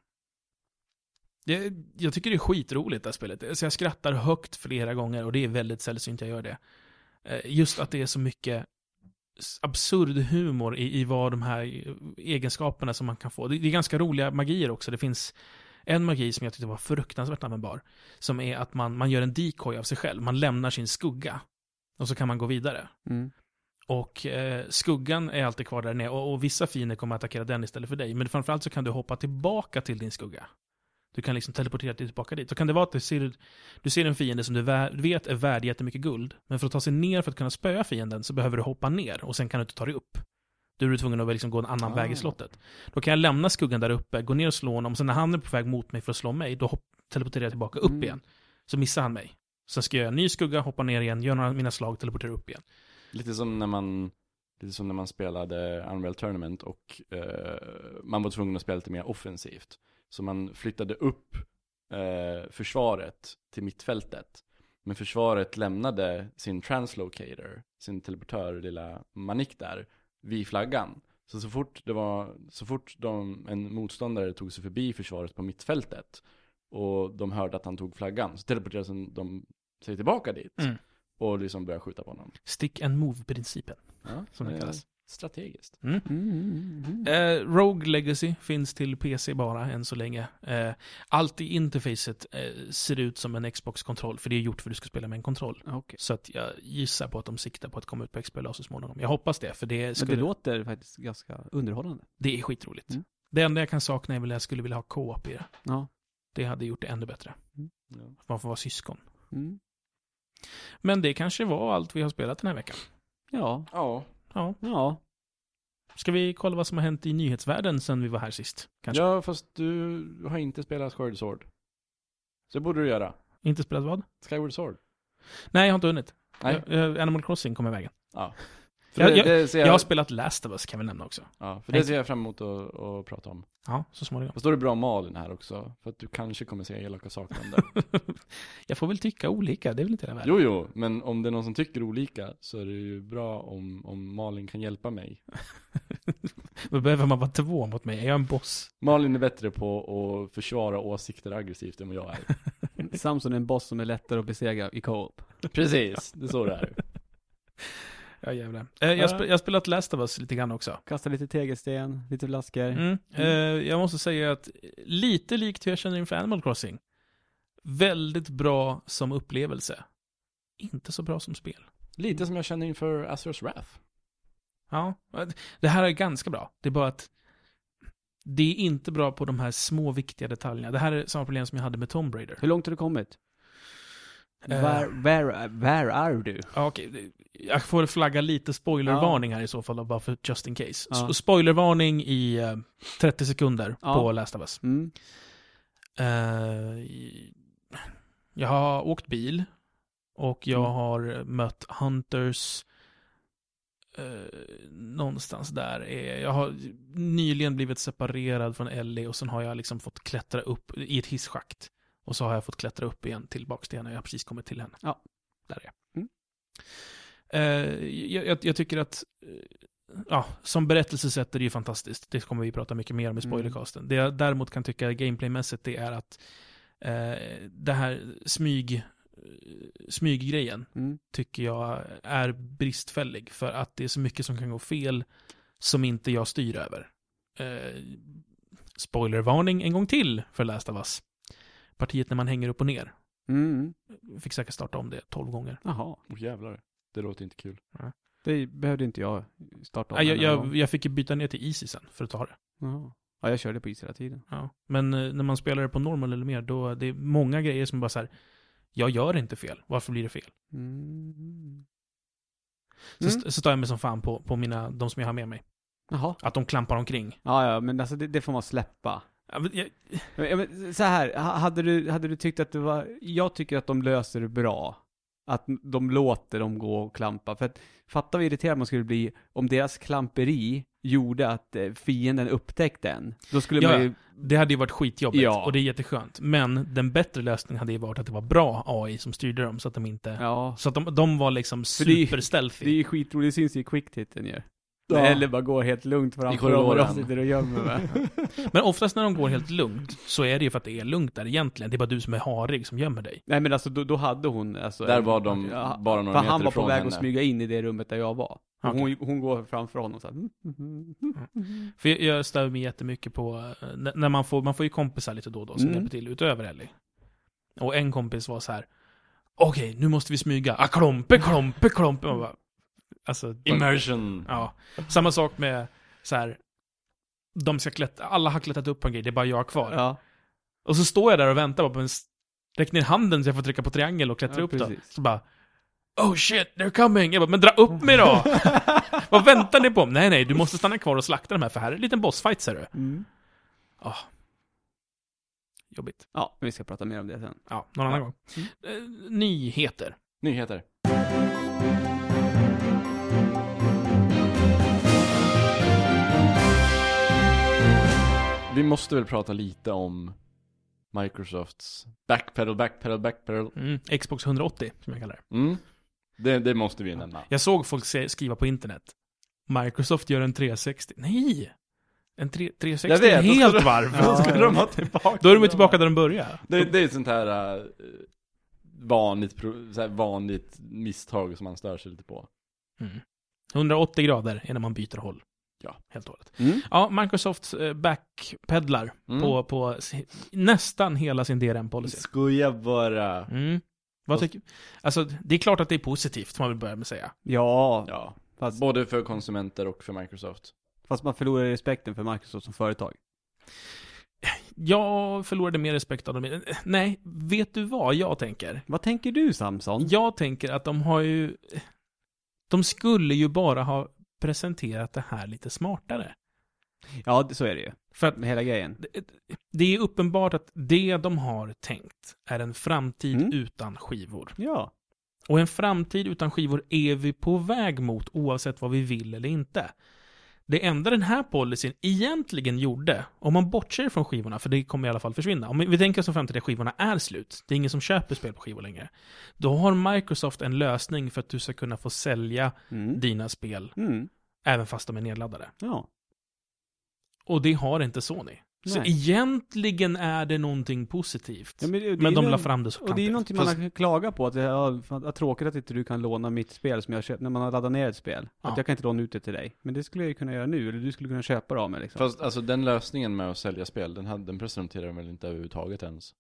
Speaker 1: Jag, jag tycker det är skitroligt det här spelet. Alltså jag skrattar högt flera gånger och det är väldigt sällsynt jag gör det. Eh, Just att det är så mycket s- absurd humor i, i vad de här eh, egenskaperna som man kan få. Det, det är ganska roliga magier också. Det finns en magi som jag tyckte var fruktansvärt användbar. Som är att man, man gör en decoy av sig själv. Man lämnar sin skugga. Och så kan man gå vidare.
Speaker 2: Mm.
Speaker 1: Och eh, skuggan är alltid kvar där nere och, och vissa fiender kommer att attackera den istället för dig. Men framförallt så kan du hoppa tillbaka till din skugga. Du kan liksom teleportera dig tillbaka dit. Så kan det vara att du ser, du ser en fiende som du vä- vet är värd jättemycket guld. Men för att ta sig ner för att kunna spöa fienden så behöver du hoppa ner och sen kan du inte ta dig upp. Då är du tvungen att liksom gå en annan
Speaker 3: Ah.
Speaker 1: väg i slottet. Då kan jag lämna skuggan där uppe, gå ner och slå honom. Sen när han är på väg mot mig för att slå mig, då hopp- teleporterar jag tillbaka upp
Speaker 2: Mm.
Speaker 1: igen. Så missar han mig. Sen ska jag göra en ny skugga, hoppa ner igen, göra några av mina slag, teleportera upp igen.
Speaker 3: Lite som när man, lite som när man spelade Unreal Tournament och eh, man var tvungen att spela lite mer offensivt. Så man flyttade upp eh, försvaret till mittfältet. Men försvaret lämnade sin translocator, sin teleportör, lilla manik där, vid flaggan. Så så fort, det var, så fort de, en motståndare tog sig förbi försvaret på mittfältet och de hörde att han tog flaggan så teleporterade de sig tillbaka dit
Speaker 1: Mm.
Speaker 3: och liksom började skjuta på honom.
Speaker 1: Stick and move-principen.
Speaker 3: Ja, Eh,
Speaker 1: som det
Speaker 3: är
Speaker 1: kallas.
Speaker 3: Strategiskt.
Speaker 2: Mm, mm, mm.
Speaker 1: Eh, Rogue Legacy finns till PC bara än så länge. Eh, allt i interfacet eh, ser ut som en Xbox-kontroll, för det är gjort för att du ska spela med en kontroll.
Speaker 2: Ah, Okej.
Speaker 1: Så att jag gissar på att de siktar på att komma ut på XBLA så småningom. Jag hoppas det, för det,
Speaker 2: Men
Speaker 1: skulle,
Speaker 2: det
Speaker 1: det,
Speaker 2: låter faktiskt ganska underhållande.
Speaker 1: är skitroligt.
Speaker 2: Mm.
Speaker 1: Det enda jag kan sakna är väl att jag skulle vilja ha co-op i det.
Speaker 2: Ja.
Speaker 1: Det hade gjort det ännu bättre.
Speaker 3: Ja.
Speaker 1: Man får vara syskon.
Speaker 2: Mm.
Speaker 1: Men det kanske var allt vi har spelat den här veckan.
Speaker 2: Ja.
Speaker 3: Ja,
Speaker 1: Ja.
Speaker 2: Ja.
Speaker 1: Ska vi kolla vad som har hänt i nyhetsvärlden sen vi var här sist? Kanske.
Speaker 3: fast du har inte spelat Skyward Sword. Så det borde du göra.
Speaker 1: Inte spelat vad?
Speaker 3: Skyward Sword.
Speaker 1: Nej, jag har inte hunnit.
Speaker 3: Nej.
Speaker 1: Jag, jag, Animal Crossing kom i vägen.
Speaker 3: Ja. För
Speaker 1: Jag-
Speaker 3: det, det ser jag,
Speaker 1: Jag har spelat Last of Us kan vi nämna också.
Speaker 3: ja, för det
Speaker 1: Nej.
Speaker 3: ser jag fram emot att, att prata om.
Speaker 1: Ja, så småningom.
Speaker 3: Fast då är det bra Malin här också. För att du kanske kommer säga elaka saker om det.
Speaker 1: Jag får väl tycka olika, det är väl inte hela världen.
Speaker 3: Jo, jo, men om det är någon som tycker olika så är det ju bra om, om Malin kan hjälpa mig.
Speaker 1: Då behöver man vara två mot mig, är jag en boss?
Speaker 3: Malin är bättre på att försvara åsikter aggressivt än vad jag är.
Speaker 2: Samson är en boss som är lättare att besegra i co-op.
Speaker 3: Precis, det är så det är.
Speaker 1: Ja jävlar. Eh, jag, sp- jag har spelat Last of Us lite grann också.
Speaker 2: Kasta lite tegelsten, lite flaskor.
Speaker 1: Mm. Eh, jag måste säga att lite likt hur jag känner inför Animal Crossing. Väldigt bra som upplevelse. Inte så bra som spel.
Speaker 3: Lite som jag känner inför Azures Wrath.
Speaker 1: Ja, eh, det här är ganska bra. Det är bara att det är inte bra på de här små viktiga detaljerna. Det här är samma problem som jag hade med Tomb Raider.
Speaker 2: Hur långt har du kommit?
Speaker 1: Eh.
Speaker 2: Var, where, where are du?
Speaker 1: Ja, okej. Jag får flagga lite spoilervarning här i så fall, då, bara för just in case.
Speaker 2: Ja.
Speaker 1: Sp- Spoilervarning i eh, 30 sekunder
Speaker 2: Ja.
Speaker 1: på Last of Us.
Speaker 2: Mm.
Speaker 1: Eh, jag har åkt bil och jag
Speaker 2: Mm.
Speaker 1: har mött hunters eh, någonstans där. Är, jag har nyligen blivit separerad från Ellie och sen har jag liksom fått klättra upp i ett hisschakt. Och så har jag fått klättra upp igen tillbaks till henne. Jag har precis kommit till henne.
Speaker 2: Ja.
Speaker 1: Där är jag.
Speaker 2: Mm.
Speaker 1: Eh, jag, jag, jag tycker att eh, Ja, som berättelsesätt är det ju fantastiskt. Det kommer vi prata mycket mer om i
Speaker 2: Mm.
Speaker 1: spoilercasten. Det jag däremot kan tycka gameplaymässigt det är att eh, det här smyg, eh, smyggrejen
Speaker 2: Mm.
Speaker 1: tycker jag är bristfällig. För att det är så mycket som kan gå fel som inte jag styr över. Eh, spoilervarning en gång till för Last of Us. Partiet när man hänger upp och ner.
Speaker 2: Mm.
Speaker 1: Fick säkert starta om det tolv gånger.
Speaker 2: Jaha,
Speaker 3: Åh jävlar, det låter inte kul.
Speaker 2: det behövde inte jag starta om.
Speaker 1: Nej, jag,
Speaker 2: den här gången.
Speaker 1: jag, jag fick ju byta ner till Easy sen för att ta det.
Speaker 2: Jaha. Ja, jag körde på is hela tiden.
Speaker 1: Ja. Men eh, när man spelar det på normal eller mer, då det är många grejer som bara så här, jag gör inte fel, varför blir det fel?
Speaker 2: Mm.
Speaker 1: Så,
Speaker 2: Mm.
Speaker 1: så tar jag mig som fan på, på mina, de som jag har med mig.
Speaker 2: Jaha.
Speaker 1: Att de klampar omkring.
Speaker 2: Ja, ja, men alltså det, det får man släppa.
Speaker 1: Ja, men jag,
Speaker 2: Ja, men så här, ha- hade du, hade du tyckt att det var, jag tycker att de löser det bra. Att de låter dem gå och klampa. För att, fatta vad irriterad man skulle bli om deras klamperi gjorde att eh, fienden upptäckte en. Då skulle
Speaker 1: Ja,
Speaker 2: man ju,
Speaker 1: det hade ju varit skitjobbigt
Speaker 2: Ja.
Speaker 1: och det är jätteskönt. Men den bättre lösningen hade ju varit att det var bra AI som styrde dem så att de inte...
Speaker 2: ja.
Speaker 1: Så att de, de var liksom
Speaker 2: För det är ju-
Speaker 1: superstealthy.
Speaker 2: Det är ju skitroligt, det syns ju i quickhitten ju.
Speaker 3: Ja.
Speaker 2: Eller bara gå helt lugnt framför dem och de
Speaker 3: korridoren.
Speaker 2: sitter och gömmer va?
Speaker 1: Men oftast när de går helt lugnt så är det ju för att det är lugnt där egentligen. Det är bara du som är harig som gömmer dig.
Speaker 2: Nej men alltså då, då hade hon alltså,
Speaker 3: Där
Speaker 2: en-
Speaker 3: var de
Speaker 2: ja,
Speaker 3: bara
Speaker 2: För
Speaker 3: några meter
Speaker 2: han var på
Speaker 3: ifrån
Speaker 2: väg
Speaker 3: henne.
Speaker 2: att smyga in i det rummet där jag var. Och
Speaker 1: Okej.
Speaker 2: Hon, hon går framför honom "Mm, såhär.
Speaker 1: För jag, jag stör mig jättemycket på, eh, när när man får, man får ju kompisar lite då och då som
Speaker 2: Mm.
Speaker 1: hjälper till utöver Ellie. Och en kompis var så här. okej nu måste vi smyga, ah, klompe, klompe, klompe. Man bara, alltså,
Speaker 3: Immersion!
Speaker 1: ja. Samma sak med så här, de ska klättra, alla har klättrat upp på en grej, det är bara jag kvar.
Speaker 2: Ja,
Speaker 1: Och så står jag där och väntar bara på en, s- räck ner handen så jag får trycka på triangel och klättra
Speaker 2: Ja,
Speaker 1: upp då.
Speaker 2: precis.
Speaker 1: Så bara, oh shit, they're coming! Jag bara, men dra
Speaker 3: Oh.
Speaker 1: upp mig då! Vad väntar ni på? Nej, nej, du måste stanna kvar och slakta de här, för här är en liten bossfight ser du.
Speaker 2: Mm.
Speaker 1: Ah. Jobbigt.
Speaker 2: Ja, men vi ska prata mer om det sen.
Speaker 1: Ja, någon annan gång.
Speaker 3: Mm.
Speaker 1: Eh, Nyheter.
Speaker 3: Nyheter. Vi måste väl prata lite om Microsofts backpedal, backpedal, backpedal.
Speaker 1: Mm, Xbox 180, som jag kallar det.
Speaker 3: Mm. Det, det måste vi nämna.
Speaker 1: Jag såg folk se- skriva på internet. Microsoft gör en 360. Nej! En tre, 360
Speaker 3: Jag vet, då ska
Speaker 1: helt
Speaker 3: du-
Speaker 1: varv.
Speaker 3: Då ska de ha tillbaka.
Speaker 1: Då är de ju tillbaka där de började.
Speaker 3: Det, det är ett sånt här eh, vanligt, pro- så här vanligt misstag som man stör sig lite på.
Speaker 1: Mm. 180 grader innan man byter håll.
Speaker 3: Ja.
Speaker 1: Helt och hållet.
Speaker 2: Mm.
Speaker 1: Ja, Microsoft eh, backpedlar
Speaker 3: Mm.
Speaker 1: på, på si- nästan hela sin DRM-policy.
Speaker 3: Skoja bara.
Speaker 1: Mm. Vad tycker... Alltså, det är klart att det är positivt, får man vill börja med att säga.
Speaker 2: Ja,
Speaker 3: Ja,
Speaker 2: Fast,
Speaker 3: både för konsumenter och för Microsoft.
Speaker 2: fast man förlorar respekten för Microsoft som företag.
Speaker 1: Jag förlorade mer respekt av dem. Nej, vet du vad jag tänker?
Speaker 2: Vad tänker du Samson?
Speaker 1: Jag tänker att de har ju... De skulle ju bara ha presenterat det här lite smartare.
Speaker 2: Ja, det- så är det ju.
Speaker 1: För att
Speaker 2: Med hela grejen.
Speaker 1: det, det är uppenbart att det de har tänkt är en framtid
Speaker 2: Mm.
Speaker 1: utan skivor.
Speaker 2: Ja.
Speaker 1: Och en framtid utan skivor är vi på väg mot oavsett vad vi vill eller inte. Det enda den här policyn egentligen gjorde, om man bortser från skivorna, för det kommer i alla fall försvinna. Om vi tänker oss fram till det, skivorna är slut. Det är ingen som köper spel på skivor längre. Då har Microsoft en lösning för att du ska kunna få sälja
Speaker 2: Mm.
Speaker 1: dina spel,
Speaker 2: Mm.
Speaker 1: även fast de är nedladdade.
Speaker 2: Ja.
Speaker 1: Och det har inte Sony. Så
Speaker 2: Nej.
Speaker 1: egentligen är det någonting positivt.
Speaker 2: Ja, men det- det är
Speaker 1: men de
Speaker 2: någon-
Speaker 1: la fram det så
Speaker 2: Och det är ju
Speaker 1: klantigt.
Speaker 2: någonting
Speaker 1: Fast-
Speaker 2: man har klagat på, att det är fan, vad tråkigt att inte du kan låna mitt spel som jag köpt, när man har laddat ner ett spel.
Speaker 1: Ja.
Speaker 2: Att jag kan inte låna ut det till dig. Men det skulle jag ju kunna göra nu, eller du skulle kunna köpa det av mig liksom.
Speaker 3: Fast alltså den lösningen med att sälja spel, den, hade, den presenterade de väl inte överhuvudtaget ens?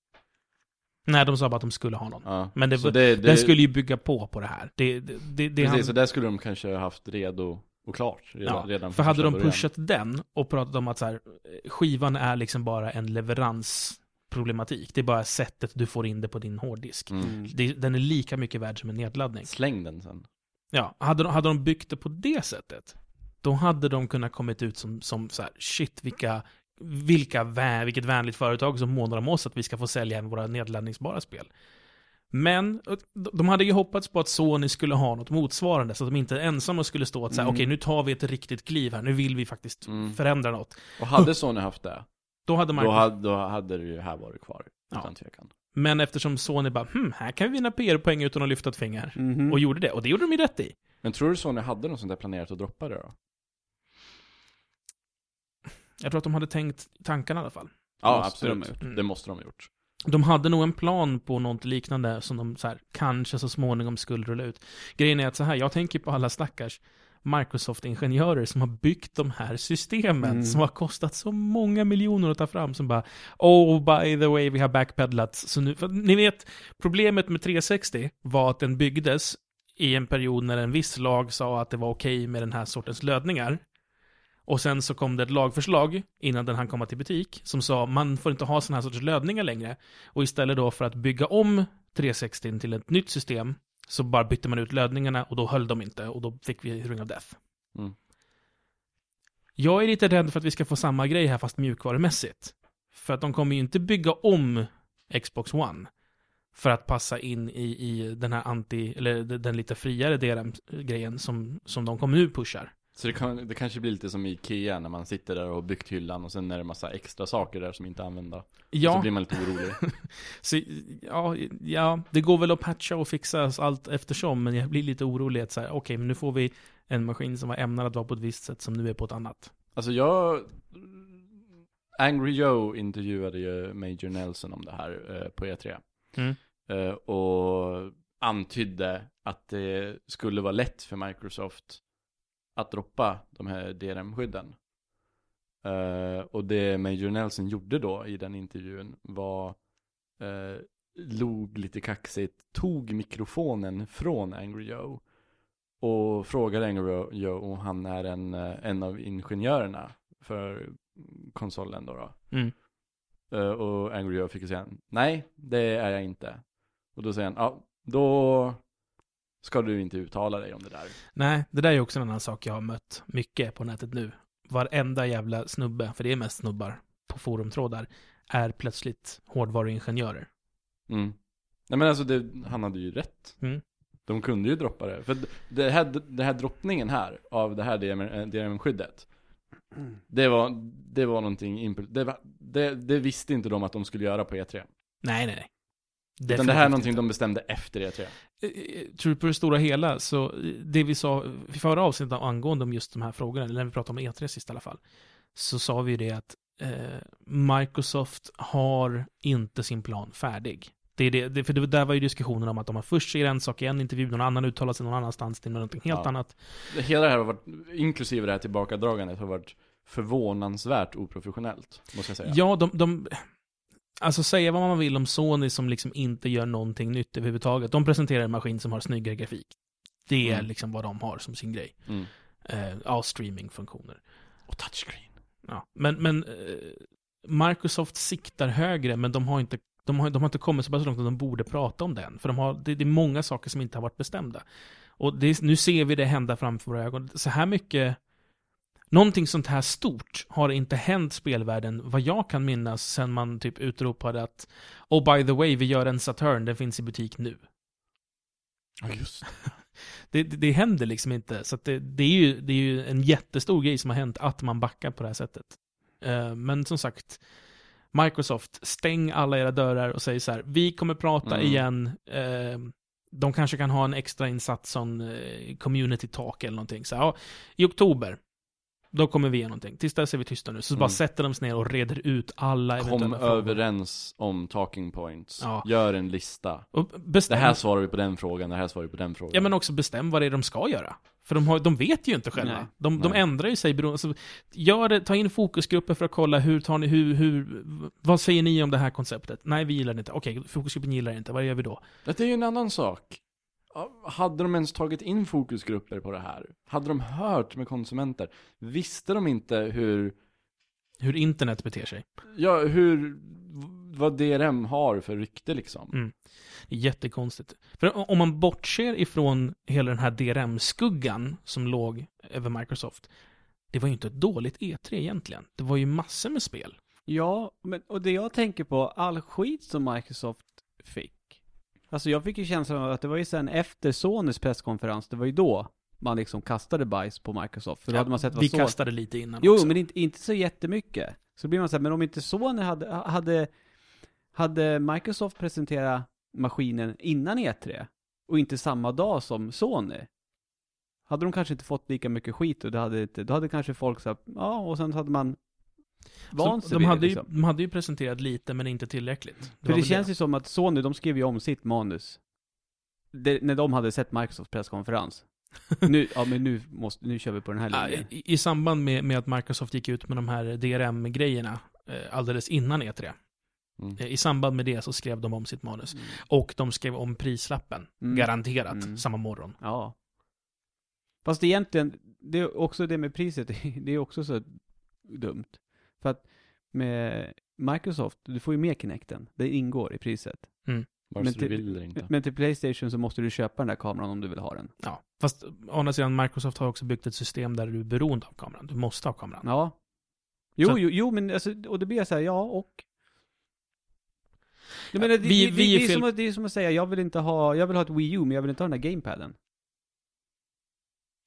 Speaker 1: Nej, de sa bara att de skulle ha någon.
Speaker 3: Ja.
Speaker 1: Men det
Speaker 3: Så
Speaker 1: var-
Speaker 3: det,
Speaker 1: Den skulle ju bygga på på det här. Det, det, det, det
Speaker 3: Precis,
Speaker 1: han-
Speaker 3: så där skulle de kanske haft redo och klart redan,
Speaker 1: Ja,
Speaker 3: redan
Speaker 1: För
Speaker 3: från
Speaker 1: hade
Speaker 3: första
Speaker 1: de
Speaker 3: början.
Speaker 1: pushat den och pratat om att så här, skivan är liksom bara en leveransproblematik. Det är bara sättet du får in det på din hårddisk.
Speaker 3: Mm.
Speaker 2: Mm.
Speaker 1: Det, den är lika mycket värd som en nedladdning.
Speaker 3: Släng den sen.
Speaker 1: Ja, hade de, hade de byggt det på det sättet, då hade de kunnat kommit ut som, som så här, shit vilka, vilka vä, vilket vänligt företag som månar om oss att vi ska få sälja även våra nedladdningsbara spel. Men och de- de hade ju hoppats på att Sony skulle ha något motsvarande, så att de inte ensamma skulle stå att säga
Speaker 2: Mm.
Speaker 1: okej nu tar vi ett riktigt kliv här, nu vill vi faktiskt
Speaker 3: Mm.
Speaker 1: förändra något.
Speaker 3: Och hade Sony haft det,
Speaker 1: Då hade man
Speaker 3: då hade, då hade det ju här varit kvar.
Speaker 1: Ja.
Speaker 3: Utan tvekan.
Speaker 1: Men eftersom Sony bara, hm, här kan vi vinna PR-poäng utan att lyfta ett finger.
Speaker 3: Mm.
Speaker 2: Mhm.
Speaker 1: Och gjorde det, och det gjorde de ju rätt i.
Speaker 3: Men tror du Sony hade något sånt där planerat att droppa det då?
Speaker 1: Jag tror att de hade tänkt tankarna i alla fall.
Speaker 3: Ja,
Speaker 2: Måste de
Speaker 3: absolut.
Speaker 2: ha gjort.
Speaker 1: Mm.
Speaker 3: Det måste de ha gjort.
Speaker 1: De hade nog en plan på något liknande som de så här, kanske så småningom skulle rulla ut. Grejen är att så här, jag tänker på alla stackars Microsoft-ingenjörer som har byggt de här systemen
Speaker 2: Mm.
Speaker 1: som har kostat så många miljoner att ta fram som bara Oh, by the way, vi har backpedlat. Så nu, för, ni vet, problemet med 360 var att den byggdes i en period när en viss lag sa att det var okej med den här sortens lödningar. Och sen så kom det ett lagförslag innan den hann komma till butik som sa man får inte ha sådana här sorters lödningar längre. Och istället då för att bygga om 360 till ett nytt system så bara bytte man ut lödningarna och då höll de inte och då fick vi Ring of Death.
Speaker 3: Mm.
Speaker 1: Jag är lite rädd för att vi ska få samma grej här fast mjukvarumässigt. För att de kommer ju inte bygga om Xbox One för att passa in i, i den här anti, eller den lite friare DRM-grejen som, som de kommer nu pushar.
Speaker 3: Så det, kan, det kanske blir lite som i Ikea när man sitter där och har byggt hyllan och sen är det massa extra saker där som inte är använda. Ja. Så
Speaker 1: Ja,
Speaker 3: blir man lite orolig.
Speaker 1: så, ja, ja, det går väl att patcha och fixa allt eftersom, men jag blir lite orolig att så här, okej, men nu får vi en maskin som var ämnad att vara på ett visst sätt som nu är på ett annat.
Speaker 3: Alltså jag... Angry Joe intervjuade ju Major Nelson om det här eh, på E3.
Speaker 1: Mm.
Speaker 3: Eh, och antydde att det skulle vara lätt för Microsoft att droppa de här DRM-skydden. Eh, och det Major Nelson gjorde då i den intervjun var eh, log lite kaxigt, tog mikrofonen från Angry Joe och frågade Angry Joe om han är en, eh, en av ingenjörerna för konsolen då. då.
Speaker 1: Mm.
Speaker 3: Eh, Och Angry Joe fick ju säga nej, det är jag inte. Och då säger han, ja, då ska du inte uttala dig om det där.
Speaker 1: Nej, det där är också en annan sak jag har mött mycket på nätet nu. Varenda jävla snubbe, för det är mest snubbar på forumtrådar, är plötsligt hårdvaruingenjörer.
Speaker 3: Mm. Nej men alltså, det, han hade ju rätt.
Speaker 1: Mm.
Speaker 3: De kunde ju droppa det. För det här, det här droppningen här, av det här DRM DRM-skyddet, det var, det var någonting, impul- det, var- det, det visste inte de att de skulle göra på E3.
Speaker 1: Nej, nej, nej.
Speaker 3: Utan det här är någonting de bestämde efter E E3.
Speaker 1: Eh, eh, tror du på det stora hela, så eh, det vi sa i förra avsnittet angående om just de här frågorna, eller när vi pratade om E3 sist i alla fall, så sa vi ju det att eh, Microsoft har inte sin plan färdig. Det är det, det, för det, där var ju diskussionen om att om man först säger en sak i en intervju, någon annan uttalar sig någon annanstans till någonting helt
Speaker 3: Ja.
Speaker 1: annat.
Speaker 3: Det- Hela det här har varit, inklusive det här tillbakadragandet, har varit förvånansvärt oprofessionellt, måste jag säga.
Speaker 1: Ja, de, de... Alltså säga vad man vill om Sony som liksom inte gör någonting nytt överhuvudtaget. De presenterar en maskin som har snyggare grafik. Det är
Speaker 3: Mm.
Speaker 1: liksom vad de har som sin grej.
Speaker 3: Mm.
Speaker 1: Eh, ja, streamingfunktioner.
Speaker 3: Och touchscreen.
Speaker 1: Ja. Men, men eh, Microsoft siktar högre, men de har, inte, de, har, de har inte kommit så pass långt att de borde prata om den. För de har, det, det är många saker som inte har varit bestämda. Och det, är- nu ser vi det hända framför våra ögon. Så här mycket... Någonting sånt här stort har inte hänt spelvärlden, vad jag kan minnas, sen man typ utropade att Oh by the way, vi gör en Saturn, den finns i butik nu.
Speaker 3: Ja, just det.
Speaker 1: det, det, det händer liksom inte. Så att det, det, är ju, det är ju en jättestor grej som har hänt att man backar på det här sättet. Eh, men som sagt, Microsoft, stäng alla era dörrar och säg så här, vi kommer prata
Speaker 3: Mm.
Speaker 1: igen. Eh, de kanske kan ha en extra insats som eh, community talk eller någonting. Så här, ja, i oktober, då kommer vi ge någonting. Tills dess är vi tysta nu. Så
Speaker 3: Mm.
Speaker 1: bara sätter de sig ner och reder ut alla
Speaker 3: Kom
Speaker 1: eventuella frågor.
Speaker 3: överens om talking points.
Speaker 1: Ja.
Speaker 3: Gör en lista.
Speaker 1: Och
Speaker 3: Det
Speaker 1: bestäm,
Speaker 3: här svarar vi på den frågan, det här svarar vi på den frågan.
Speaker 1: Ja men också bestäm vad det är de ska göra. För de, har, de vet ju inte själva.
Speaker 2: Nej.
Speaker 1: de, de
Speaker 3: Nej.
Speaker 1: ändrar ju sig beroende... Alltså, gör det, ta in fokusgrupper för att kolla hur tar ni, hur, hur, vad säger ni om det här konceptet? Nej, vi gillar det inte. Okej, fokusgruppen gillar det inte. Vad gör vi då?
Speaker 3: Det är ju en annan sak. Ja, Hade de ens tagit in fokusgrupper på det här? Hade de hört med konsumenter? Visste de inte hur,
Speaker 1: Hur internet beter sig.
Speaker 3: ja, hur, vad DRM har för rykte liksom?
Speaker 1: Mm. Det är jättekonstigt. För om man bortser ifrån hela den här DRM-skuggan som låg över Microsoft, det var ju inte ett dåligt E3 egentligen. Det var ju massor med spel.
Speaker 2: Ja, men, och det jag tänker på, all skit som Microsoft fick. Alltså jag fick ju känslan av att det var ju sen efter Sonys presskonferens, det var ju då man liksom kastade bajs på Microsoft. För då hade man sett vad
Speaker 1: Vi
Speaker 2: Sony-
Speaker 1: kastade lite innan
Speaker 2: Jo,
Speaker 1: också.
Speaker 2: men inte, inte så jättemycket. Så blir man så här, men om inte Sony hade, hade, hade Microsoft presenterat maskinen innan E3 och inte samma dag som Sony, hade de kanske inte fått lika mycket skit och det hade inte, då hade kanske folk sagt, ja, och sen hade man vant
Speaker 1: Så
Speaker 2: sig
Speaker 1: de,
Speaker 2: vid
Speaker 1: hade
Speaker 2: det,
Speaker 1: ju,
Speaker 2: liksom.
Speaker 1: de hade ju presenterat lite, men inte tillräckligt.
Speaker 2: För det känns ju som att Sony, de skrev ju om sitt manus. Det, när de hade sett Microsofts presskonferens. Nu, ja men nu måste, nu kör vi på den här linjen.
Speaker 1: Ah, I, I samband med, med att Microsoft gick ut med de här DRM-grejerna eh, alldeles innan E3,
Speaker 3: Mm.
Speaker 1: eh, i samband med det så skrev de om sitt manus. Och de skrev om prislappen,
Speaker 2: Mm.
Speaker 1: garanterat,
Speaker 2: Mm.
Speaker 1: samma morgon.
Speaker 2: Ja. Fast egentligen, det är också det med priset, det är också så dumt. För att med Microsoft, du får ju med Kinecten, det ingår i priset.
Speaker 3: Vare
Speaker 2: Men
Speaker 3: sig du
Speaker 2: till-
Speaker 3: vill eller inte.
Speaker 2: Men till Playstation så måste du köpa den där kameran om du vill ha den.
Speaker 1: Ja, fast å andra sidan, Microsoft har också byggt ett system där du är beroende av kameran. Du måste ha kameran.
Speaker 2: Ja. Jo,
Speaker 1: Så-
Speaker 2: jo, jo men alltså, och det blir jag så här, ja och. Jag
Speaker 1: Ja,
Speaker 2: menar, det,
Speaker 1: vi-
Speaker 2: det,
Speaker 1: vi är
Speaker 2: det, är
Speaker 1: fel-
Speaker 2: som att, det är som att säga, jag vill inte ha, jag vill ha ett Wii U, men jag vill inte ha den där gamepaden.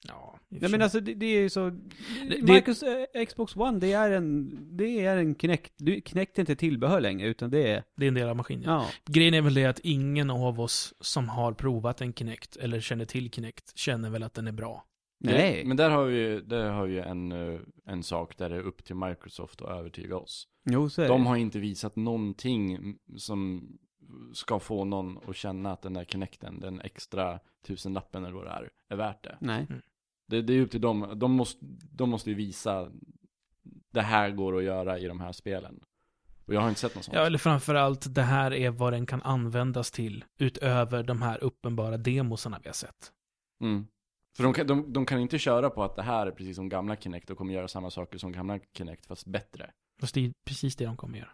Speaker 1: Ja, i och för
Speaker 2: Nej men
Speaker 1: sig.
Speaker 2: alltså det, det är ju så,
Speaker 1: det-
Speaker 2: Marcus, eh, Xbox One det är en, det är en Kinect, du, Kinect är inte tillbehör längre utan det är,
Speaker 1: det är en del av maskinen.
Speaker 2: ja.
Speaker 1: Grejen är väl det att ingen av oss som har provat en Kinect, eller känner till Kinect, känner väl att den är bra.
Speaker 2: Nej.
Speaker 3: Det, men där har vi ju, där har vi ju en, eh, en sak där det är upp till Microsoft att övertyga oss.
Speaker 2: Jo så är
Speaker 3: De
Speaker 2: det.
Speaker 3: har inte visat någonting som ska få någon att känna att den där connecten, den extra tusenlappen eller vad det är, är värt det.
Speaker 2: Nej.
Speaker 3: Det, det är upp till dem. De måste, de måste ju visa det här går att göra i de här spelen. Och jag har inte sett något sånt.
Speaker 1: Ja, eller framförallt, det här är vad den kan användas till utöver de här uppenbara demosarna vi har sett.
Speaker 3: Mm. För de kan, de, de kan inte köra på att det här är precis som gamla Kinect och kommer göra samma saker som gamla Kinect fast bättre.
Speaker 1: Fast det är precis det de kommer göra.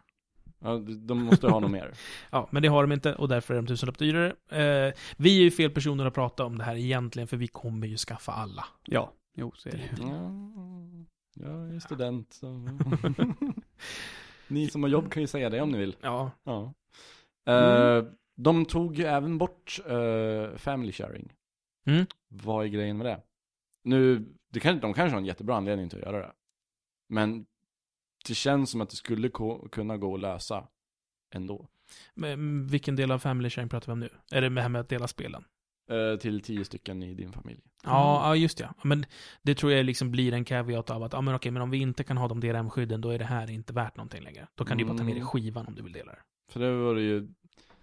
Speaker 3: Ja, de- de måste ha något mer.
Speaker 1: Ja, men det har de inte och därför är de tusenlapp dyrare. Eh, vi är ju fel personer att prata om det här egentligen, för vi kommer ju skaffa alla.
Speaker 2: Ja. Jo så är det.
Speaker 3: Ja, jag är student. Så. ni som har jobb kan ju säga det om ni vill.
Speaker 1: Ja,
Speaker 3: Ja.
Speaker 2: Mm.
Speaker 3: Eh, de tog ju även bort eh, family sharing.
Speaker 1: Mm.
Speaker 3: Vad är grejen med det? Nu, det kan, de kanske har en jättebra anledning till att göra det. Men det känns som att det skulle ko- kunna gå att lösa ändå.
Speaker 1: men mm, vilken del av family sharing pratar vi om nu? Är det det här med att dela spelen?
Speaker 3: Eh, till tio stycken i din familj.
Speaker 1: Ja, ja just det. Ja, Men det tror jag liksom blir en caveat av att, ja men okej, men om vi inte kan ha de DRM-skydden, då är det här inte värt någonting längre. Då kan du ju bara ta med dig
Speaker 3: Mm.
Speaker 1: skivan om du vill dela det.
Speaker 3: För det var det ju,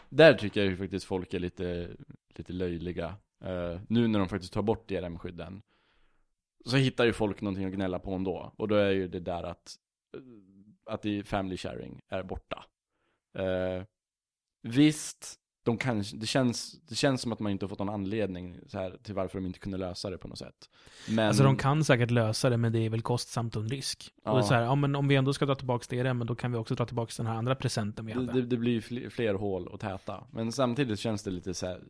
Speaker 3: där tycker jag ju faktiskt folk är lite, lite löjliga. Eh, nu när de faktiskt tar bort DRM-skydden. Så hittar ju folk någonting att gnälla på ändå. Och då är ju det där att, eh, att det är family sharing är borta. Eh, visst, de kanske, det, känns, det känns som att man inte har fått någon anledning så här, till varför de inte kunde lösa det på något sätt. Men,
Speaker 1: Alltså de kan säkert lösa det, men det är väl kostsamt och en risk.
Speaker 3: Ja.
Speaker 1: Och så här, ja men om vi ändå ska dra tillbaka DRM, men då kan vi också dra tillbaka den här andra presenten vi
Speaker 3: det,
Speaker 1: hade.
Speaker 3: det, det blir ju fler, fler hål att täta. Men samtidigt känns det lite så här,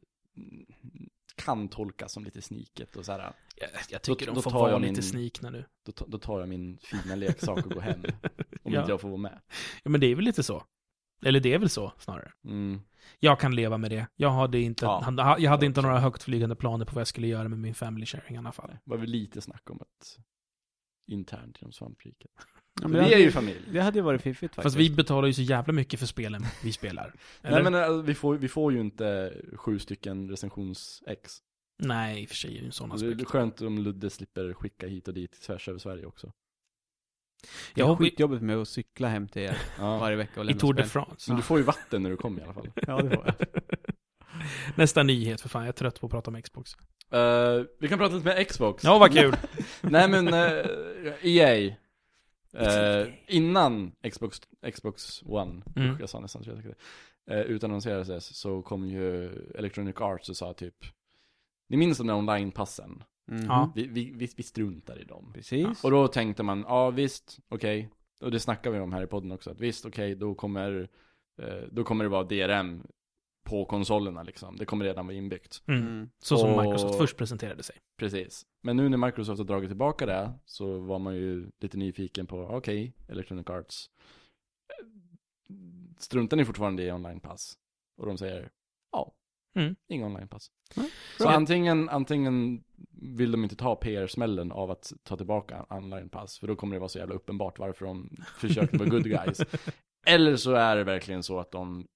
Speaker 3: kan tolkas som lite sniket och så här.
Speaker 1: jag, jag tycker
Speaker 3: Då-
Speaker 1: de
Speaker 3: då
Speaker 1: får
Speaker 3: tar
Speaker 1: vara
Speaker 3: jag
Speaker 1: lite
Speaker 3: min-
Speaker 1: snikna nu.
Speaker 3: då, ta- då tar jag min fina leksak och går hem. Om
Speaker 1: Ja.
Speaker 3: inte jag får vara med.
Speaker 1: Ja men det är väl lite så. Eller det är väl så snarare.
Speaker 3: Mm.
Speaker 1: Jag kan leva med det. Jag hade inte,
Speaker 3: Ja.
Speaker 1: han, jag hade inte
Speaker 3: Också.
Speaker 1: några högt flygande planer på vad jag skulle göra med min family sharing i alla fall.
Speaker 3: Det var väl lite snack om att internt inom svampriket.
Speaker 2: Ja, men
Speaker 3: vi
Speaker 2: det,
Speaker 3: är
Speaker 2: hade,
Speaker 3: ju familj.
Speaker 2: det hade ju varit fiffigt faktiskt.
Speaker 1: Fast vi betalar ju så jävla mycket för spelen vi spelar. Eller?
Speaker 3: Nej men alltså, vi, får, vi får ju inte sju stycken recensions-ex.
Speaker 1: Nej, i och för sig är det ju en sån
Speaker 3: Det är
Speaker 1: aspekt.
Speaker 3: skönt om Ludde slipper skicka hit och dit tvärs över Sverige också.
Speaker 2: det är
Speaker 1: Jag hoppar i,
Speaker 2: skitjobbigt med att cykla hem till er
Speaker 3: Ja.
Speaker 2: varje vecka och
Speaker 1: i
Speaker 2: lämna
Speaker 1: Tour de
Speaker 2: spel.
Speaker 1: France.
Speaker 3: Men du får ju vatten när du kommer i alla fall.
Speaker 2: Ja, det var jag.
Speaker 1: Nästa nyhet, för fan. Jag är trött på att prata om Xbox. Mm.
Speaker 3: Eh, vi kan prata lite med Xbox.
Speaker 1: Ja, vad kul!
Speaker 3: Nej men, eh, EA. Eh, innan Xbox, Xbox One,
Speaker 1: Mm.
Speaker 3: usch, jag sa nästan så jag tänkte det, eh, utannonserades så kom ju Electronic Arts och sa typ, ni minns de där online-passen?
Speaker 2: Mhm.
Speaker 1: Ja.
Speaker 3: Vi, vi, vi, vi struntar i dem.
Speaker 2: Precis.
Speaker 3: Och då tänkte man, ja visst, okej. Och det snackar vi om här i podden också, att visst, okej, då kommer eh, då kommer det vara DRM på konsolerna liksom. Det kommer redan vara inbyggt.
Speaker 1: Mm.
Speaker 2: Mm.
Speaker 1: Så som
Speaker 3: Och-
Speaker 1: Microsoft först presenterade sig.
Speaker 3: Precis. Men nu när Microsoft har dragit tillbaka det så var man ju lite nyfiken på, okej, Electronic Arts. eh, Struntar ni fortfarande i onlinepass? Och de säger, ja,
Speaker 1: Mm.
Speaker 3: inga onlinepass.
Speaker 2: Nej,
Speaker 3: Så antingen, antingen vill de inte ta PR-smällen av att ta tillbaka onlinepass, för då kommer det vara så jävla uppenbart varför de försökte vara good guys. Eller så är det verkligen så att de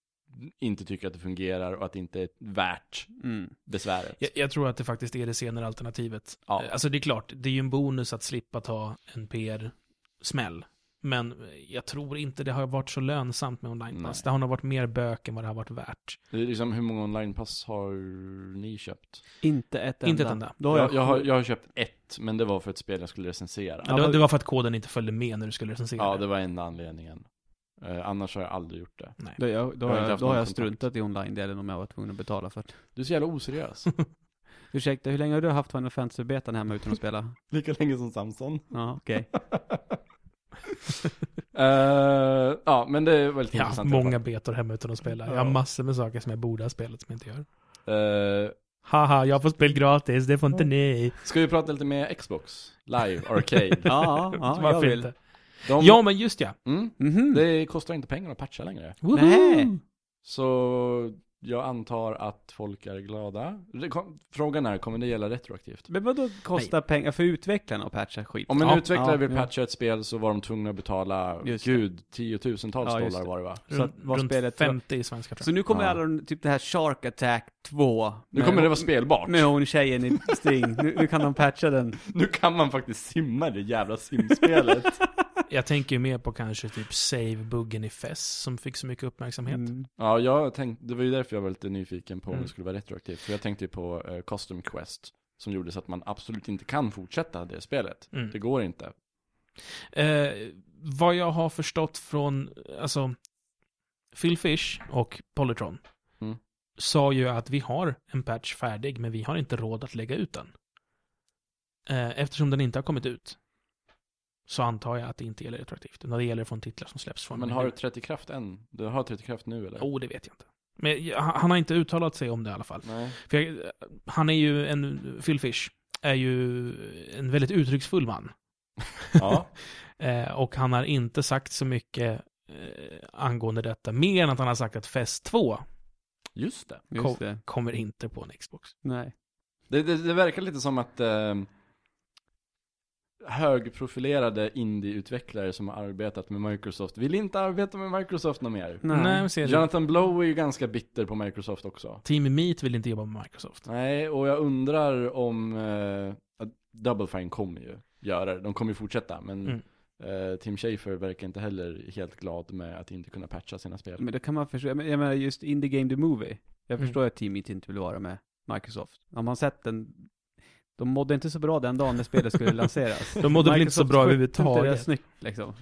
Speaker 3: inte tycker att det fungerar och att det inte är värt
Speaker 2: Mm.
Speaker 3: besväret.
Speaker 1: Jag, jag tror att det faktiskt är det senare alternativet.
Speaker 3: Ja.
Speaker 1: Eh, Alltså det är klart, det är ju en bonus att slippa ta en PR-smäll. Men eh, jag tror inte det har varit så lönsamt med onlinepass.
Speaker 3: Nej.
Speaker 1: Det har nog varit mer bök än vad det har varit värt.
Speaker 3: Det är liksom, hur många onlinepass har ni köpt?
Speaker 2: Inte ett enda.
Speaker 1: Inte ett enda.
Speaker 2: Då har
Speaker 3: Jag,
Speaker 2: jag,
Speaker 3: jag, har, jag har köpt ett, men det var för ett spel jag skulle recensera.
Speaker 1: Ja, det, var, det var för att koden inte följde med när du skulle recensera.
Speaker 3: Ja, det var enda anledningen. Eh, annars har jag aldrig gjort det.
Speaker 1: Nej.
Speaker 2: Då, jag, då
Speaker 3: Jag har
Speaker 2: har
Speaker 3: inte
Speaker 2: jag,
Speaker 3: haft
Speaker 2: då har
Speaker 3: någon
Speaker 2: jag
Speaker 3: kontakt.
Speaker 2: struntat i online-delen om jag var tvungen att betala för det.
Speaker 3: Du är så jävla oseriös.
Speaker 2: Ursäkta, hur länge har du haft Final Fantasy-betan hemma utan att spela?
Speaker 3: Lika länge som Samson.
Speaker 2: Ja, okej.
Speaker 3: Eh, ja, men det var lite
Speaker 1: Jag har haft
Speaker 3: intressant. i alla
Speaker 1: många betor hemma utan att spela. Jag har
Speaker 3: Ja.
Speaker 1: massor med saker som jag borde ha spelat som jag inte gör.
Speaker 3: fall. Eh,
Speaker 1: Haha, jag får spel gratis, det får inte
Speaker 3: Mm.
Speaker 1: ni.
Speaker 3: ska vi prata lite mer Xbox? Live, Arcade.
Speaker 2: Ja, ja, ja jag
Speaker 1: Varför
Speaker 2: vill.
Speaker 1: inte?
Speaker 3: De,
Speaker 1: Ja, men just ja.
Speaker 3: mm,
Speaker 2: Mhm.
Speaker 3: det kostar inte pengar att patcha längre.
Speaker 1: Woho!
Speaker 2: Nej.
Speaker 3: Så jag antar att folk är glada. Det kom- Frågan är, kommer det gälla retroaktivt?
Speaker 2: Men vadå kostar pengar för utvecklarna att patcha skit?
Speaker 3: Om en
Speaker 1: Ja,
Speaker 3: utvecklare
Speaker 2: ja,
Speaker 3: vill
Speaker 2: ja.
Speaker 3: patcha ett spel så var de tvungna att betala,
Speaker 2: Just det.
Speaker 3: gud, tiotusentals
Speaker 2: Ja, just
Speaker 3: dollar
Speaker 2: det.
Speaker 3: var det va?
Speaker 2: Så att
Speaker 1: Runt,
Speaker 2: vad
Speaker 1: runt
Speaker 2: spelet-
Speaker 1: 50 i svenska tror
Speaker 2: Så nu kommer
Speaker 3: Ja.
Speaker 2: alla de- typ det här Shark Attack 2.
Speaker 3: Nu
Speaker 2: med-
Speaker 3: kommer det vara spelbart.
Speaker 2: Med hon tjejen i Sting. nu, nu kan de patcha den.
Speaker 3: Nu kan man faktiskt simma i det jävla simspelet.
Speaker 1: jag. Jag tänker ju mer på kanske typ save-buggen i FES som fick så mycket uppmärksamhet.
Speaker 2: Mm.
Speaker 3: ja, jag tänkte, det var ju därför jag var lite nyfiken på om
Speaker 1: Mm.
Speaker 3: det skulle vara retroaktivt. För jag tänkte ju på eh, Custom Quest, som gjorde så att man absolut inte kan fortsätta det spelet.
Speaker 1: Mm.
Speaker 3: Det går inte.
Speaker 1: Eh, vad jag har förstått från, alltså, Phil Fish och Polytron
Speaker 3: Mm.
Speaker 1: sa ju att vi har en patch färdig, men vi har inte råd att lägga ut den. Eh, eftersom den inte har kommit ut. Så antar jag att det inte gäller retroaktivt, utan det gäller från titlar som släpps från
Speaker 3: Men
Speaker 1: och
Speaker 3: har
Speaker 1: med
Speaker 3: det trätt i kraft än? Du har trätt i kraft nu eller?
Speaker 1: nu. Oh, det vet jag inte. Men jag- han han har inte uttalat sig om det i alla fall.
Speaker 3: Nej.
Speaker 1: För jag, han är ju en, Phil Fish, är ju en väldigt uttrycksfull man.
Speaker 3: Ja.
Speaker 1: Eh, och han har inte sagt så mycket eh, angående detta, mer än att han har sagt att Fest 2
Speaker 3: Just det.
Speaker 1: Cool.
Speaker 2: Just det.
Speaker 1: kommer inte på en Xbox.
Speaker 2: Nej.
Speaker 3: Det, det, det verkar lite som att eh, högprofilerade indieutvecklare som har arbetat med Microsoft vill inte arbeta med Microsoft något mer.
Speaker 2: Nej.
Speaker 1: Nej, men ser du.
Speaker 3: Jonathan Blow är ju ganska bitter på Microsoft också.
Speaker 1: Team Meet vill inte jobba med Microsoft.
Speaker 3: Nej, och jag undrar om eh, att Double Fine kommer ju göra det. De kommer ju fortsätta, men
Speaker 1: Mm.
Speaker 3: eh, Tim Schafer verkar inte heller helt glad med att inte kunna patcha sina spel.
Speaker 2: Men då kan man förstå. Jag men- jag menar just Indie Game The Movie. Jag
Speaker 1: Mm.
Speaker 2: förstår att Team Meet inte vill vara med Microsoft. Har man sett den? De mådde inte så bra den dagen när spelet skulle lanseras.
Speaker 1: De mådde väl inte så
Speaker 2: Microsoft
Speaker 1: bra
Speaker 2: skötte inte Det där
Speaker 1: överhuvudtaget.
Speaker 2: snyggt liksom.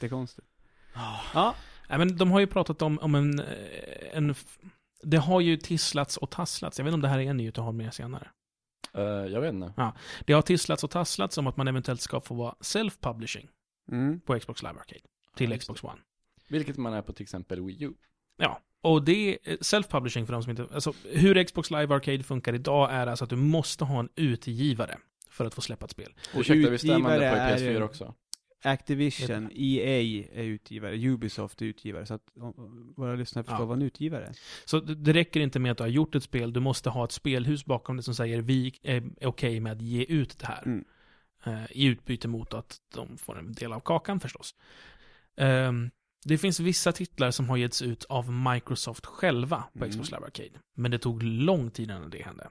Speaker 2: Det är konstigt. Ja,
Speaker 1: Nej, men de har ju pratat om, om en, eh, en... f- Det har ju tisslats och tasslats. Jag vet inte om det här är en nyhet jag har mer senare.
Speaker 3: Eh, jag vet inte.
Speaker 1: Det har tisslats och tasslats om att man eventuellt ska få vara self-publishing
Speaker 2: mm.
Speaker 1: på Xbox Live Arcade. Till
Speaker 3: Ja, just
Speaker 1: Xbox One.
Speaker 3: Vilket man är på till exempel Wii U.
Speaker 1: Ja, och det är self-publishing för de som inte... Alltså, hur Xbox Live Arcade funkar idag är alltså att du måste ha en utgivare för att få släppa ett spel.
Speaker 3: Ursäkta, visst är man det på
Speaker 2: utgivare är-
Speaker 3: PS4 också?
Speaker 2: Activision, EA är utgivare, Ubisoft är utgivare, så att om- om våra lyssnare förstår
Speaker 1: Ja.
Speaker 2: vad en utgivare är.
Speaker 1: Så det det räcker inte med att du har gjort ett spel, du måste ha ett spelhus bakom det som säger vi är okej med att ge ut det här.
Speaker 2: Mm.
Speaker 1: Eh, I utbyte mot att de får en del av kakan förstås. Ehm, det finns vissa titlar som har getts ut av Microsoft själva på
Speaker 2: Mm.
Speaker 1: Xbox Live Arcade. Men det tog lång tid innan det hände.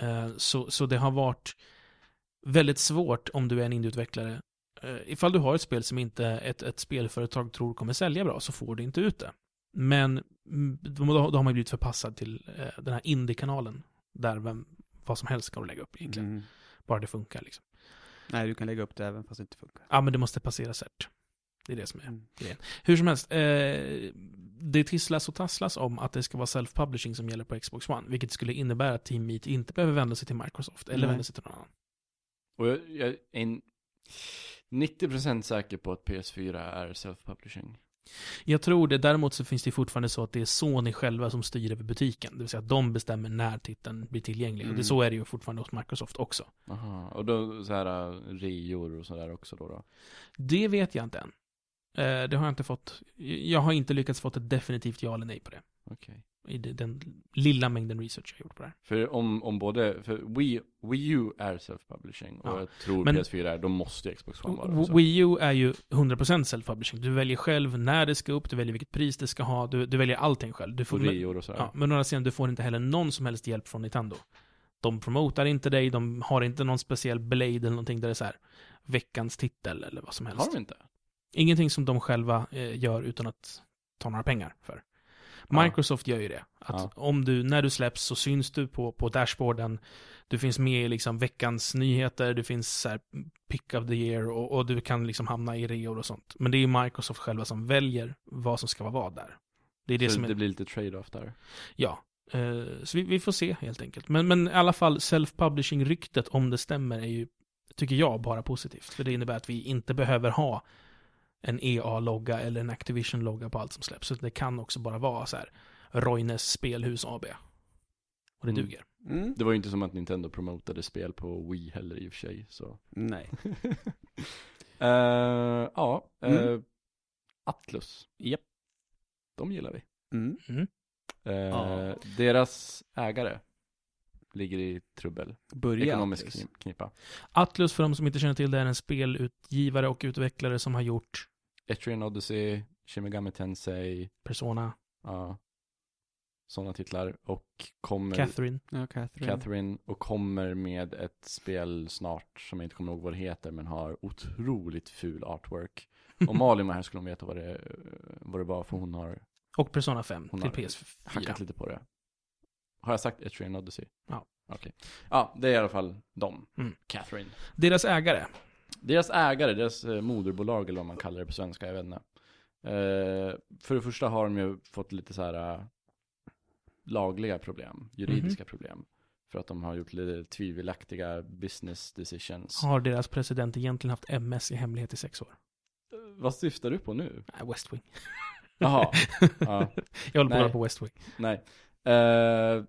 Speaker 1: Eh, så, så det har varit väldigt svårt om du är en indieutvecklare. Eh, ifall du har ett spel som inte ett, ett spelföretag tror kommer sälja bra så får du inte ut det. Men mm, då, då har man ju blivit förpassad till eh, den här indie-kanalen. Där vem, vad som helst kan du lägga upp egentligen.
Speaker 2: Mm.
Speaker 1: Bara det funkar liksom.
Speaker 2: Nej, du kan lägga upp det även fast det inte funkar.
Speaker 1: Ja, men det måste passera cert. Det är det som är.
Speaker 2: Mm.
Speaker 1: Hur som helst, eh, det tisslas och tasslas om att det ska vara self-publishing som gäller på Xbox One. Vilket skulle innebära att Team Meat inte behöver vända sig till Microsoft eller
Speaker 2: Nej.
Speaker 1: vända sig till någon annan.
Speaker 3: Och jag, jag är en 90% säker på att PS4 är self-publishing.
Speaker 1: Jag tror det, däremot så finns det fortfarande så att det är Sony själva som styr över butiken. Det vill säga att de bestämmer när titeln blir tillgänglig. Och
Speaker 2: Mm.
Speaker 1: det, så är det ju fortfarande hos Microsoft också.
Speaker 3: Aha. Och då så här äh, reor och sådär också då, då.
Speaker 1: Det vet jag inte än. Eh, det har jag inte fått. Jag har inte lyckats få ett definitivt ja eller nej på det.
Speaker 3: Okej.
Speaker 1: I de- den lilla mängden research jag gjort på det här.
Speaker 3: För om, om både, för Wii, Wii U är self-publishing och
Speaker 1: Ja.
Speaker 3: jag tror
Speaker 1: Men-
Speaker 3: PS4 är, då måste Xbox One vara det.
Speaker 1: W-
Speaker 3: också.
Speaker 1: Wii U är ju 100% self-publishing. Du väljer själv när det ska upp, du väljer vilket pris det ska ha, du, du väljer allting själv. Du får,
Speaker 3: Och
Speaker 1: men,
Speaker 3: reor och sådär.
Speaker 1: ja, men å andra sidan, du får inte heller någon som helst hjälp från Nintendo. De promotar inte dig, de har inte någon speciell blade eller någonting där det är så här veckans titel eller vad som helst.
Speaker 3: Har de inte?
Speaker 1: Ingenting som de själva eh, gör utan att ta några pengar för.
Speaker 3: Ja.
Speaker 1: Microsoft gör ju det. Att om du, när du släpps så syns du på, på dashboarden. Du finns med i liksom veckans nyheter, du finns så här pick of the year och, och du kan liksom hamna i reor och sånt. Men det är ju Microsoft själva som väljer vad som ska vara vad där. Det är det
Speaker 3: så
Speaker 1: som
Speaker 3: det
Speaker 1: är,
Speaker 3: blir lite trade-off där.
Speaker 1: ja. Eh, Så vi, vi får se helt enkelt. Men, men i alla fall self-publishing-ryktet, om det stämmer, är ju, tycker jag, bara positivt. För det innebär att vi inte behöver ha en EA-logga eller en Activision-logga på allt som släpps. Så det kan också bara vara så här, Roines Spelhus AB. Och det
Speaker 3: Mm.
Speaker 1: duger.
Speaker 2: Mm.
Speaker 3: Det var ju inte som att Nintendo promotade spel på Wii heller i och för sig, så.
Speaker 2: Nej.
Speaker 3: Eh, ja, eh,
Speaker 2: Mm.
Speaker 3: Atlus.
Speaker 2: Japp.
Speaker 3: De gillar vi.
Speaker 2: Mm.
Speaker 3: Eh,
Speaker 2: Ja.
Speaker 3: Deras ägare ligger i trubbel.
Speaker 2: Börja.
Speaker 3: Ekonomisk
Speaker 2: Atlas.
Speaker 3: kni- knipa.
Speaker 1: Atlus, för de som inte känner till det, är en spelutgivare och utvecklare som har gjort
Speaker 3: Etrian Odyssey, Shimigami Tensei,
Speaker 1: Persona,
Speaker 3: ja. sådana titlar. Och kommer
Speaker 1: Catherine.
Speaker 2: Ja, Catherine.
Speaker 3: Catherine och kommer med ett spel snart som jag inte kommer ihåg vad det heter men har otroligt ful artwork. Om Malin var här skulle hon veta vad det, vad det var för hon har
Speaker 1: och Persona 5
Speaker 3: Hon
Speaker 1: till
Speaker 3: har hackat
Speaker 1: PS4.
Speaker 3: lite på det. Har jag sagt Etrian Odyssey?
Speaker 1: Ja.
Speaker 3: Okej. Ja, det är i alla fall dem.
Speaker 1: Mm.
Speaker 3: Catherine.
Speaker 1: Deras ägare,
Speaker 3: Deras ägare, deras eh, moderbolag eller vad man kallar det på svenska, jag vet inte. Eh, för det första har de ju fått lite så här eh, lagliga problem, juridiska problem. För att de har gjort lite tvivelaktiga business decisions.
Speaker 1: har deras president egentligen haft MS i hemlighet i sex år.
Speaker 3: Eh, Vad syftar du på nu?
Speaker 1: Nej, West Wing.
Speaker 3: Jaha. ja.
Speaker 1: Jag håller på att
Speaker 3: Nej.
Speaker 1: kolla på West Wing.
Speaker 3: Nej. Eh,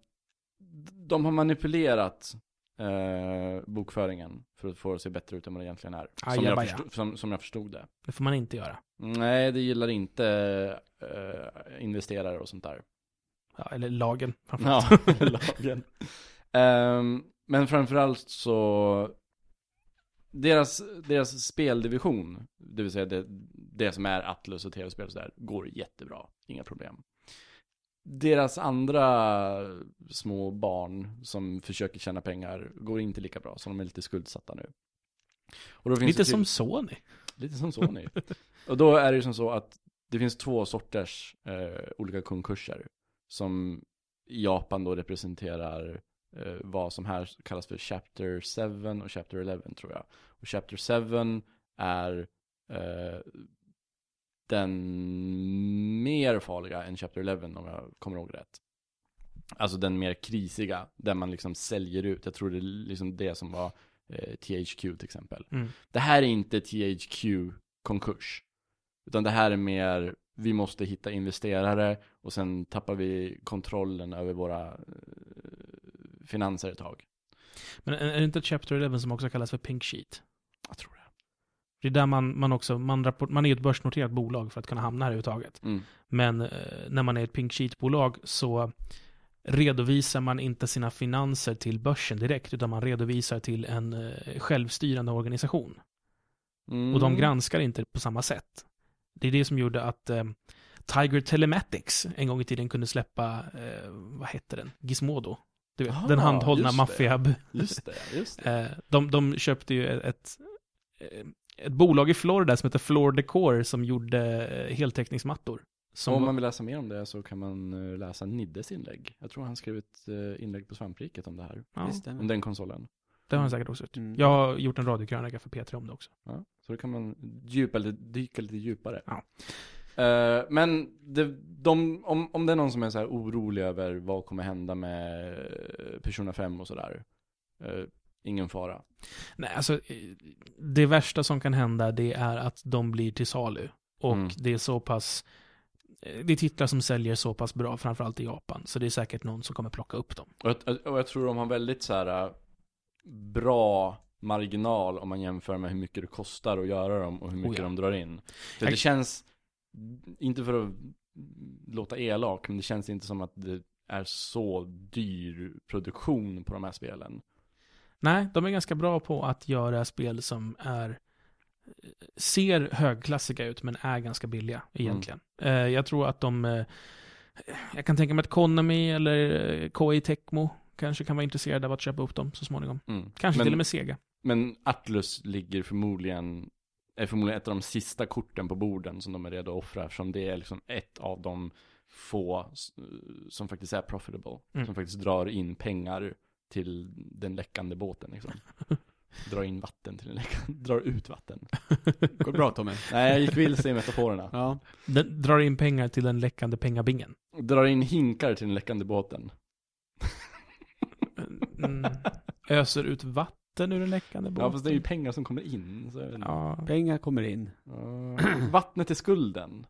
Speaker 3: de har manipulerat eh, bokföringen för att få det att se bättre ut än vad det egentligen är. Som jag,
Speaker 1: Ajabaja.
Speaker 3: förstod, som, som jag förstod det.
Speaker 1: Det får man inte göra.
Speaker 3: Nej, det gillar inte eh, investerare och sånt där.
Speaker 1: Ja, eller lagen framförallt.
Speaker 3: Ja, lagen. Ehm, men framförallt så, deras, deras speldivision, det vill säga det, det som är Atlus och tv-spel och sådär, går jättebra. Inga problem. Deras andra små barn som försöker tjäna pengar går inte lika bra, så de är lite skuldsatta nu. Och då finns
Speaker 1: Lite
Speaker 3: det ty-
Speaker 1: som Sony.
Speaker 3: Lite som Sony. och då är det ju som så att det finns två sorters eh, olika konkurser. Som i Japan då representerar eh, vad som här kallas för Chapter 7 och Chapter 11 tror jag. Och Chapter 7 är eh, den mer farliga än Chapter 11 om jag kommer ihåg rätt. Alltså den mer krisiga, där man liksom säljer ut. Jag tror det är liksom det som var eh, THQ till exempel.
Speaker 1: Mm.
Speaker 3: Det här är inte THQ-konkurs. Utan det här är mer, vi måste hitta investerare och sen tappar vi kontrollen över våra eh, finanser ett tag.
Speaker 1: Men är är det inte Chapter 11 som också kallas för Pink Sheet?
Speaker 3: Jag tror det.
Speaker 1: Det är där man, man också, man, rapport, man är ett börsnoterat bolag för att kunna hamna här överhuvudtaget.
Speaker 3: Mm.
Speaker 1: Men eh, när man är ett pink sheet-bolag så redovisar man inte sina finanser till börsen direkt, utan man redovisar till en eh, självstyrande organisation.
Speaker 3: Mm.
Speaker 1: Och de granskar inte på samma sätt. Det är det som gjorde att eh, Tiger Telematics en gång i tiden kunde släppa, eh, vad hette den, Gizmodo. Du vet,
Speaker 3: Ah,
Speaker 1: den handhållna
Speaker 3: just det.
Speaker 1: maffiab.
Speaker 3: Mm, Just det, just det.
Speaker 1: Eh, de, de köpte ju ett, eh, ett bolag i Florida som heter Floor Decor som gjorde eh, heltäckningsmattor. Som
Speaker 3: Om
Speaker 1: var-
Speaker 3: man vill läsa mer om det så kan man eh, läsa Niddes inlägg. Jag tror han skrev ett eh, inlägg på Svampriket om det här.
Speaker 1: ja,
Speaker 2: Visst, den-
Speaker 3: Om den konsolen.
Speaker 1: det har han säkert också gjort.
Speaker 2: Mm.
Speaker 1: Jag har gjort en radiokrönika för P3 om det också.
Speaker 3: Ja, så då kan man djupa, lite- dyka lite djupare.
Speaker 1: Ja.
Speaker 3: Eh, men det, de, om, om det är någon som är så här orolig över vad kommer hända med eh, Persona 5 och sådär. eh, ingen fara.
Speaker 1: Nej, alltså eh, det värsta som kan hända det är att de blir till salu. Och
Speaker 3: Mm.
Speaker 1: det är så pass, eh, det är titlar som säljer så pass bra, framförallt i Japan. Så det är säkert någon som kommer plocka upp dem.
Speaker 3: Och jag, och jag tror de har väldigt så här eh, bra marginal om man jämför med hur mycket det kostar att göra dem och hur mycket
Speaker 1: Oh ja.
Speaker 3: de drar in. För
Speaker 1: Jag-
Speaker 3: det känns, inte för att låta elak, men det känns inte som att det är så dyr produktion på de här spelen.
Speaker 1: Nej, de är ganska bra på att göra spel som är eh, ser högklassiga ut men är ganska billiga egentligen. Eh, Jag tror att de, eh, jag kan tänka mig att Konami eller eh, KI Tecmo kanske kan vara intresserade av att köpa upp dem så småningom.
Speaker 3: Mm.
Speaker 1: Kanske
Speaker 3: men,
Speaker 1: till och med Sega.
Speaker 3: men Atlus ligger förmodligen, är förmodligen ett av de sista korten på borden som de är redo att offra. Eftersom det är liksom ett av de få s- som faktiskt är profitable.
Speaker 1: Mm.
Speaker 3: Som faktiskt drar in pengar till den läckande båten liksom. Drar in vatten till den läckande, drar ut vatten.
Speaker 2: Går bra Tommy?
Speaker 3: Nej, jag gick vilse i metaforerna.
Speaker 2: Ja.
Speaker 1: Den drar in pengar till den läckande pengabingen.
Speaker 3: Drar in hinkar till den läckande båten.
Speaker 1: Mm. Öser ut vatten ur den läckande båten.
Speaker 3: Ja, fast det är ju pengar som kommer in. Så jag vet inte.
Speaker 1: Ja.
Speaker 2: Pengar kommer in.
Speaker 3: Ja. Vattnet är skulden.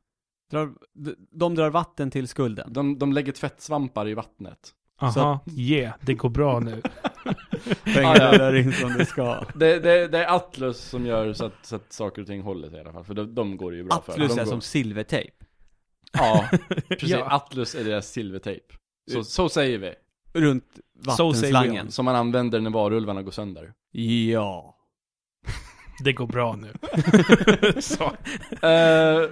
Speaker 2: Drar, d- de drar vatten till skulden.
Speaker 3: De, de lägger tvättsvampar i vattnet.
Speaker 1: Aha, yeah, det går bra nu.
Speaker 2: Pengarna drar in som de ska.
Speaker 3: Det, det, det är Atlus som gör så att, så att saker och ting håller sig i alla fall, för de, de går det ju bra för.
Speaker 2: Atlus
Speaker 3: de
Speaker 2: är
Speaker 3: går,
Speaker 2: som silvertejp.
Speaker 3: Ja, precis.
Speaker 1: Ja.
Speaker 3: Atlus är deras silvertejp. Så, så säger vi.
Speaker 2: Runt
Speaker 1: vattenslangen.
Speaker 2: vattenslangen.
Speaker 3: Som man använder när varulvarna går sönder.
Speaker 2: Ja.
Speaker 1: Det går bra nu. Så.
Speaker 3: Eh,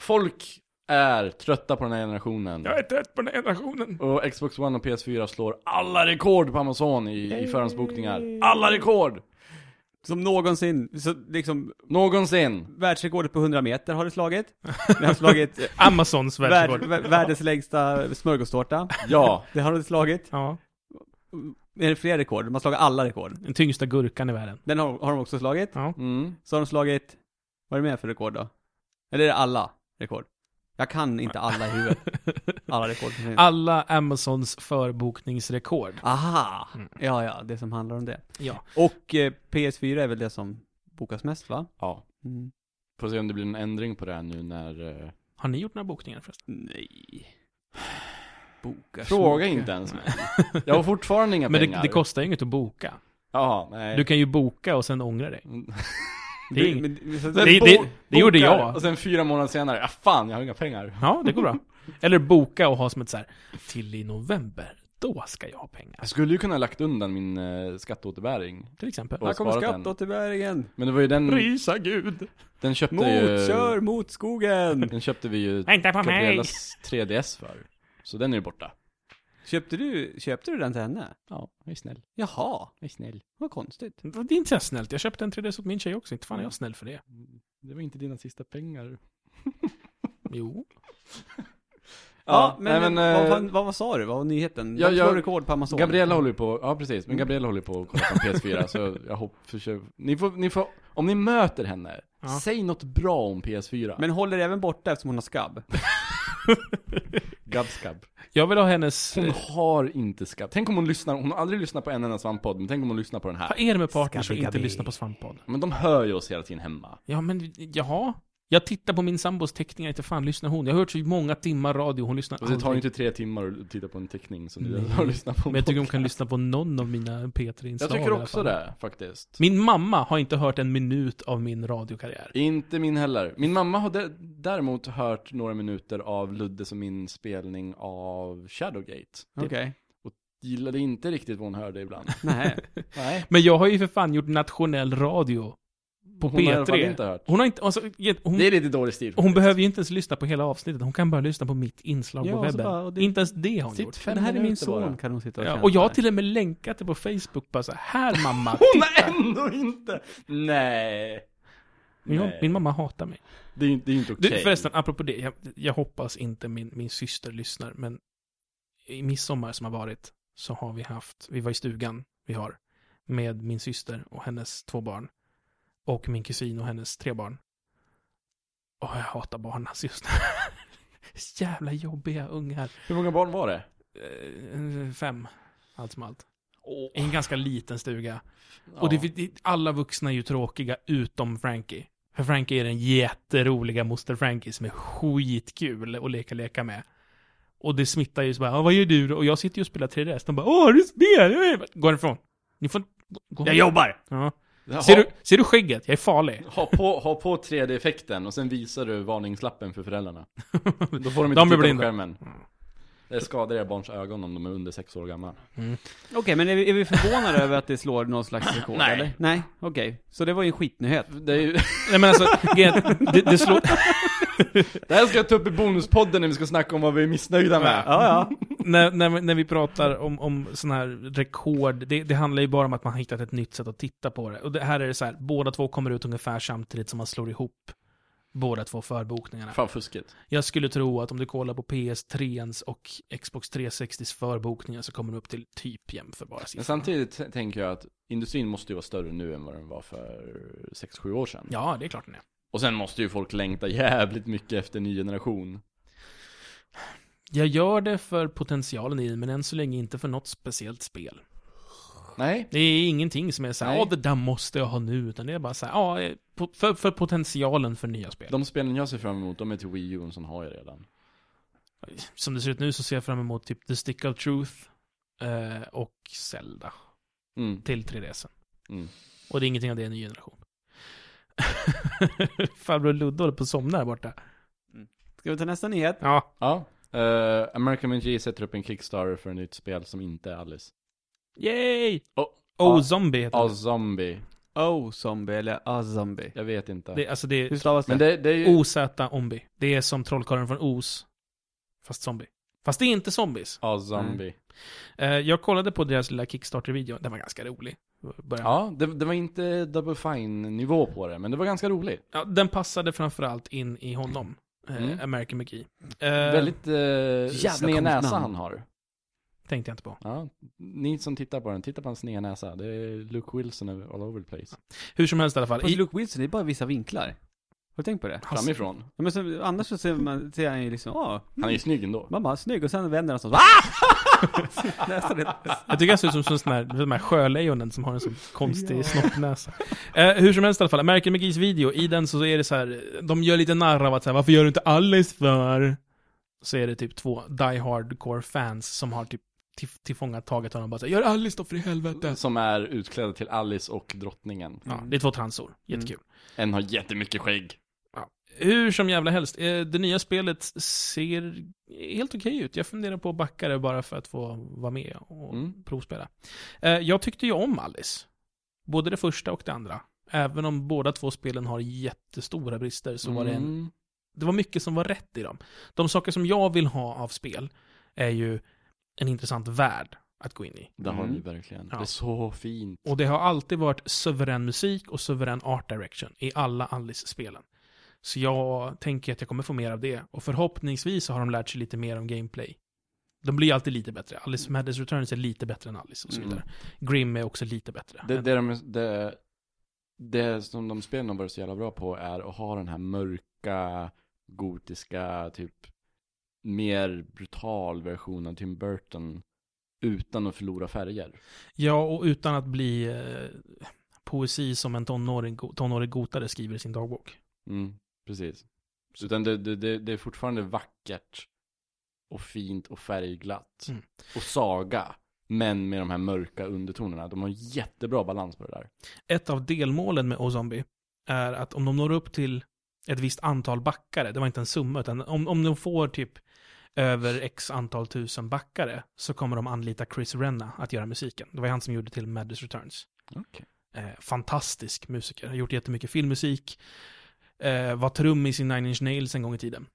Speaker 3: folk är trötta på den här generationen.
Speaker 1: Jag är trött på den här generationen.
Speaker 3: Och Xbox One och PS4 slår alla rekord på Amazon i, i förhandsbokningar. Alla rekord!
Speaker 2: Som någonsin, så liksom
Speaker 3: Någonsin!
Speaker 2: världsrekordet på 100 meter har det slagit. Det har slagit eh,
Speaker 1: Amazons
Speaker 2: värld,
Speaker 1: världsrekord.
Speaker 2: vär- världens längsta smörgåstårta.
Speaker 3: Ja.
Speaker 2: Det har det slagit.
Speaker 1: Ja,
Speaker 2: Är det fler rekord? De har slagit alla rekord.
Speaker 1: den tyngsta gurkan i världen.
Speaker 2: Den har, har de också slagit.
Speaker 1: Ja.
Speaker 3: Mm.
Speaker 2: Så har de slagit, vad är det mer för rekord då? Eller är det alla rekord? Jag kan inte alla i huvudet. Alla rekord som finns.
Speaker 1: Alla Amazons förbokningsrekord.
Speaker 2: Aha!
Speaker 1: Mm.
Speaker 2: Ja, ja, det som handlar om det.
Speaker 1: Ja.
Speaker 2: Och eh, PS4 är väl det som bokas mest va?
Speaker 3: Ja.
Speaker 2: Mm.
Speaker 3: Får se om det blir en ändring på det här nu när... eh,
Speaker 1: Har ni gjort några bokningar förresten?
Speaker 2: Nej. Bokas
Speaker 3: Fråga inte ens mig. Jag har fortfarande inga
Speaker 1: Men det,
Speaker 3: pengar.
Speaker 1: det kostar ju inget att boka.
Speaker 3: Ja, nej.
Speaker 1: Du kan ju boka och sen ångra dig. Det, är
Speaker 2: Du,
Speaker 1: inget.
Speaker 2: men, men, så,
Speaker 1: det, det, det gjorde jag.
Speaker 3: Och sen fyra månader senare, ja fan, jag har inga pengar.
Speaker 1: Ja, det går bra. Eller boka och ha som ett så här, till i november, då ska jag ha pengar.
Speaker 3: Jag skulle ju kunna ha lagt undan min eh, skatteåterbäring.
Speaker 1: Till exempel.
Speaker 3: Och
Speaker 2: här kommer
Speaker 3: sparat den.
Speaker 2: skatteåterbäringen!
Speaker 3: Men det var ju den,
Speaker 1: Prisa gud!
Speaker 3: den köpte
Speaker 2: Mot,
Speaker 3: ju...
Speaker 2: kör mot skogen!
Speaker 3: Den köpte vi ju
Speaker 1: Vänta på mig!
Speaker 3: Gabrielas 3DS för. Så den är ju borta.
Speaker 2: Köpte du, köpte du den till henne?
Speaker 3: Ja, jag är snäll.
Speaker 2: Jaha,
Speaker 3: Jag är snäll.
Speaker 2: vad konstigt.
Speaker 1: Det är inte så här snällt. Jag köpte en 3DS åt min tjej också. Inte fan är jag snäll för det.
Speaker 3: Det var inte dina sista pengar.
Speaker 1: Jo.
Speaker 2: Ja, men, vad, fan, vad, vad sa du? Vad var nyheten?
Speaker 3: Ja,
Speaker 2: de
Speaker 3: jag-
Speaker 2: slår rekord på Amazon.
Speaker 3: Gabriella håller ju på, ja precis, men
Speaker 2: Mm.
Speaker 3: Gabriella håller ju på att kolla på PS4 så jag hoppas, försöker- ni får, ni får, om ni möter henne,
Speaker 1: Ja.
Speaker 3: säg något bra om PS4.
Speaker 2: Men håller även borta eftersom hon har skabb.
Speaker 3: Gabskab. Eh.
Speaker 1: Jag vill ha hennes... eh,
Speaker 3: Hon har inte skabb. Tänk om hon lyssnar, hon har aldrig lyssnat på en enda svamppodd, men tänk om hon lyssnar på den
Speaker 1: Vad
Speaker 3: här.
Speaker 1: är det med partners
Speaker 2: Skabbi,
Speaker 1: som inte
Speaker 2: gabbi.
Speaker 1: lyssnar på Svamppodd?
Speaker 3: Men de hör ju oss hela tiden hemma.
Speaker 1: Ja, men jaha? Jag tittar på min sambos teckningar, inte fan lyssnar hon. Jag har hört så många timmar radio, hon lyssnar
Speaker 3: Och det tar ju
Speaker 1: aldrig.
Speaker 3: inte tre timmar att titta på en teckning som du
Speaker 1: Nej.
Speaker 3: har lyssnat på. en
Speaker 1: Men jag tycker hon kan
Speaker 3: podcast.
Speaker 1: lyssna på någon av mina P3-inslag
Speaker 3: Jag tycker
Speaker 1: i alla
Speaker 3: också
Speaker 1: fall.
Speaker 3: det, faktiskt.
Speaker 1: Min mamma har inte hört en minut av min radiokarriär.
Speaker 3: Inte min heller. Min mamma har dä- däremot hört några minuter av Luddes och min spelning av Shadowgate.
Speaker 2: Okej.
Speaker 3: Gillade inte riktigt vad hon hörde ibland.
Speaker 2: Nej.
Speaker 3: Nej.
Speaker 1: Men jag har ju för fan gjort nationell radio. På
Speaker 3: Hon har i alla fall
Speaker 1: P3.
Speaker 3: inte hört.
Speaker 1: Hon har inte, alltså, ge- hon,
Speaker 3: Det är lite dålig stil.
Speaker 1: hon behöver ju inte ens lyssna på hela avsnittet. Hon kan bara lyssna på mitt inslag
Speaker 2: Ja,
Speaker 1: på
Speaker 2: och så
Speaker 1: webben.
Speaker 2: bara- och det-
Speaker 1: inte ens det har hon
Speaker 3: alltså Sitt
Speaker 1: gjort.
Speaker 3: fem
Speaker 2: Men det här är min
Speaker 3: minuter
Speaker 2: son,
Speaker 3: bara.
Speaker 2: kan hon sitta och
Speaker 1: Ja,
Speaker 2: känna
Speaker 1: och jag har
Speaker 2: där.
Speaker 1: till och med länkat det på Facebook bara så här, här mamma,
Speaker 3: Hon
Speaker 1: titta!
Speaker 3: har ändå inte! Nej.
Speaker 1: Jo,
Speaker 3: Nej.
Speaker 1: min mamma hatar mig.
Speaker 3: Det är ju inte, det är ju inte
Speaker 1: Du,
Speaker 3: okej.
Speaker 1: förresten, apropå det, jag, jag hoppas inte min, min syster lyssnar, men i midsommar som har varit så har vi haft, vi var i stugan, vi har, med min syster och hennes två barn. Och min kusin och hennes tre barn. Åh, jag hatar barn alltså just nu. Jävla jobbiga ungar.
Speaker 3: Hur många barn var det?
Speaker 1: Eh, Fem, allt som allt.
Speaker 3: Åh.
Speaker 1: I en ganska liten stuga.
Speaker 3: Ja.
Speaker 1: Och det, det, alla vuxna är ju tråkiga utom Frankie. För Frankie är den jätteroliga moster Frankie som är skitkul att leka leka med. Och det smittar ju så bara, "Ja, vad gör du då? Och jag sitter ju och spelar 3DS. De bara, åh, har du spel? Går ifrån. Ni får... Gå.
Speaker 3: Jag jobbar!
Speaker 1: Ja.
Speaker 3: Ha,
Speaker 1: Ser, du, ser du skägget? Jag är farlig.
Speaker 3: ha, på, ha på 3D-effekten och sen visar du varningslappen för föräldrarna. Då får de
Speaker 1: De blir
Speaker 3: inte titta på
Speaker 1: blinda.
Speaker 3: skärmen. Det skadar era barns ögon om de är under sex år gamla.
Speaker 2: Okej, men är vi, är vi förvånade över att det slår någon slags rekord
Speaker 3: Nej.
Speaker 2: eller? Nej. Okej. Så det var ju en skitnyhet.
Speaker 3: Det, är ju,
Speaker 1: Nej men alltså, grejen är att det, det slår...
Speaker 3: det här ska jag ta upp i bonuspodden när vi ska snacka om vad vi är missnöjda med.
Speaker 2: Ja, ja.
Speaker 1: när, när, när vi pratar om, om sådana här rekord, det, det handlar ju bara om att man har hittat ett nytt sätt att titta på det. Och det, här är det så här, båda två kommer ut ungefär samtidigt som man slår ihop båda två förbokningarna.
Speaker 3: Fan fusket.
Speaker 1: Jag skulle tro att om du kollar på PS3 och Xbox 360s förbokningar så kommer du upp till typ jämförbara
Speaker 3: Men
Speaker 1: siffror.
Speaker 3: samtidigt t- tänker jag att industrin måste ju vara större nu än vad den var för 6-7 år sedan.
Speaker 1: Ja, det är klart den är.
Speaker 3: Och sen måste ju folk längta jävligt mycket efter ny generation.
Speaker 1: Jag gör det för potentialen i det, men än så länge inte för något speciellt spel.
Speaker 3: Nej.
Speaker 1: Det är ingenting som är såhär,
Speaker 3: Nej.
Speaker 1: ja det där måste jag ha nu, utan det är bara såhär, ja, eh, po- för, för potentialen för nya spel.
Speaker 3: De spelen jag ser fram emot, de är till Wii U, som har jag redan.
Speaker 1: som det ser ut nu så ser jag fram emot typ The Stick of Truth eh, och Zelda
Speaker 3: Mm.
Speaker 1: till 3DSen.
Speaker 3: Mm.
Speaker 1: Och det är ingenting av det är en ny generation. Farbror Ludde håller på att somna där borta.
Speaker 2: Ska vi ta nästa nyhet?
Speaker 1: Ja,
Speaker 3: Ja. Eh, American MG sätter upp en Kickstarter för ett nytt spel som inte är Alice.
Speaker 1: yay!
Speaker 3: Oh,
Speaker 1: Oh,
Speaker 3: ah.
Speaker 1: zombie heter
Speaker 3: A
Speaker 1: det.
Speaker 3: zombie.
Speaker 2: Oh, zombie eller a zombie.
Speaker 3: Jag vet inte.
Speaker 1: det. Oh. Alltså det
Speaker 2: Hur
Speaker 1: är
Speaker 2: stavas
Speaker 3: Men
Speaker 2: det?
Speaker 3: det, det är ju...
Speaker 1: OZ-ombi. Det är som trollkarlen från Os, fast zombie. Fast det är inte zombies.
Speaker 3: A zombie.
Speaker 1: Eh, jag kollade på deras lilla Kickstarter-video, den var ganska rolig. Början.
Speaker 3: Ja, det, det var inte double fine-nivå på det, men det var ganska roligt.
Speaker 1: Ja, den passade framförallt in i honom, eh,
Speaker 3: Mm.
Speaker 1: American McGee. Eh,
Speaker 3: Väldigt eh,
Speaker 2: jävla
Speaker 3: sned
Speaker 2: coolt
Speaker 3: näsa
Speaker 2: namn.
Speaker 3: han har.
Speaker 1: Tänkte jag inte på.
Speaker 3: Ja, ni som tittar på den, titta på hans sned näsa. Det är Luke Wilson över- all over the place.
Speaker 1: Hur som helst i alla fall.
Speaker 2: Fast
Speaker 1: I,
Speaker 2: Luke Wilson, det är bara vissa vinklar. Har du tänkt på det?
Speaker 1: han,
Speaker 3: Framifrån.
Speaker 2: Ja, men så, annars så ser man, ser han ju liksom, åh,
Speaker 3: Han är ju snygg ändå.
Speaker 2: mamma, snygg, och sen vänder han sig och så, ah! Nästan det.
Speaker 1: jag tycker han ser ut som, som sån här, de här sjölejonen som har en sån konstig snoppnäsa. Eh, hur som helst i alla fall, American McGees video, i den så är det så här, de gör lite narr av att så här, varför gör du inte Alice för? Så är det typ två die hardcore fans som har typ till- tillfångatagit honom och bara så här, gör Alice då för i helvete.
Speaker 3: Som är utklädd till Alice och drottningen.
Speaker 1: Ja, det är två transor, jättekul.
Speaker 3: En har jättemycket skägg. Mm.
Speaker 1: Hur som jävla helst, eh, det nya spelet ser helt okej ut. Jag funderar på att backa det bara för att få vara med och
Speaker 3: Mm.
Speaker 1: provspela. Eh, Jag tyckte ju om Alice. Både det första och det andra. Även om båda två spelen har jättestora brister så var det en...
Speaker 3: Mm.
Speaker 1: Det var mycket som var rätt i dem. De saker som jag vill ha av spel är ju en intressant värld att gå in i.
Speaker 3: Det har
Speaker 2: Mm.
Speaker 3: ni verkligen.
Speaker 1: Ja.
Speaker 3: Det är så fint.
Speaker 1: Och det har alltid varit suverän musik och suverän art direction i alla Alice-spelen. Så jag tänker att jag kommer få mer av det. Och förhoppningsvis så har de lärt sig lite mer om gameplay. De blir ju alltid lite bättre. Alice Madness Returns är lite bättre än Alice och så vidare. Grim är också lite bättre.
Speaker 3: Mm. Det,
Speaker 1: Men-
Speaker 3: det, de, det, det som de spelen har varit så jävla bra på är att ha den här mörka, gotiska, typ mer brutal version av Tim Burton utan att förlora färger.
Speaker 1: Ja, och utan att bli eh, poesi som en tonåring, tonårig gotare skriver i sin dagbok.
Speaker 3: Mm. Precis. Utan det, det, det, det är fortfarande vackert och fint och färgglatt.
Speaker 1: Mm.
Speaker 3: Och saga. Men med de här mörka undertonerna. De har jättebra balans på det där.
Speaker 1: Ett av delmålen med Ozombie är att om de når upp till ett visst antal backare, det var inte en summa, utan om, om de får typ över x antal tusen backare så kommer de anlita Chris Renna att göra musiken. Det var ju han som gjorde till Madness Returns.
Speaker 3: Okej.
Speaker 1: Eh, fantastisk musiker, har gjort jättemycket filmmusik, eh, var trummis i Nine Inch Nails en gång i tiden.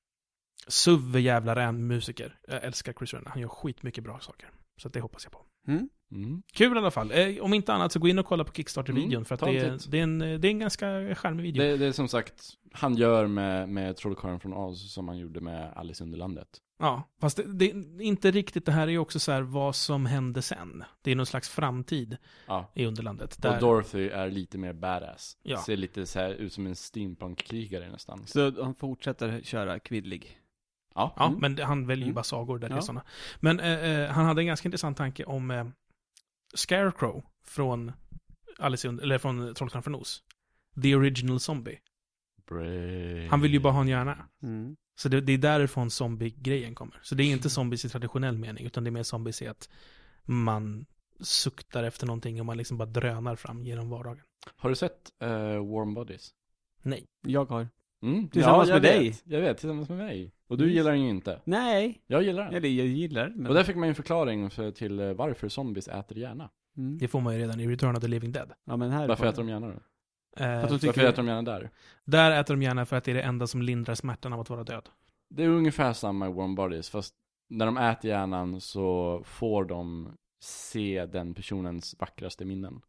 Speaker 1: Suverjävlarän musiker. Jag älskar Chris Renna, han gör skitmycket bra saker. Så att det hoppas jag på.
Speaker 2: Mm?
Speaker 3: Mm.
Speaker 1: Kul i alla fall. Eh, om inte annat så gå in och kolla på Kickstarter-videon
Speaker 3: Mm,
Speaker 1: för att
Speaker 3: ta
Speaker 1: det
Speaker 3: en
Speaker 1: är,
Speaker 3: titt.
Speaker 1: det, är en, eh, det är en ganska charmig video.
Speaker 3: Det, det är som sagt, han gör med, med Trollkarlen från Oz som han gjorde med Alice i Underlandet.
Speaker 1: Ja, fast det, det är inte riktigt. Det här är ju också så här vad som hände sen. Det är någon slags framtid
Speaker 3: Ja.
Speaker 1: i Underlandet.
Speaker 3: Och
Speaker 1: Där,
Speaker 3: Dorothy är lite mer badass.
Speaker 1: Ja.
Speaker 3: Ser lite så här ut som en steampunkkrigare nästan.
Speaker 2: Så han fortsätter köra kvinnlig.
Speaker 3: Ja.
Speaker 1: ja,
Speaker 2: Mm.
Speaker 1: men det- han väljer ju
Speaker 2: Mm.
Speaker 1: bara sagor där det är
Speaker 2: Ja.
Speaker 1: sådana. Men eh, eh, han hade en ganska intressant tanke om eh, Scarecrow från Alice i Under- eller från Trollkarlen från Oz. The original zombie.
Speaker 3: Brave.
Speaker 1: Han vill ju bara ha en hjärna.
Speaker 2: Mm.
Speaker 1: Så det, det är därifrån zombie-grejen kommer. Så det är inte zombies i traditionell mening, utan det är mer zombies i att man suktar efter någonting och man liksom bara drönar fram genom vardagen.
Speaker 3: Har du sett eh, Warm Bodies?
Speaker 1: Nej.
Speaker 2: Jag har.
Speaker 3: Mm.
Speaker 2: Tillsammans
Speaker 3: ja, jag
Speaker 2: med dig.
Speaker 3: Vet, jag vet, tillsammans med mig. Och du
Speaker 2: Mm.
Speaker 3: gillar den ju inte.
Speaker 2: Nej.
Speaker 3: Jag gillar den.
Speaker 2: Eller jag gillar men...
Speaker 3: Och där fick man ju en förklaring för, till eh, varför zombies äter hjärna.
Speaker 2: mm.
Speaker 1: Det får man ju redan i Return of the Living Dead.
Speaker 2: Ja men här
Speaker 3: Varför
Speaker 2: var
Speaker 3: äter de hjärna då?
Speaker 1: Eh,
Speaker 2: Att de tycker-
Speaker 3: Varför äter de hjärna där?
Speaker 1: Där äter de gärna för att det är det enda som lindrar smärtan av att vara död.
Speaker 3: Det är ungefär samma i Warm Bodies, fast när de äter hjärnan så får de se den personens vackraste minnen.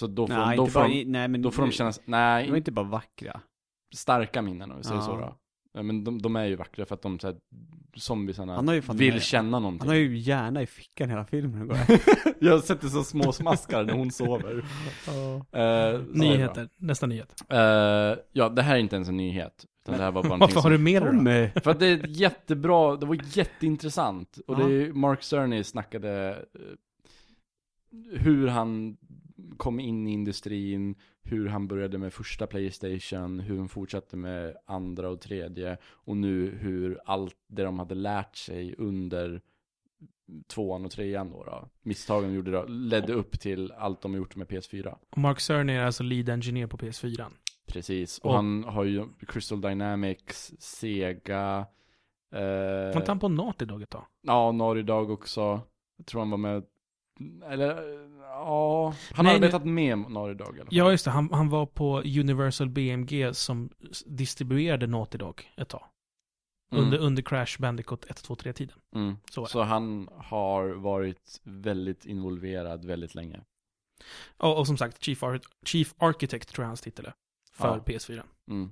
Speaker 3: Så då får,
Speaker 2: Nej,
Speaker 3: då
Speaker 2: inte
Speaker 3: får,
Speaker 2: bara,
Speaker 3: de,
Speaker 2: i- nej men
Speaker 3: då får de känna,
Speaker 2: de
Speaker 3: nej,
Speaker 2: var inte bara vackra.
Speaker 3: starka minnen om vi säger
Speaker 2: Ja.
Speaker 3: så då. Ja, Men de, de är ju vackra för att de så här, zombiesarna
Speaker 2: Han har ju fan-
Speaker 3: vill känna någonting.
Speaker 2: Han har ju hjärna i fickan hela filmen. går jag.
Speaker 3: Jag har sett det som små smaskar när hon sover. Eh, så
Speaker 1: Nyheter. Nästa nyhet.
Speaker 3: det är bra. Eh, ja, det här är inte ens en nyhet. Utan det här var bara någonting
Speaker 1: Varför har
Speaker 3: som...
Speaker 1: du med det då?
Speaker 2: Tommy!
Speaker 3: För att det är ett jättebra, det var jätteintressant. Och det
Speaker 2: Ja.
Speaker 3: är, Mark Cerny snackade eh, hur han kom in i industrin, hur han började med första Playstation, hur han fortsatte med andra och tredje och nu hur allt det de hade lärt sig under tvåan och trean då, då misstagen de gjorde då, ledde upp till allt de gjort med PS4.
Speaker 1: Och Mark Cerny är alltså lead engineer på PS4.
Speaker 3: Precis, och
Speaker 1: Och-
Speaker 3: han har ju Crystal Dynamics, Sega, eh,
Speaker 1: Var inte han på Naughty Dog ett tag?
Speaker 3: Ja, Norr idag också. Jag tror han var med. Eller, ja. Han
Speaker 1: Nej,
Speaker 3: har arbetat med Norr idag i alla fall.
Speaker 1: Ja, just det. Han, han var på Universal BMG som s- distribuerade Naughty Dog ett tag.
Speaker 3: Mm,
Speaker 1: Under, under Crash Bandicoot 1, 2, 3-tiden.
Speaker 3: mm.
Speaker 1: Så är det.
Speaker 3: Så han har varit väldigt involverad väldigt länge.
Speaker 1: Och, och som sagt, Chief, Ar Chief Architect tror jag hans titel är. För
Speaker 3: Ja.
Speaker 1: PS4.
Speaker 3: Mm.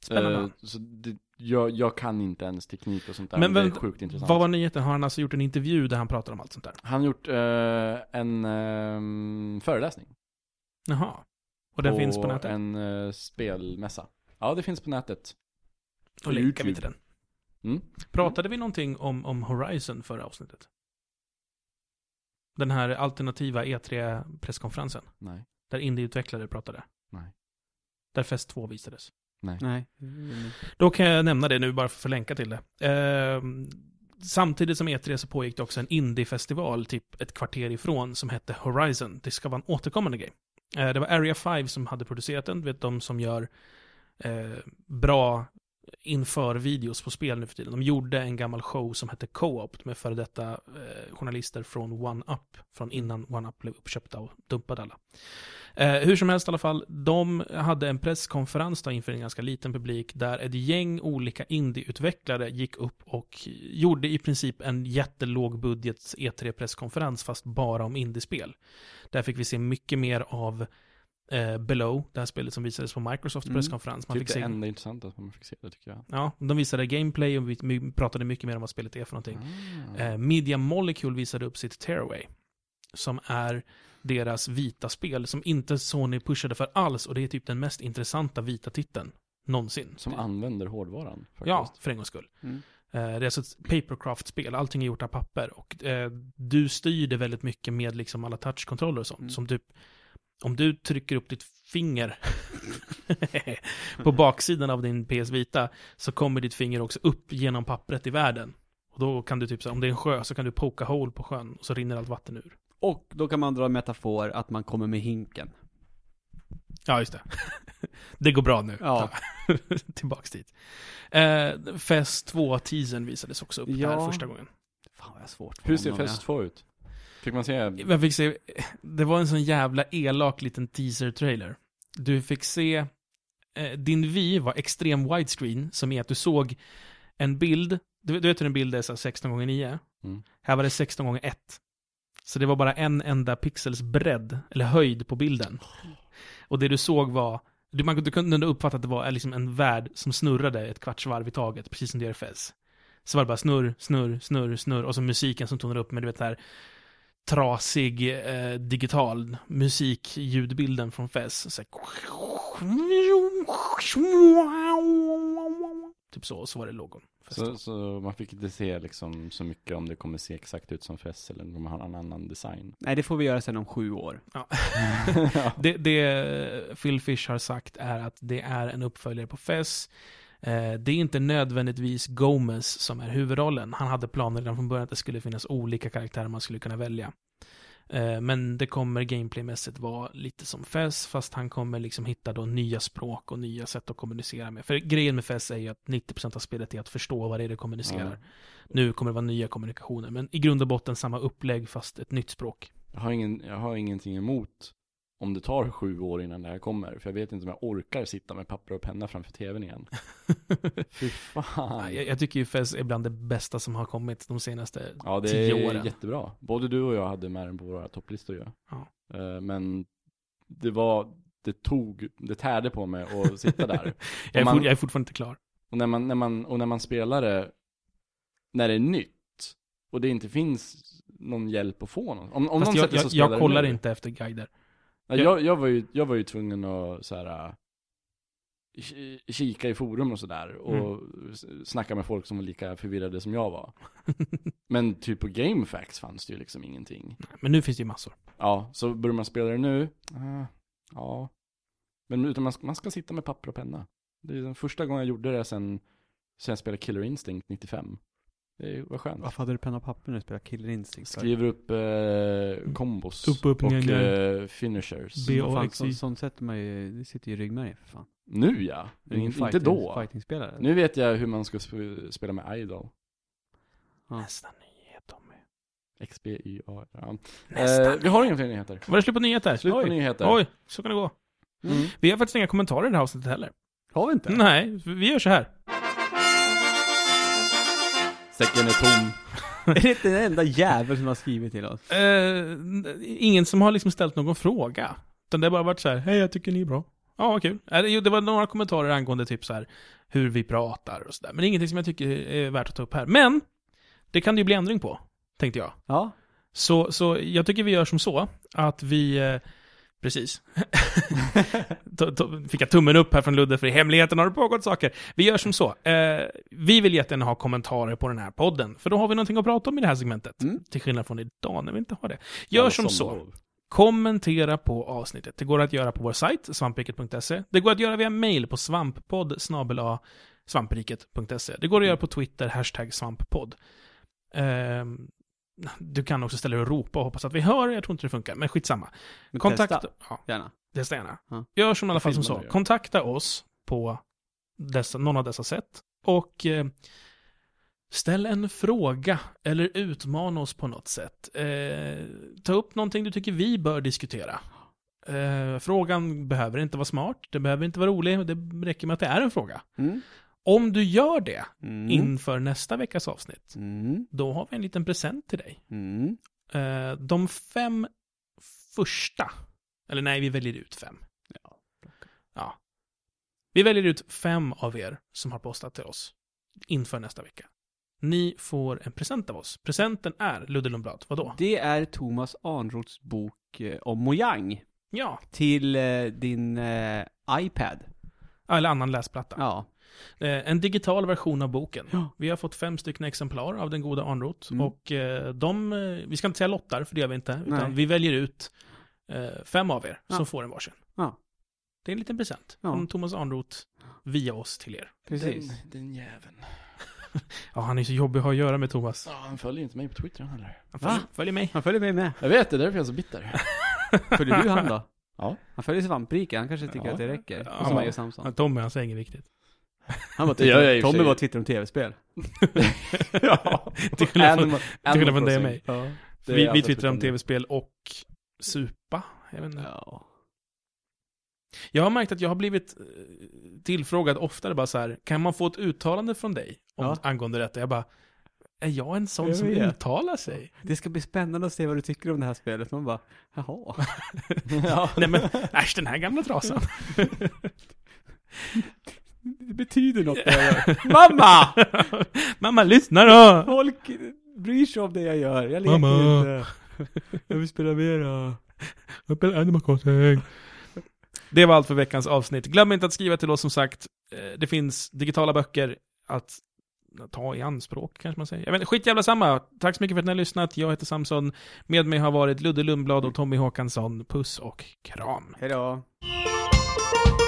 Speaker 1: Spännande.
Speaker 3: Eh, så det, jag, jag kan inte ens teknik och sånt där.
Speaker 1: Men
Speaker 3: Men, det är
Speaker 1: vänt-
Speaker 3: sjukt intressant.
Speaker 1: Vad var nyheten? Har han alltså gjort en intervju där han pratar om allt sånt där?
Speaker 3: Han har gjort eh, en ehm, föreläsning.
Speaker 1: Jaha. Och den finns på nätet?
Speaker 3: en eh, spelmässa. Ja, det finns på nätet.
Speaker 1: Då länkar vi till den.
Speaker 3: Mm.
Speaker 1: Pratade vi någonting om, om Horizon förra avsnittet? Den här alternativa E3-presskonferensen,
Speaker 3: Nej.
Speaker 1: där indieutvecklare pratade.
Speaker 3: Nej.
Speaker 1: Där Fest 2 visades.
Speaker 2: Nej. Mm.
Speaker 1: Då kan jag nämna det nu bara för att länka till det. Ehm, samtidigt som E3 så pågick det också en indiefestival typ ett kvarter ifrån som hette Horizon. Det ska vara en återkommande grej. Eh, det var Area 5 som hade producerat den, du vet de som gör eh, bra inför videos på spel nu för tiden. De gjorde en gammal show som hette Co-op med före detta eh, journalister från One Up, från innan One Up blev uppköpta och dumpade alla. Eh, hur som helst i alla fall, de hade en presskonferens då inför en ganska liten publik där ett gäng olika indieutvecklare gick upp och gjorde i princip en jättelåg budgets E3-presskonferens fast bara om indiespel. Där fick vi se mycket mer av eh, Below, det här spelet som visades på Microsofts
Speaker 2: Mm.
Speaker 1: presskonferens. Man
Speaker 3: typ
Speaker 1: fick
Speaker 3: det
Speaker 1: se
Speaker 3: enda intressanta som man fick se det tycker jag.
Speaker 1: Ja, de visade gameplay och vi- vi pratade mycket mer om vad spelet är för någonting.
Speaker 3: Ah. Mm.
Speaker 1: Eh, Media Molecule visade upp sitt Tearaway, som är deras vita spel som inte Sony pushade för alls och det är typ den mest intressanta vita titeln någonsin. Typ.
Speaker 3: Som använder hårdvaran faktiskt.
Speaker 1: Ja, för en gångs skull.
Speaker 2: Mm.
Speaker 1: Eh, Det är alltså ett papercraft-spel, allting är gjort av papper och eh, du styr det väldigt mycket med liksom alla touchkontroller och sånt.
Speaker 2: Mm.
Speaker 1: Som typ, Om du trycker upp ditt finger på baksidan av din PS Vita så kommer ditt finger också upp genom pappret i världen. Och då kan du typ så här, om det är en sjö så kan du poka hål på sjön och så rinner allt vatten ur.
Speaker 2: Och då kan man dra en metafor att man kommer med hinken.
Speaker 1: Ja, just det. det går bra nu.
Speaker 2: Ja.
Speaker 1: Tillbaks dit. Eh, Fest 2-teasern visades också upp
Speaker 2: Ja.
Speaker 1: här första gången.
Speaker 2: Fan vad jag har svårt för
Speaker 3: Hur ser
Speaker 2: honom,
Speaker 3: Fest 2 ut? Fick man se?
Speaker 1: Eh, Jag fick se, det var en sån jävla elak liten teaser-trailer. Du fick se, eh, din vy var extrem widescreen, som är att du såg en bild, du, du vet hur en bild är så här 16 gånger 9
Speaker 3: Mm.
Speaker 1: Här var det 16 gånger 1 Så det var bara en enda pixels bredd, eller höjd på bilden. Och det du såg var, du, man, du kunde uppfatta att det var liksom en värld som snurrade ett kvarts varv i taget, precis som det gör i Fez. Så var det bara snurr, snurr, snurr, snurr och så musiken som tonar upp med du vet den här trasig eh, digital musik, ljudbilden från Fez. Så här, typ så, och så var det logon. Fez
Speaker 3: Så, så man fick inte se liksom så mycket om det kommer se exakt ut som Fest eller om de har en annan design.
Speaker 2: Nej, det får vi göra sen om sju år.
Speaker 1: Ja.
Speaker 3: Ja.
Speaker 1: det, det Phil Fish har sagt är att det är en uppföljare på Fez. Eh, Det är inte nödvändigtvis Gomez som är huvudrollen. Han hade planer redan från början att det skulle finnas olika karaktärer man skulle kunna välja. Eh, Men det kommer gameplaymässigt vara lite som Fez, fast han kommer liksom hitta då nya språk och nya sätt att kommunicera med. För grejen med Fez är ju att 90% av spelet är att förstå vad det är du kommunicerar.
Speaker 3: Ja.
Speaker 1: Nu kommer det vara nya kommunikationer, men i grund och botten samma upplägg fast ett nytt språk.
Speaker 3: Jag har, ingen, jag har ingenting emot om det tar sju år innan det här kommer. För jag vet inte om jag orkar sitta med papper och penna framför tvn igen. Fy
Speaker 1: Nej,
Speaker 3: fan.
Speaker 1: Jag, jag tycker ju Fez är bland det bästa som har kommit de senaste
Speaker 3: Ja, det
Speaker 1: tio
Speaker 3: är
Speaker 1: åren.
Speaker 3: jättebra. Både du och jag hade med den på våra topplistor ju.
Speaker 1: Ja.
Speaker 3: Eh, Men det var, det tog, det tärde på mig att sitta där.
Speaker 1: Jag är,
Speaker 3: Om man-
Speaker 1: fort, jag är fortfarande inte klar.
Speaker 3: Och när man, när man, och när man spelar det, när det är nytt och det inte finns någon hjälp att få någon. Om, om någon
Speaker 1: Fast jag,
Speaker 3: sätter sig
Speaker 1: jag,
Speaker 3: och spelar
Speaker 1: jag
Speaker 3: det
Speaker 1: kollar
Speaker 3: nu-
Speaker 1: inte efter guider.
Speaker 3: Nej, jag, jag, var ju, jag var ju tvungen att så här, äh, ki- kika i forum och sådär och
Speaker 1: Mm.
Speaker 3: s- snacka med folk som var lika förvirrade som jag var. Men typ på GameFAQs fanns det ju liksom ingenting.
Speaker 1: Men nu finns det ju massor.
Speaker 3: Ja, så börjar man spela det nu, ah, ja. Men utan man, ska- man ska sitta med papper och penna. Det är den första gången jag gjorde det sen, sen jag spelade Killer Instinct 95. Det var skönt.
Speaker 2: Varför hade du penna och papper när du spelade Killer Instinct? för?
Speaker 3: Skriver upp eh, kombos
Speaker 1: Upp, upp,
Speaker 3: och
Speaker 1: ner, ner.
Speaker 3: eh, finishers.
Speaker 1: B-
Speaker 2: Vad fan,
Speaker 1: BAXI.
Speaker 2: så, sånt sätter man ju, det sitter ju i ryggmärgen för fan.
Speaker 3: Nu ja,
Speaker 2: Det är ingen
Speaker 3: inte inte då.
Speaker 2: Fightingspelare.
Speaker 3: Nu vet jag hur man ska sp- spela med Idol.
Speaker 2: Ja.
Speaker 1: Nästa nyhet, Tommy.
Speaker 3: XBYA. Ja.
Speaker 1: Nästa.
Speaker 3: Eh, vi har inga fler nyheter.
Speaker 1: Var det slut på nyheter?
Speaker 3: Slut på
Speaker 1: Oj.
Speaker 3: nyheter.
Speaker 1: Oj, så kan det gå.
Speaker 3: Mm.
Speaker 1: Vi har faktiskt inga kommentarer i det här avsnittet heller.
Speaker 2: Har vi inte?
Speaker 1: Nej, vi gör så här.
Speaker 3: Säcken är tom.
Speaker 2: Är det inte den enda jävel som har skrivit till oss?
Speaker 1: Eh, ingen som har liksom ställt någon fråga. Utan det har bara varit så här, hej jag tycker ni är bra. Ja, vad kul. Eh, Jo, det var några kommentarer angående typ så här hur vi pratar och sådär. Men det är ingenting som jag tycker är värt att ta upp här. Men, det kan det ju bli ändring på, tänkte jag.
Speaker 2: Ja.
Speaker 1: Så, så jag tycker vi gör som så att vi, eh, precis, T- t- fick jag tummen upp här från Ludde för i hemligheten har det pågått saker. Vi gör som så, eh, vi vill jättegärna ha kommentarer på den här podden, för då har vi någonting att prata om i det här segmentet.
Speaker 2: Mm.
Speaker 1: Till skillnad från idag när vi inte har det. Gör
Speaker 3: Alla
Speaker 1: som så,
Speaker 3: sommarlov.
Speaker 1: kommentera på avsnittet. Det går att göra på vår sajt, svampriket.se. Det går att göra via mail på svamppodd snabel-a svampriket.se. Det går att göra
Speaker 2: Mm.
Speaker 1: på Twitter, hashtag svamppodd. Ehm, du kan också ställa dig och ropa och hoppas att vi hör, jag tror inte det funkar, men skitsamma.
Speaker 2: Men
Speaker 1: Kontakt...
Speaker 2: Testa.
Speaker 1: Ja,
Speaker 2: Gärna.
Speaker 1: testa gärna.
Speaker 2: Ja.
Speaker 1: Gör som i alla fall som
Speaker 3: filmar
Speaker 1: så.
Speaker 3: vi gör.
Speaker 1: Kontakta oss på dessa, någon av dessa sätt. Och eh, ställ en fråga eller utmana oss på något sätt. Eh, ta upp någonting du tycker vi bör diskutera. Eh, frågan behöver inte vara smart, det behöver inte vara rolig, det räcker med att det är en fråga.
Speaker 2: Mm.
Speaker 1: Om du gör det
Speaker 2: Mm.
Speaker 1: inför nästa veckas avsnitt,
Speaker 2: Mm.
Speaker 1: då har vi en liten present till dig.
Speaker 2: Mm.
Speaker 1: Eh, de fem första, eller nej, vi väljer ut fem.
Speaker 2: Ja,
Speaker 1: Ja. Vi väljer ut fem av er som har postat till oss inför nästa vecka. Ni får en present av oss. Presenten är Ludde Lundblad. Vadå?
Speaker 2: Det är Thomas Arnroths bok eh, om Mojang
Speaker 1: Ja,
Speaker 2: till eh, din eh, iPad.
Speaker 1: eller annan läsplatta.
Speaker 2: Ja.
Speaker 1: Eh, en digital version av boken.
Speaker 2: Ja.
Speaker 1: Vi har fått fem stycken exemplar av den goda Arnrot.
Speaker 2: Mm.
Speaker 1: Och eh, de, eh, vi ska inte säga lottar, för det gör vi inte. Utan
Speaker 2: Nej.
Speaker 1: vi väljer ut eh, fem av er
Speaker 2: Ja.
Speaker 1: som får en varsin.
Speaker 2: Ja.
Speaker 1: Det är en liten present
Speaker 2: Ja.
Speaker 1: från Thomas Arnroth via oss till er.
Speaker 2: Precis.
Speaker 3: Den, den jäveln.
Speaker 1: Ja, han är så jobbig att ha att göra med Thomas.
Speaker 3: Ja, han följer inte mig på Twitter han heller.
Speaker 1: Han
Speaker 2: Va?
Speaker 1: följer, följer mig.
Speaker 2: Han följer mig med.
Speaker 3: Jag vet, det är därför jag är så bitter.
Speaker 2: Följer du han då?
Speaker 3: Ja.
Speaker 2: Han följer svampriket, han kanske tycker
Speaker 3: Ja.
Speaker 2: att det räcker.
Speaker 1: Ja.
Speaker 2: Och som Maja Samson.
Speaker 1: Ja, Tommy, han säger inget viktigt.
Speaker 2: Han bara
Speaker 3: Det gör jag i
Speaker 2: twittrar,
Speaker 3: och
Speaker 2: Tommy
Speaker 3: för sig.
Speaker 2: bara twittrar om tv-spel.
Speaker 1: ja, till skillnad från, till skillnad från dig och mig.
Speaker 2: Ja.
Speaker 3: Det är
Speaker 1: Vi, vi
Speaker 3: alltid
Speaker 1: twittrar om
Speaker 3: Twitter.
Speaker 1: tv-spel och supa. Jag, vet inte.
Speaker 2: ja.
Speaker 1: jag har märkt att jag har blivit eh, tillfrågad oftare bara så här, kan man få ett uttalande från dig om,
Speaker 2: Ja.
Speaker 1: angående detta? Jag bara, är jag en sån
Speaker 2: Jag
Speaker 1: som
Speaker 2: vet.
Speaker 1: uttalar sig?
Speaker 2: Det ska bli spännande att se vad du tycker om det här spelet. Man bara, jaha.
Speaker 3: Ja.
Speaker 1: Nej men, äsch den här gamla trasan.
Speaker 2: Det betyder något det jag gör. Mamma!
Speaker 1: Mamma, lyssna då!
Speaker 2: Folk bryr sig om det jag gör. Jag leker
Speaker 1: Mamma.
Speaker 2: inte. Jag vill spela mera.
Speaker 1: Jag spelar Animal Crossing. Det var allt för veckans avsnitt. Glöm inte att skriva till oss som sagt. Eh, Det finns digitala böcker att ta i anspråk kanske man säger. Jag vet inte, skit jävla samma. Tack så mycket för att ni har lyssnat. Jag heter Samson. Med mig har varit Ludde Lundblad och Tommy Håkansson. Puss och kram.
Speaker 2: Hejdå.
Speaker 4: Thank you.